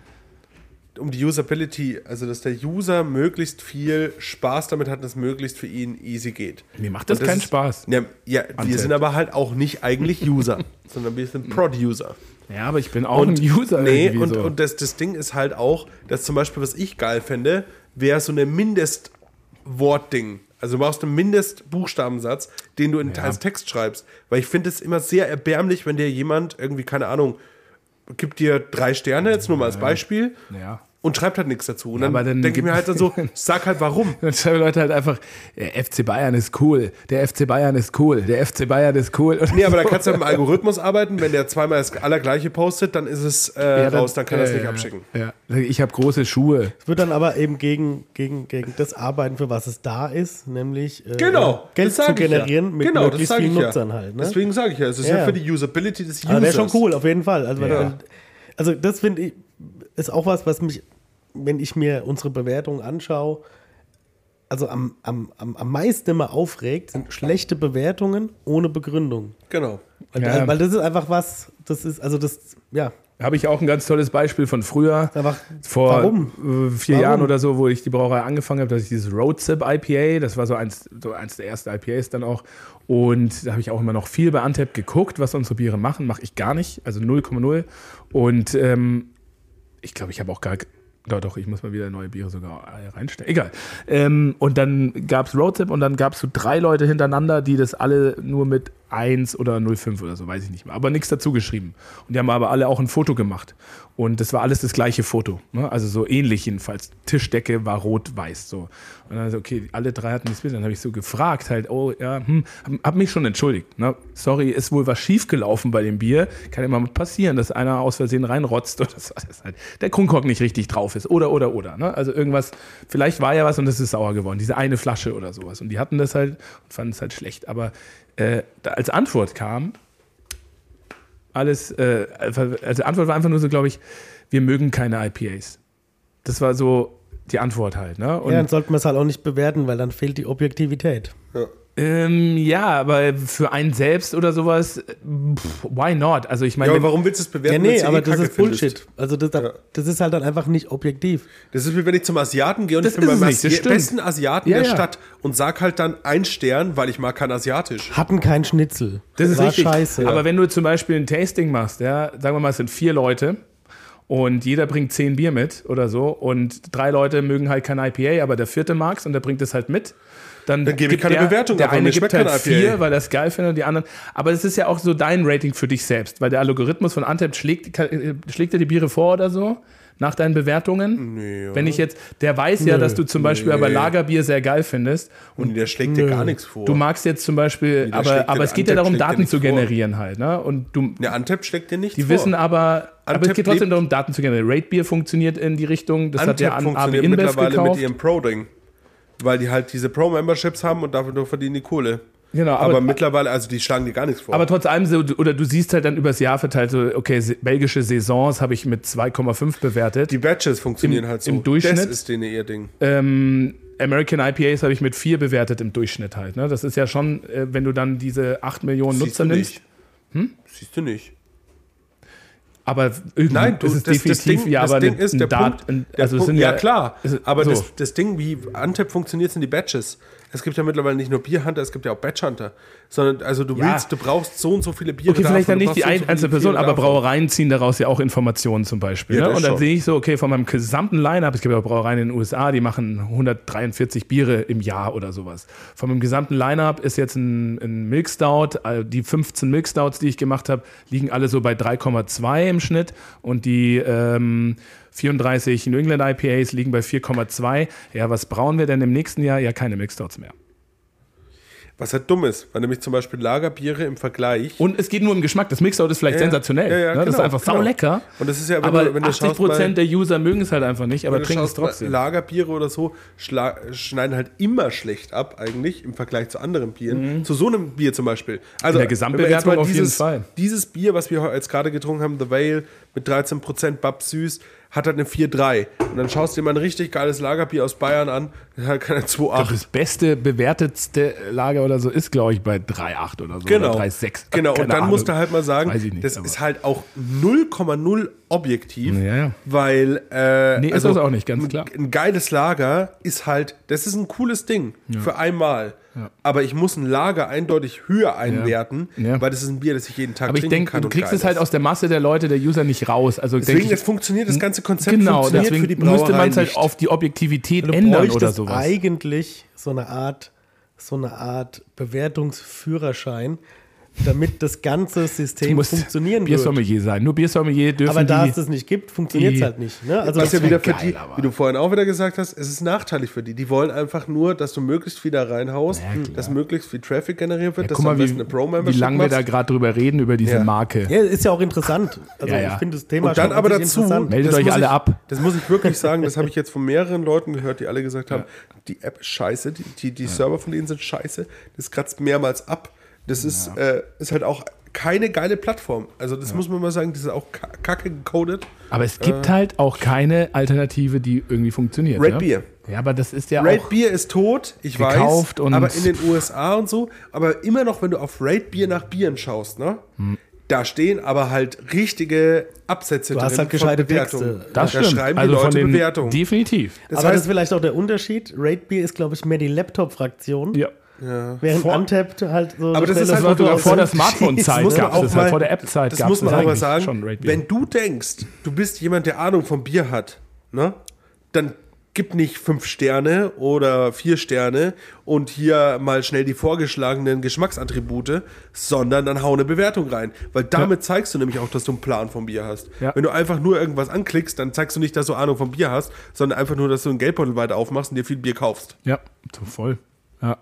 Speaker 3: um die Usability, also dass der User möglichst viel Spaß damit hat, dass es möglichst für ihn easy geht.
Speaker 2: Mir macht das
Speaker 3: Und
Speaker 2: keinen
Speaker 3: ist,
Speaker 2: Spaß.
Speaker 3: Ja, ja wir
Speaker 2: Anzelt.
Speaker 3: sind aber halt auch nicht eigentlich User, sondern wir sind Prod-User.
Speaker 2: ja, aber ich bin auch ein User
Speaker 3: Nee,
Speaker 2: irgendwie
Speaker 3: und,
Speaker 2: so.
Speaker 3: und das, das Ding ist halt auch, dass zum Beispiel, was ich geil fände, wäre so eine Mindestwortding. Also du brauchst einen Mindestbuchstabensatz, den du in, als Text schreibst. Weil ich finde es immer sehr erbärmlich, wenn dir jemand irgendwie, keine Ahnung, gibt dir drei Sterne, jetzt nur mal als Beispiel,
Speaker 2: Ja.
Speaker 3: und schreibt halt nichts dazu. Und
Speaker 2: aber
Speaker 3: dann,
Speaker 2: dann
Speaker 3: denke ich
Speaker 2: gibt-
Speaker 3: mir halt dann so, sag halt warum.
Speaker 2: dann schreiben Leute halt einfach, der FC Bayern ist cool, der FC Bayern ist cool, der FC Bayern ist cool.
Speaker 3: Nee, aber da kannst du mit dem Algorithmus arbeiten. Wenn der zweimal das Allergleiche postet, dann ist es äh, raus, dann kann er es nicht abschicken.
Speaker 2: Ja. Ich habe große Schuhe.
Speaker 4: Es wird dann aber eben gegen, gegen, gegen das arbeiten, für was es da ist, nämlich äh,
Speaker 3: Genau.
Speaker 4: Geld
Speaker 3: das sag
Speaker 4: zu
Speaker 3: ich ja.
Speaker 4: generieren mit
Speaker 3: Genau, das
Speaker 4: möglichst
Speaker 3: sag
Speaker 4: vielen
Speaker 3: ich ja.
Speaker 4: Nutzern halt. Ne?
Speaker 3: Deswegen sage ich ja, es ist ja.
Speaker 4: Ja.
Speaker 3: für die Usability des Users.
Speaker 4: Aber wäre schon cool, auf jeden Fall. Also, wenn-
Speaker 2: Ja.
Speaker 4: wenn- also das finde ich, ist auch was, was mich, wenn ich mir unsere Bewertungen anschaue, also am, am, am, am meisten immer aufregt, sind schlechte Bewertungen ohne Begründung.
Speaker 3: Genau.
Speaker 4: Weil,
Speaker 2: Ja.
Speaker 4: weil das ist einfach was, das ist, also das, ja,
Speaker 2: Habe ich auch ein ganz tolles Beispiel von früher.
Speaker 4: einfach,
Speaker 2: vor
Speaker 4: warum?
Speaker 2: äh, vier
Speaker 4: Warum?
Speaker 2: Jahren oder so, wo ich die Brauerei angefangen habe, dass ich dieses Roadsip IPA, das war so eins, so eins der ersten IPAs dann auch. Und da habe ich auch immer noch viel bei Antep geguckt, was unsere Biere machen. Mache ich gar nicht, also 0,0. Und ähm, ich glaube, ich habe auch gar. Doch, doch, ich muss mal wieder neue Biere sogar äh, reinstellen. Egal. Ähm, und dann gab es Roadtip und dann gab es so drei Leute hintereinander, die das alle nur mit 1 oder 05 oder so, weiß ich nicht mehr. Aber nichts dazu geschrieben. Und die haben aber alle auch ein Foto gemacht. Und das war alles das gleiche Foto. Ne? Also so ähnlich jedenfalls. Tischdecke war rot-weiß. So. Und dann so, okay, alle drei hatten das Bild. Dann habe ich so gefragt, halt, oh ja, hm, hab, hab mich schon entschuldigt. Ne? Sorry, ist wohl was schiefgelaufen bei dem Bier. Kann immer mal passieren, dass einer aus Versehen reinrotzt oder so. dass halt der Kronkork nicht richtig drauf ist. Oder, oder, oder. Ne? Also irgendwas, vielleicht war ja was und es ist sauer geworden. Diese eine Flasche oder sowas. Und die hatten das halt und fanden es halt schlecht. Aber äh, da als Antwort kam, alles, äh, also Antwort war einfach nur so, glaube ich, wir mögen keine IPAs. Das war so die Antwort halt. Ne? Und
Speaker 4: ja, dann sollte man es halt auch nicht bewerten, weil dann fehlt die Objektivität.
Speaker 2: ähm, ja, aber für einen selbst oder sowas, äh, pff, why not? Also ich
Speaker 3: Ja,
Speaker 2: meine,
Speaker 3: aber
Speaker 2: wenn-
Speaker 3: warum willst du es bewerten?
Speaker 4: Ja,
Speaker 3: wenn's
Speaker 4: nee,
Speaker 3: eh
Speaker 4: aber das
Speaker 3: Kacke
Speaker 4: ist Bullshit.
Speaker 3: findest?
Speaker 4: Also das,
Speaker 3: Ja.
Speaker 4: das ist halt dann einfach nicht objektiv.
Speaker 3: Das ist wie wenn ich zum Asiaten gehe und
Speaker 2: Das
Speaker 3: ich bin
Speaker 2: ist
Speaker 3: beim
Speaker 2: es nicht, das
Speaker 3: Asi
Speaker 2: stimmt.
Speaker 3: besten Asiaten
Speaker 2: Ja,
Speaker 3: der
Speaker 2: ja.
Speaker 3: Stadt und sag halt dann ein Stern, weil ich mag kein Asiatisch.
Speaker 4: Hatten kein Schnitzel.
Speaker 2: das ist
Speaker 4: War
Speaker 2: richtig.
Speaker 4: scheiße.
Speaker 2: Aber wenn du zum Beispiel ein Tasting machst, ja, sagen wir mal, es sind vier Leute und jeder bringt zehn Bier mit oder so und drei Leute mögen halt kein IPA, aber der vierte mag's und der bringt es halt mit. Dann,
Speaker 3: Dann gebe ich
Speaker 2: gibt
Speaker 3: keine
Speaker 2: der,
Speaker 3: Bewertung
Speaker 2: Der
Speaker 3: ab, weil
Speaker 2: eine
Speaker 3: mir
Speaker 2: gibt
Speaker 3: schmeckt kein
Speaker 2: halt
Speaker 3: IPA.
Speaker 2: vier, weil er es geil findet und die anderen. Aber es ist ja auch so dein Rating für dich selbst, weil der Algorithmus von Antep schlägt, äh, schlägt dir die Biere vor oder so nach deinen Bewertungen. Wenn ich jetzt, der weiß ja, dass du zum Beispiel aber Lagerbier sehr geil findest
Speaker 3: Und der schlägt dir gar nichts vor.
Speaker 2: Du magst jetzt zum Beispiel,
Speaker 3: da schlägt
Speaker 2: aber, aber
Speaker 3: der
Speaker 2: es geht ja
Speaker 3: Antep
Speaker 2: darum,
Speaker 3: schlägt der
Speaker 2: Daten
Speaker 3: nicht
Speaker 2: zu
Speaker 3: vor.
Speaker 2: generieren halt, ne? Und du,
Speaker 3: Ne, Antep schlägt dir nichts
Speaker 2: die
Speaker 3: vor.
Speaker 2: wissen aber, aber
Speaker 3: Antep
Speaker 2: es geht trotzdem
Speaker 3: lebt-
Speaker 2: darum, Daten zu generieren. Ratebeer funktioniert in die Richtung, das hat
Speaker 3: Antep
Speaker 2: ja an AB
Speaker 3: funktioniert
Speaker 2: InBev
Speaker 3: mittlerweile mit
Speaker 2: gekauft.
Speaker 3: ihrem Pro-Ding. Weil die halt diese Pro-Memberships haben und dafür nur verdienen die Kohle.
Speaker 2: Genau,
Speaker 3: aber,
Speaker 2: aber-
Speaker 3: mittlerweile, also die schlagen dir gar nichts vor.
Speaker 2: Aber trotz allem, so, oder du siehst halt dann übers Jahr verteilt, so, okay, se- belgische Saisons habe ich mit 2,5 bewertet.
Speaker 3: die Badges funktionieren
Speaker 2: Im-
Speaker 3: halt so.
Speaker 2: im Durchschnitt-
Speaker 3: das ist denen ihr Ding.
Speaker 2: ähm, American IPAs habe ich mit 4 bewertet im Durchschnitt halt. Ne? Das ist ja schon, äh, wenn du dann diese 8 Millionen
Speaker 3: Siehst
Speaker 2: Nutzer
Speaker 3: du
Speaker 2: nimmst.
Speaker 3: nicht. Hm? Siehst du nicht.
Speaker 2: Aber irgendwie
Speaker 3: Nein, du,
Speaker 2: ist es
Speaker 3: das,
Speaker 2: definitiv,
Speaker 3: das Ding,
Speaker 2: ja,
Speaker 3: das
Speaker 2: aber
Speaker 3: Ding
Speaker 2: ein-
Speaker 3: ist
Speaker 2: ein
Speaker 3: der
Speaker 2: Dat-
Speaker 3: Punkt.
Speaker 2: ein-
Speaker 3: der
Speaker 2: also es
Speaker 3: Punkt
Speaker 2: sind
Speaker 3: ja,
Speaker 2: ja
Speaker 3: klar,
Speaker 2: es ist-
Speaker 3: aber
Speaker 2: so.
Speaker 3: das, das Ding, wie Antep funktioniert, sind die Badges. Es gibt ja mittlerweile nicht nur Bierhunter, es gibt ja auch Batchhunter. Sondern, also du
Speaker 2: Ja.
Speaker 3: willst, du brauchst so und so viele Biere.
Speaker 2: Okay, vielleicht dann
Speaker 3: davon, du
Speaker 2: nicht die
Speaker 3: brauchst so und
Speaker 2: ein,
Speaker 3: so viele
Speaker 2: einzelne Person,
Speaker 3: Biere
Speaker 2: aber
Speaker 3: davon.
Speaker 2: Brauereien ziehen daraus ja auch Informationen zum Beispiel.
Speaker 3: Ja,
Speaker 2: ne?
Speaker 3: das
Speaker 2: Und dann
Speaker 3: schon.
Speaker 2: sehe ich so, okay, von meinem gesamten Line-Up, es gibt ja auch Brauereien in den USA, die machen 143 Biere im Jahr oder sowas. Von meinem gesamten Line-Up ist jetzt ein, ein Milkstout, äh, die 15 Milkstouts, die ich gemacht habe, liegen alle so bei 3,2 im Schnitt und die ähm, 34 New England IPAs liegen bei 4,2. Ja, was brauen wir denn im nächsten Jahr? Ja, keine Milkstouts mehr.
Speaker 3: Was halt dumm ist, weil nämlich zum Beispiel Lagerbiere im Vergleich.
Speaker 2: Und es geht nur um Geschmack. Das Mixout ist vielleicht
Speaker 3: Ja, ja.
Speaker 2: sensationell.
Speaker 3: Ja, ja,
Speaker 2: ne? das ist
Speaker 3: genau,
Speaker 2: einfach
Speaker 3: genau.
Speaker 2: saulecker.
Speaker 3: Und das ist ja, wenn
Speaker 2: aber
Speaker 3: du- wenn du
Speaker 2: 80
Speaker 3: schaust mal-
Speaker 2: Prozent der User mögen es halt einfach nicht, aber
Speaker 3: Wenn du
Speaker 2: trinken es
Speaker 3: schaust,
Speaker 2: trotzdem.
Speaker 3: Lagerbiere oder so schla- schneiden halt immer schlecht ab, eigentlich, im Vergleich zu anderen Bieren. Zu so einem Bier zum Beispiel.
Speaker 2: Mhm.
Speaker 3: Also,
Speaker 2: In der Gesamtbewertung
Speaker 3: wenn wir jetzt mal
Speaker 2: auf jeden
Speaker 3: dieses,
Speaker 2: Fall.
Speaker 3: Dieses Bier, was wir heu- jetzt gerade getrunken haben, The Vale, mit 13% Bab süß, hat halt eine 4,3. Und dann schaust du dir mal ein richtig geiles Lagerbier aus Bayern an, das hat keine 2,8.
Speaker 2: das beste, bewertetste Lager oder so ist, glaube ich, bei 3,8 oder so.
Speaker 3: Genau.
Speaker 2: Oder 3,6.
Speaker 3: Genau, und
Speaker 2: Keine
Speaker 3: dann
Speaker 2: Ahnung.
Speaker 3: musst du halt mal sagen,
Speaker 2: Weiß ich nicht,
Speaker 3: das
Speaker 2: aber-
Speaker 3: ist halt auch 0,0 objektiv,
Speaker 2: Ja, ja.
Speaker 3: weil. Äh,
Speaker 2: Nee, ist das auch nicht, ganz klar.
Speaker 3: Ein geiles Lager ist halt, das ist ein cooles Ding für einmal. Aber ich muss ein Lager eindeutig höher einwerten,
Speaker 2: Ja.
Speaker 3: weil das ist ein Bier, das ich jeden Tag
Speaker 2: Aber ich
Speaker 3: trinken
Speaker 2: denke,
Speaker 3: kann.
Speaker 2: du
Speaker 3: und
Speaker 2: kriegst
Speaker 3: geil
Speaker 2: es halt
Speaker 3: ist.
Speaker 2: aus der Masse der Leute, der User nicht raus. Also
Speaker 3: Deswegen,
Speaker 2: denk ich,
Speaker 3: das funktioniert, das ganze Konzept
Speaker 2: genau,
Speaker 3: funktioniert
Speaker 2: deswegen
Speaker 3: für die Brauerei
Speaker 2: müsste man es halt
Speaker 3: nicht.
Speaker 2: auf die Objektivität ändern oder
Speaker 4: bräuchtest
Speaker 2: sowas.
Speaker 4: eigentlich so eine Art, so eine Art Bewertungsführerschein, damit das ganze
Speaker 2: Du
Speaker 4: System
Speaker 2: musst
Speaker 4: funktionieren wird.
Speaker 2: Biersommelier sein. Nur Biersommelier dürfen
Speaker 4: Aber da
Speaker 2: die,
Speaker 4: es das nicht gibt, funktioniert es
Speaker 2: die-
Speaker 4: halt nicht. Ne? Also
Speaker 3: Was ja
Speaker 4: das-
Speaker 3: wieder für
Speaker 2: geil,
Speaker 3: die,
Speaker 2: aber-
Speaker 3: wie du vorhin auch wieder gesagt hast, es ist nachteilig für die. Die wollen einfach nur, dass du möglichst viel da reinhaust,
Speaker 2: Ja, klar.
Speaker 3: dass möglichst viel Traffic generiert wird, dass
Speaker 2: guck
Speaker 3: du
Speaker 2: mal,
Speaker 3: am
Speaker 2: wie,
Speaker 3: besten eine
Speaker 2: wie
Speaker 3: Pro-Membership
Speaker 2: lange wir da
Speaker 3: machst.
Speaker 2: gerade drüber reden, über diese
Speaker 3: Ja.
Speaker 2: Marke.
Speaker 4: ja, ist ja auch interessant. Also
Speaker 2: Ja, ja.
Speaker 4: ich finde das Thema
Speaker 3: Und dann
Speaker 4: schon
Speaker 3: aber
Speaker 4: an sich
Speaker 3: dazu,
Speaker 4: interessant.
Speaker 2: Meldet
Speaker 3: das
Speaker 2: euch
Speaker 3: muss
Speaker 2: alle
Speaker 3: ich,
Speaker 2: ab.
Speaker 3: Das muss ich wirklich sagen, das habe ich jetzt von mehreren Leuten gehört, die alle gesagt haben, die App ist scheiße, die, die, die Server von denen sind scheiße, das kratzt mehrmals ab. Das ist, äh, ist halt auch keine geile Plattform. Also das muss man mal sagen, das ist auch ka- kacke gecodet.
Speaker 2: Aber es gibt halt auch keine Alternative, die irgendwie funktioniert.
Speaker 3: Äh. Red
Speaker 2: ne?
Speaker 3: Beer.
Speaker 2: Ja, aber das ist ja
Speaker 3: Red
Speaker 2: auch.
Speaker 3: Beer ist tot, ich
Speaker 2: Gekauft
Speaker 3: weiß,
Speaker 2: und-
Speaker 3: aber in den USA und so, aber immer noch, wenn du auf Red Beer nach Bieren schaust, ne? Da stehen aber halt richtige Absätze
Speaker 4: Du hast halt gescheite Texte.
Speaker 2: Das
Speaker 3: da
Speaker 2: stimmt.
Speaker 3: schreiben die
Speaker 2: also
Speaker 3: Leute
Speaker 2: von den
Speaker 3: Bewertungen.
Speaker 2: Definitiv.
Speaker 3: das
Speaker 4: aber das
Speaker 3: heißt,
Speaker 4: ist vielleicht auch der Unterschied. Rate Beer ist, glaube ich, mehr die Laptop-Fraktion,
Speaker 2: Ja.
Speaker 4: während
Speaker 2: Vor-
Speaker 4: Untapped halt so.
Speaker 3: Aber
Speaker 4: eine
Speaker 3: das ist
Speaker 2: Das
Speaker 4: schnelle
Speaker 3: halt
Speaker 2: war
Speaker 4: Foto-
Speaker 2: sogar
Speaker 3: auch
Speaker 2: vor
Speaker 3: so-
Speaker 2: der Smartphone-Zeit
Speaker 3: muss man
Speaker 2: gab es
Speaker 3: auch
Speaker 2: das halt,
Speaker 3: mal-
Speaker 2: vor der App-Zeit
Speaker 3: das
Speaker 2: gab es
Speaker 3: muss man
Speaker 2: das
Speaker 3: auch mal
Speaker 2: eigentlich
Speaker 3: sagen,
Speaker 2: schon, Red Beer.
Speaker 3: wenn du denkst, du bist jemand, der Ahnung vom Bier hat, ne? dann gib nicht fünf Sterne oder vier Sterne und hier mal schnell die vorgeschlagenen Geschmacksattribute, sondern dann hau eine Bewertung rein. Weil damit zeigst du nämlich auch, dass du einen Plan vom Bier hast.
Speaker 2: Ja.
Speaker 3: Wenn du einfach nur irgendwas anklickst, dann zeigst du nicht, dass du Ahnung vom Bier hast, sondern einfach nur, dass du einen Geldbeutel weiter aufmachst und dir viel Bier kaufst.
Speaker 2: Ja, so voll. Ja.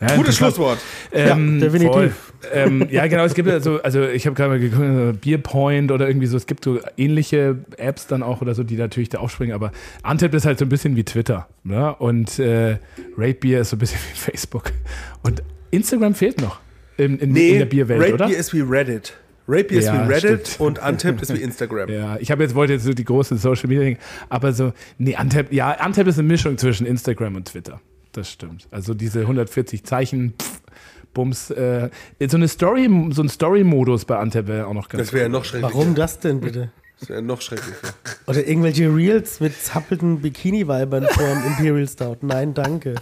Speaker 2: Ja,
Speaker 3: Gutes
Speaker 2: interessant.
Speaker 3: Schlusswort.
Speaker 2: Ähm,
Speaker 4: Ja, definitiv.
Speaker 2: voll. Ähm, ja, genau, es gibt ja so, also ich habe gerade mal geguckt, äh, Bierpoint oder irgendwie so, es gibt so ähnliche Apps dann auch oder so, die natürlich da aufspringen, aber Antep ist halt so ein bisschen wie Twitter. Ne? Und äh, Ratebeer ist so ein bisschen wie Facebook. Und Instagram fehlt noch in, in, in der Bierwelt,
Speaker 3: Ratebeer
Speaker 2: oder?
Speaker 3: ist wie Reddit. Ratebeer
Speaker 2: Ja,
Speaker 3: ist wie Reddit
Speaker 2: stimmt.
Speaker 3: und Untapped ist wie Instagram.
Speaker 2: Ja, ich habe jetzt wollte jetzt so die große Social Media, Ding, aber so nee, Antep, ja, Antep ist eine Mischung zwischen Instagram und Twitter. Das stimmt. Also diese 140 Zeichen pff, Bums äh, so eine Story so ein Story Modus bei Antep wäre auch noch ganz
Speaker 3: Das wäre ja noch schrecklicher.
Speaker 4: Warum das denn bitte?
Speaker 3: Das wäre noch schrecklicher.
Speaker 4: Oder irgendwelche Reels mit zappelnden Bikini-Weibern vor dem Imperial Stout. Nein, danke.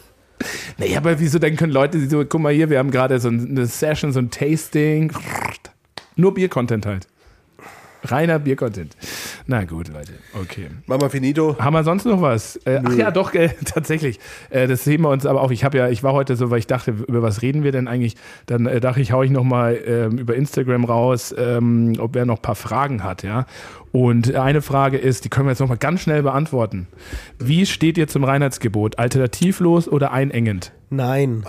Speaker 2: Naja, aber wieso dann können Leute die so guck mal hier, wir haben gerade so eine Session, so ein Tasting. Nur Bier-Content halt. Reiner Bier-Content. Na gut, Leute. Okay.
Speaker 3: Mama Finito.
Speaker 2: Haben wir sonst noch was? Äh, ach ja, doch, äh, tatsächlich. Äh, das sehen wir uns aber auch. Ich habe ja, ich war heute so, weil ich dachte, über was reden wir denn eigentlich? Dann äh, dachte ich, hau ich nochmal ähm, über Instagram raus, ähm, ob wer noch ein paar Fragen hat, ja. Und eine Frage ist, die können wir jetzt nochmal ganz schnell beantworten. Wie steht ihr zum Reinheitsgebot? Alternativlos oder einengend?
Speaker 4: Nein.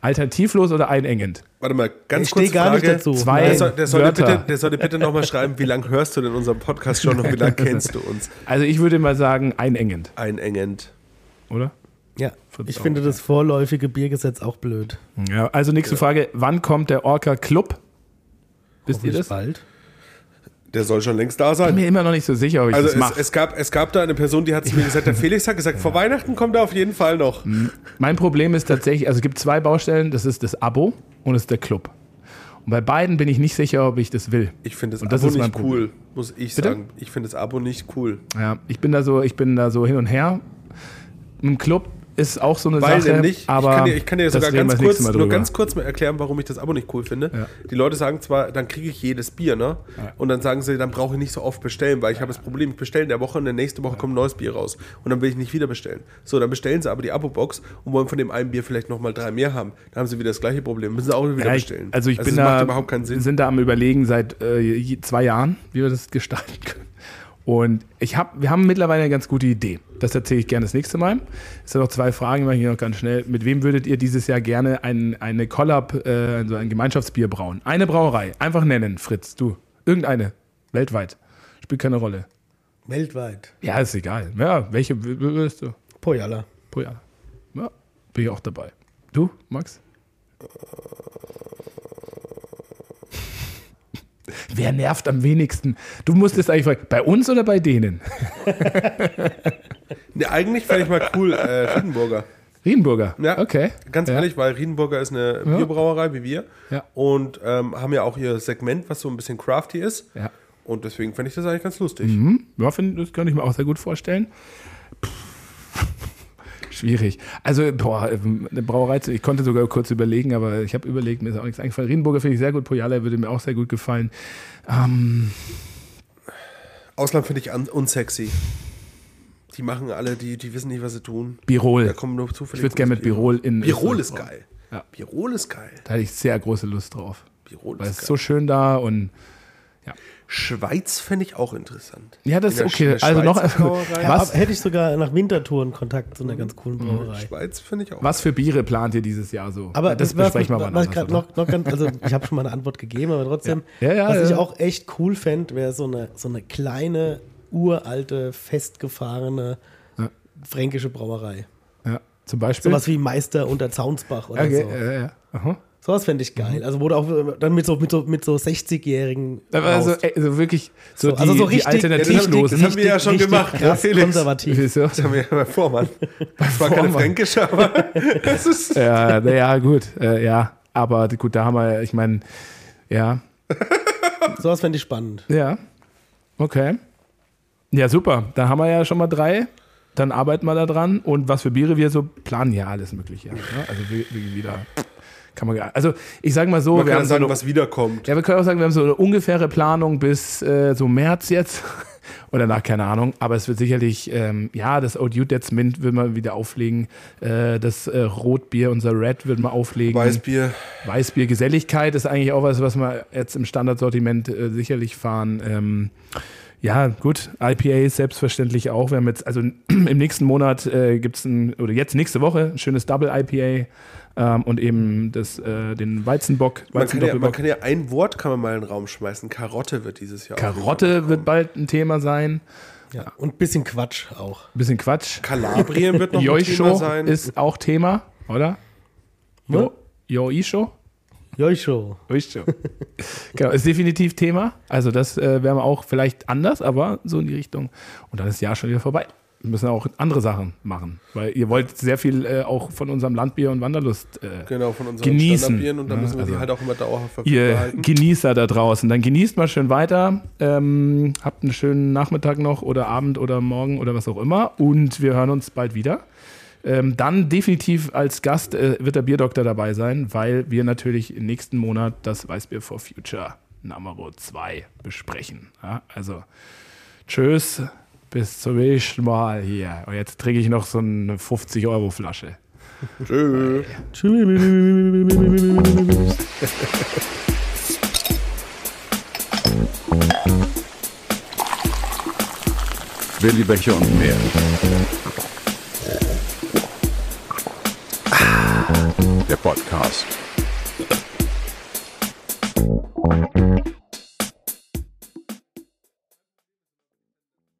Speaker 2: Alternativlos oder einengend?
Speaker 3: Warte mal, ganz
Speaker 4: Ich
Speaker 3: kurz
Speaker 4: stehe gar
Speaker 3: Frage.
Speaker 4: nicht dazu.
Speaker 2: Zwei-
Speaker 3: Der, soll, der, sollte
Speaker 2: Wörter.
Speaker 3: bitte, der sollte bitte nochmal schreiben, wie lange hörst du denn unseren Podcast schon und wie lange kennst du uns?
Speaker 2: Also ich würde mal sagen, einengend,
Speaker 3: Einengend.
Speaker 2: oder?
Speaker 4: Ja,
Speaker 2: Find's
Speaker 4: ich
Speaker 2: auch
Speaker 4: finde das vorläufige Biergesetz auch blöd.
Speaker 2: Ja, also nächste Frage. Wann kommt der Orca Club? Wisst ihr
Speaker 4: Hoffentlich
Speaker 2: das?
Speaker 4: bald?
Speaker 3: Der soll schon längst da
Speaker 2: Ich bin
Speaker 3: sein.
Speaker 2: mir immer noch nicht so sicher, ob ich
Speaker 3: Also
Speaker 2: das mache.
Speaker 3: es, es, gab, es gab da eine Person, die hat zu mir gesagt, der Felix hat gesagt, vor Weihnachten kommt er auf jeden Fall noch.
Speaker 2: Mhm. Mein Problem ist tatsächlich, also es gibt zwei Baustellen, das ist das Abo und es ist der Club. Und bei beiden bin ich nicht sicher, ob ich das will.
Speaker 3: Ich finde das
Speaker 2: Und das
Speaker 3: Abo
Speaker 2: ist mein
Speaker 3: nicht
Speaker 2: Problem.
Speaker 3: cool, muss ich
Speaker 2: Bitte?
Speaker 3: sagen. Ich finde das Abo nicht cool.
Speaker 2: Ja, ich bin da so, ich bin da so hin und her. Ein Club ist auch so eine
Speaker 3: Weil
Speaker 2: Sache.
Speaker 3: nämlich,
Speaker 2: aber
Speaker 3: ich kann dir, ich kann dir
Speaker 2: das
Speaker 3: sogar
Speaker 2: reden wir
Speaker 3: ganz
Speaker 2: das nächste
Speaker 3: kurz,
Speaker 2: Mal
Speaker 3: nur
Speaker 2: drüber.
Speaker 3: ganz kurz mal erklären, warum ich das Abo nicht cool finde.
Speaker 2: Ja.
Speaker 3: Die Leute sagen zwar, dann kriege ich jedes Bier, ne? Und dann sagen sie, dann brauche ich nicht so oft bestellen, weil ich habe das Problem, ich bestelle in der Woche und in der nächsten Woche kommt ein neues Bier raus. Und dann will ich nicht wieder bestellen. So, dann bestellen sie aber die Abo-Box und wollen von dem einen Bier vielleicht nochmal drei mehr haben. Dann haben sie wieder das gleiche Problem, müssen sie auch wieder
Speaker 2: Ja, ich,
Speaker 3: bestellen.
Speaker 2: also ich bin
Speaker 3: das
Speaker 2: da,
Speaker 3: macht überhaupt keinen Sinn.
Speaker 2: sind da am Überlegen seit äh, je- zwei Jahren, wie wir das gestalten können. Und ich hab, wir haben mittlerweile eine ganz gute Idee. Das erzähle ich gerne das nächste Mal. Es sind noch zwei Fragen, mache ich noch ganz schnell. Mit wem würdet ihr dieses Jahr gerne ein, eine Collab, äh, so ein Gemeinschaftsbier brauen? Eine Brauerei, einfach nennen, Fritz, du. Irgendeine, weltweit. Spielt keine Rolle.
Speaker 4: Weltweit.
Speaker 2: Ja, ist egal. Ja, welche w- w- willst du?
Speaker 4: Poyala.
Speaker 2: Pro Jahr. Ja, bin ich auch dabei. Du, Max? Wer nervt am wenigsten? Du musstest eigentlich fragen, bei uns oder bei denen?
Speaker 3: Ne, eigentlich fände ich mal cool, äh, Riedenburger.
Speaker 2: Riedenburger.
Speaker 3: Ja,
Speaker 2: Okay.
Speaker 3: Ganz
Speaker 2: ja.
Speaker 3: ehrlich, weil Riedenburger ist eine
Speaker 2: Ja.
Speaker 3: Bierbrauerei wie wir
Speaker 2: Ja.
Speaker 3: und ähm, haben ja auch ihr Segment, was so ein bisschen crafty ist.
Speaker 2: Ja. Mhm.
Speaker 3: Und deswegen fände ich das eigentlich ganz lustig.
Speaker 2: Hm? Ja, find, das kann ich mir auch sehr gut vorstellen. Pff, Schwierig. Also, boah, eine Brauerei, zu- ich konnte sogar kurz überlegen, aber ich habe überlegt, mir ist auch nichts eingefallen. Riedenburger finde ich sehr gut, Poyala würde mir auch sehr gut gefallen.
Speaker 3: Ausland finde ich un unsexy. Die machen alle, die, die wissen nicht, was sie tun.
Speaker 2: Birol.
Speaker 3: Da kommen nur zufällig.
Speaker 2: Ich würde gerne mit Birol in.
Speaker 3: Birol ist
Speaker 2: Österreich
Speaker 3: geil.
Speaker 2: Ja.
Speaker 3: Birol ist geil.
Speaker 2: Da hatte ich sehr große Lust drauf.
Speaker 3: Birol
Speaker 2: Weil es
Speaker 3: ist
Speaker 2: ist
Speaker 3: geil.
Speaker 2: so schön da und
Speaker 3: Schweiz fände ich auch interessant.
Speaker 2: ja, das
Speaker 3: In
Speaker 2: ist
Speaker 3: der
Speaker 2: okay.
Speaker 3: Sch-
Speaker 2: Also noch
Speaker 3: Schweiz Brauerei.
Speaker 4: Was?
Speaker 2: was, Mhm.
Speaker 4: Hätte ich sogar nach Wintertouren Kontakt zu einer ganz coolen Brauerei.
Speaker 3: Schweiz finde ich auch.
Speaker 2: was für Biere plant ihr dieses Jahr so?
Speaker 4: Aber
Speaker 2: das
Speaker 4: was
Speaker 2: besprechen wir
Speaker 4: mich-
Speaker 2: mal
Speaker 4: was
Speaker 2: anders.
Speaker 4: grad
Speaker 2: oder?
Speaker 4: noch, noch ganz, also ich habe schon mal eine Antwort gegeben, aber trotzdem,
Speaker 2: Ja. Ja, ja,
Speaker 4: was ich
Speaker 2: ja.
Speaker 4: auch echt cool fände, wäre so eine, so eine kleine, uralte, festgefahrene
Speaker 2: Ja. Hm.
Speaker 4: fränkische Brauerei.
Speaker 2: Ja, zum Beispiel.
Speaker 4: Sowas wie Meister unter Zaunsbach oder
Speaker 2: okay,
Speaker 4: so.
Speaker 2: ja, Mhm. ja. Aha.
Speaker 4: Sowas fände ich geil. Also wurde auch dann mit so, mit so, mit so 60-Jährigen.
Speaker 2: Aber also,
Speaker 4: raus.
Speaker 2: ey, also wirklich so,
Speaker 4: So,
Speaker 2: die,
Speaker 4: also so
Speaker 2: die
Speaker 4: richtig-
Speaker 3: das
Speaker 2: Alternativlosen.
Speaker 3: haben wir ja schon
Speaker 4: richtig
Speaker 3: gemacht, ja,
Speaker 4: Krass,
Speaker 3: Felix.
Speaker 4: konservativ.
Speaker 2: Wieso?
Speaker 3: Das haben wir ja bei Vormann. Das war keine
Speaker 2: Vormann.
Speaker 3: fränkische, aber das ist.
Speaker 2: Ja, na ja, gut. Äh, ja, aber gut, da haben wir, ich meine, ja,
Speaker 4: Sowas fände ich spannend.
Speaker 2: ja. Okay. Ja, super. Da haben wir ja schon mal drei. Dann arbeiten wir da dran. Und was für Biere wir so planen, ja, alles Mögliche. Ja. Also wie, wie wieder. Kann man, ge- also ich sage mal so,
Speaker 3: Man
Speaker 2: wir
Speaker 3: kann
Speaker 2: haben
Speaker 3: ja
Speaker 2: so
Speaker 3: sagen,
Speaker 2: eine
Speaker 3: was wiederkommt.
Speaker 2: Ja, wir können auch sagen, wir haben so eine ungefähre Planung bis äh, so März jetzt. Oder nach, keine Ahnung. Aber es wird sicherlich, ähm, ja, das Old Dude That's Mint wird man wieder auflegen. Äh, das äh, Rotbier, unser Red, wird man auflegen.
Speaker 3: Weißbier.
Speaker 2: Weißbier Geselligkeit ist eigentlich auch was, was wir jetzt im Standardsortiment äh, sicherlich fahren. Ähm, ja, gut, IPA selbstverständlich auch. Wir haben jetzt, also im nächsten Monat äh, gibt es ein, oder jetzt nächste Woche, ein schönes Double IPA ähm, und eben das, äh, den Weizenbock,
Speaker 3: Man kann, ja, man
Speaker 2: Weizendoppelbock.
Speaker 3: kann ja ein Wort kann man mal in den Raum schmeißen. Karotte wird dieses Jahr.
Speaker 2: Karotte wird bald ein Thema sein.
Speaker 4: Ja. Und ein bisschen Quatsch auch.
Speaker 2: Ein bisschen Quatsch.
Speaker 3: Kalabrien wird noch ein Thema
Speaker 2: Yoisho
Speaker 3: sein.
Speaker 2: ist auch Thema, oder? Jo, Yoisho?
Speaker 4: Joisho.
Speaker 2: Yoisho. genau, ist definitiv Thema. Also das äh, wären wir auch vielleicht anders, aber so in die Richtung. Und dann ist das Jahr schon wieder vorbei. Wir müssen auch andere Sachen machen, weil ihr wollt sehr viel äh, auch von unserem Landbier und Wanderlust äh,
Speaker 3: genau, von unseren
Speaker 2: Genießen.
Speaker 3: Standardbieren und da
Speaker 2: Ja,
Speaker 3: müssen wir die
Speaker 2: also-
Speaker 3: halt auch immer dauerhaft verfügbar
Speaker 2: ihr
Speaker 3: halten.
Speaker 2: Genießer da draußen. Dann genießt mal schön weiter. Ähm, habt einen schönen Nachmittag noch oder Abend oder Morgen oder was auch immer. Und wir hören uns bald wieder. Ähm, dann definitiv als Gast äh, wird der Bierdoktor dabei sein, weil wir natürlich im nächsten Monat das Weißbier for Future Numero 2 besprechen. Ja, also tschüss, bis zum nächsten Mal hier. Und jetzt trinke ich noch so eine 50-Euro-Flasche.
Speaker 3: Tschö.
Speaker 4: Tschüss.
Speaker 1: Willi Becher und mehr. Der Podcast.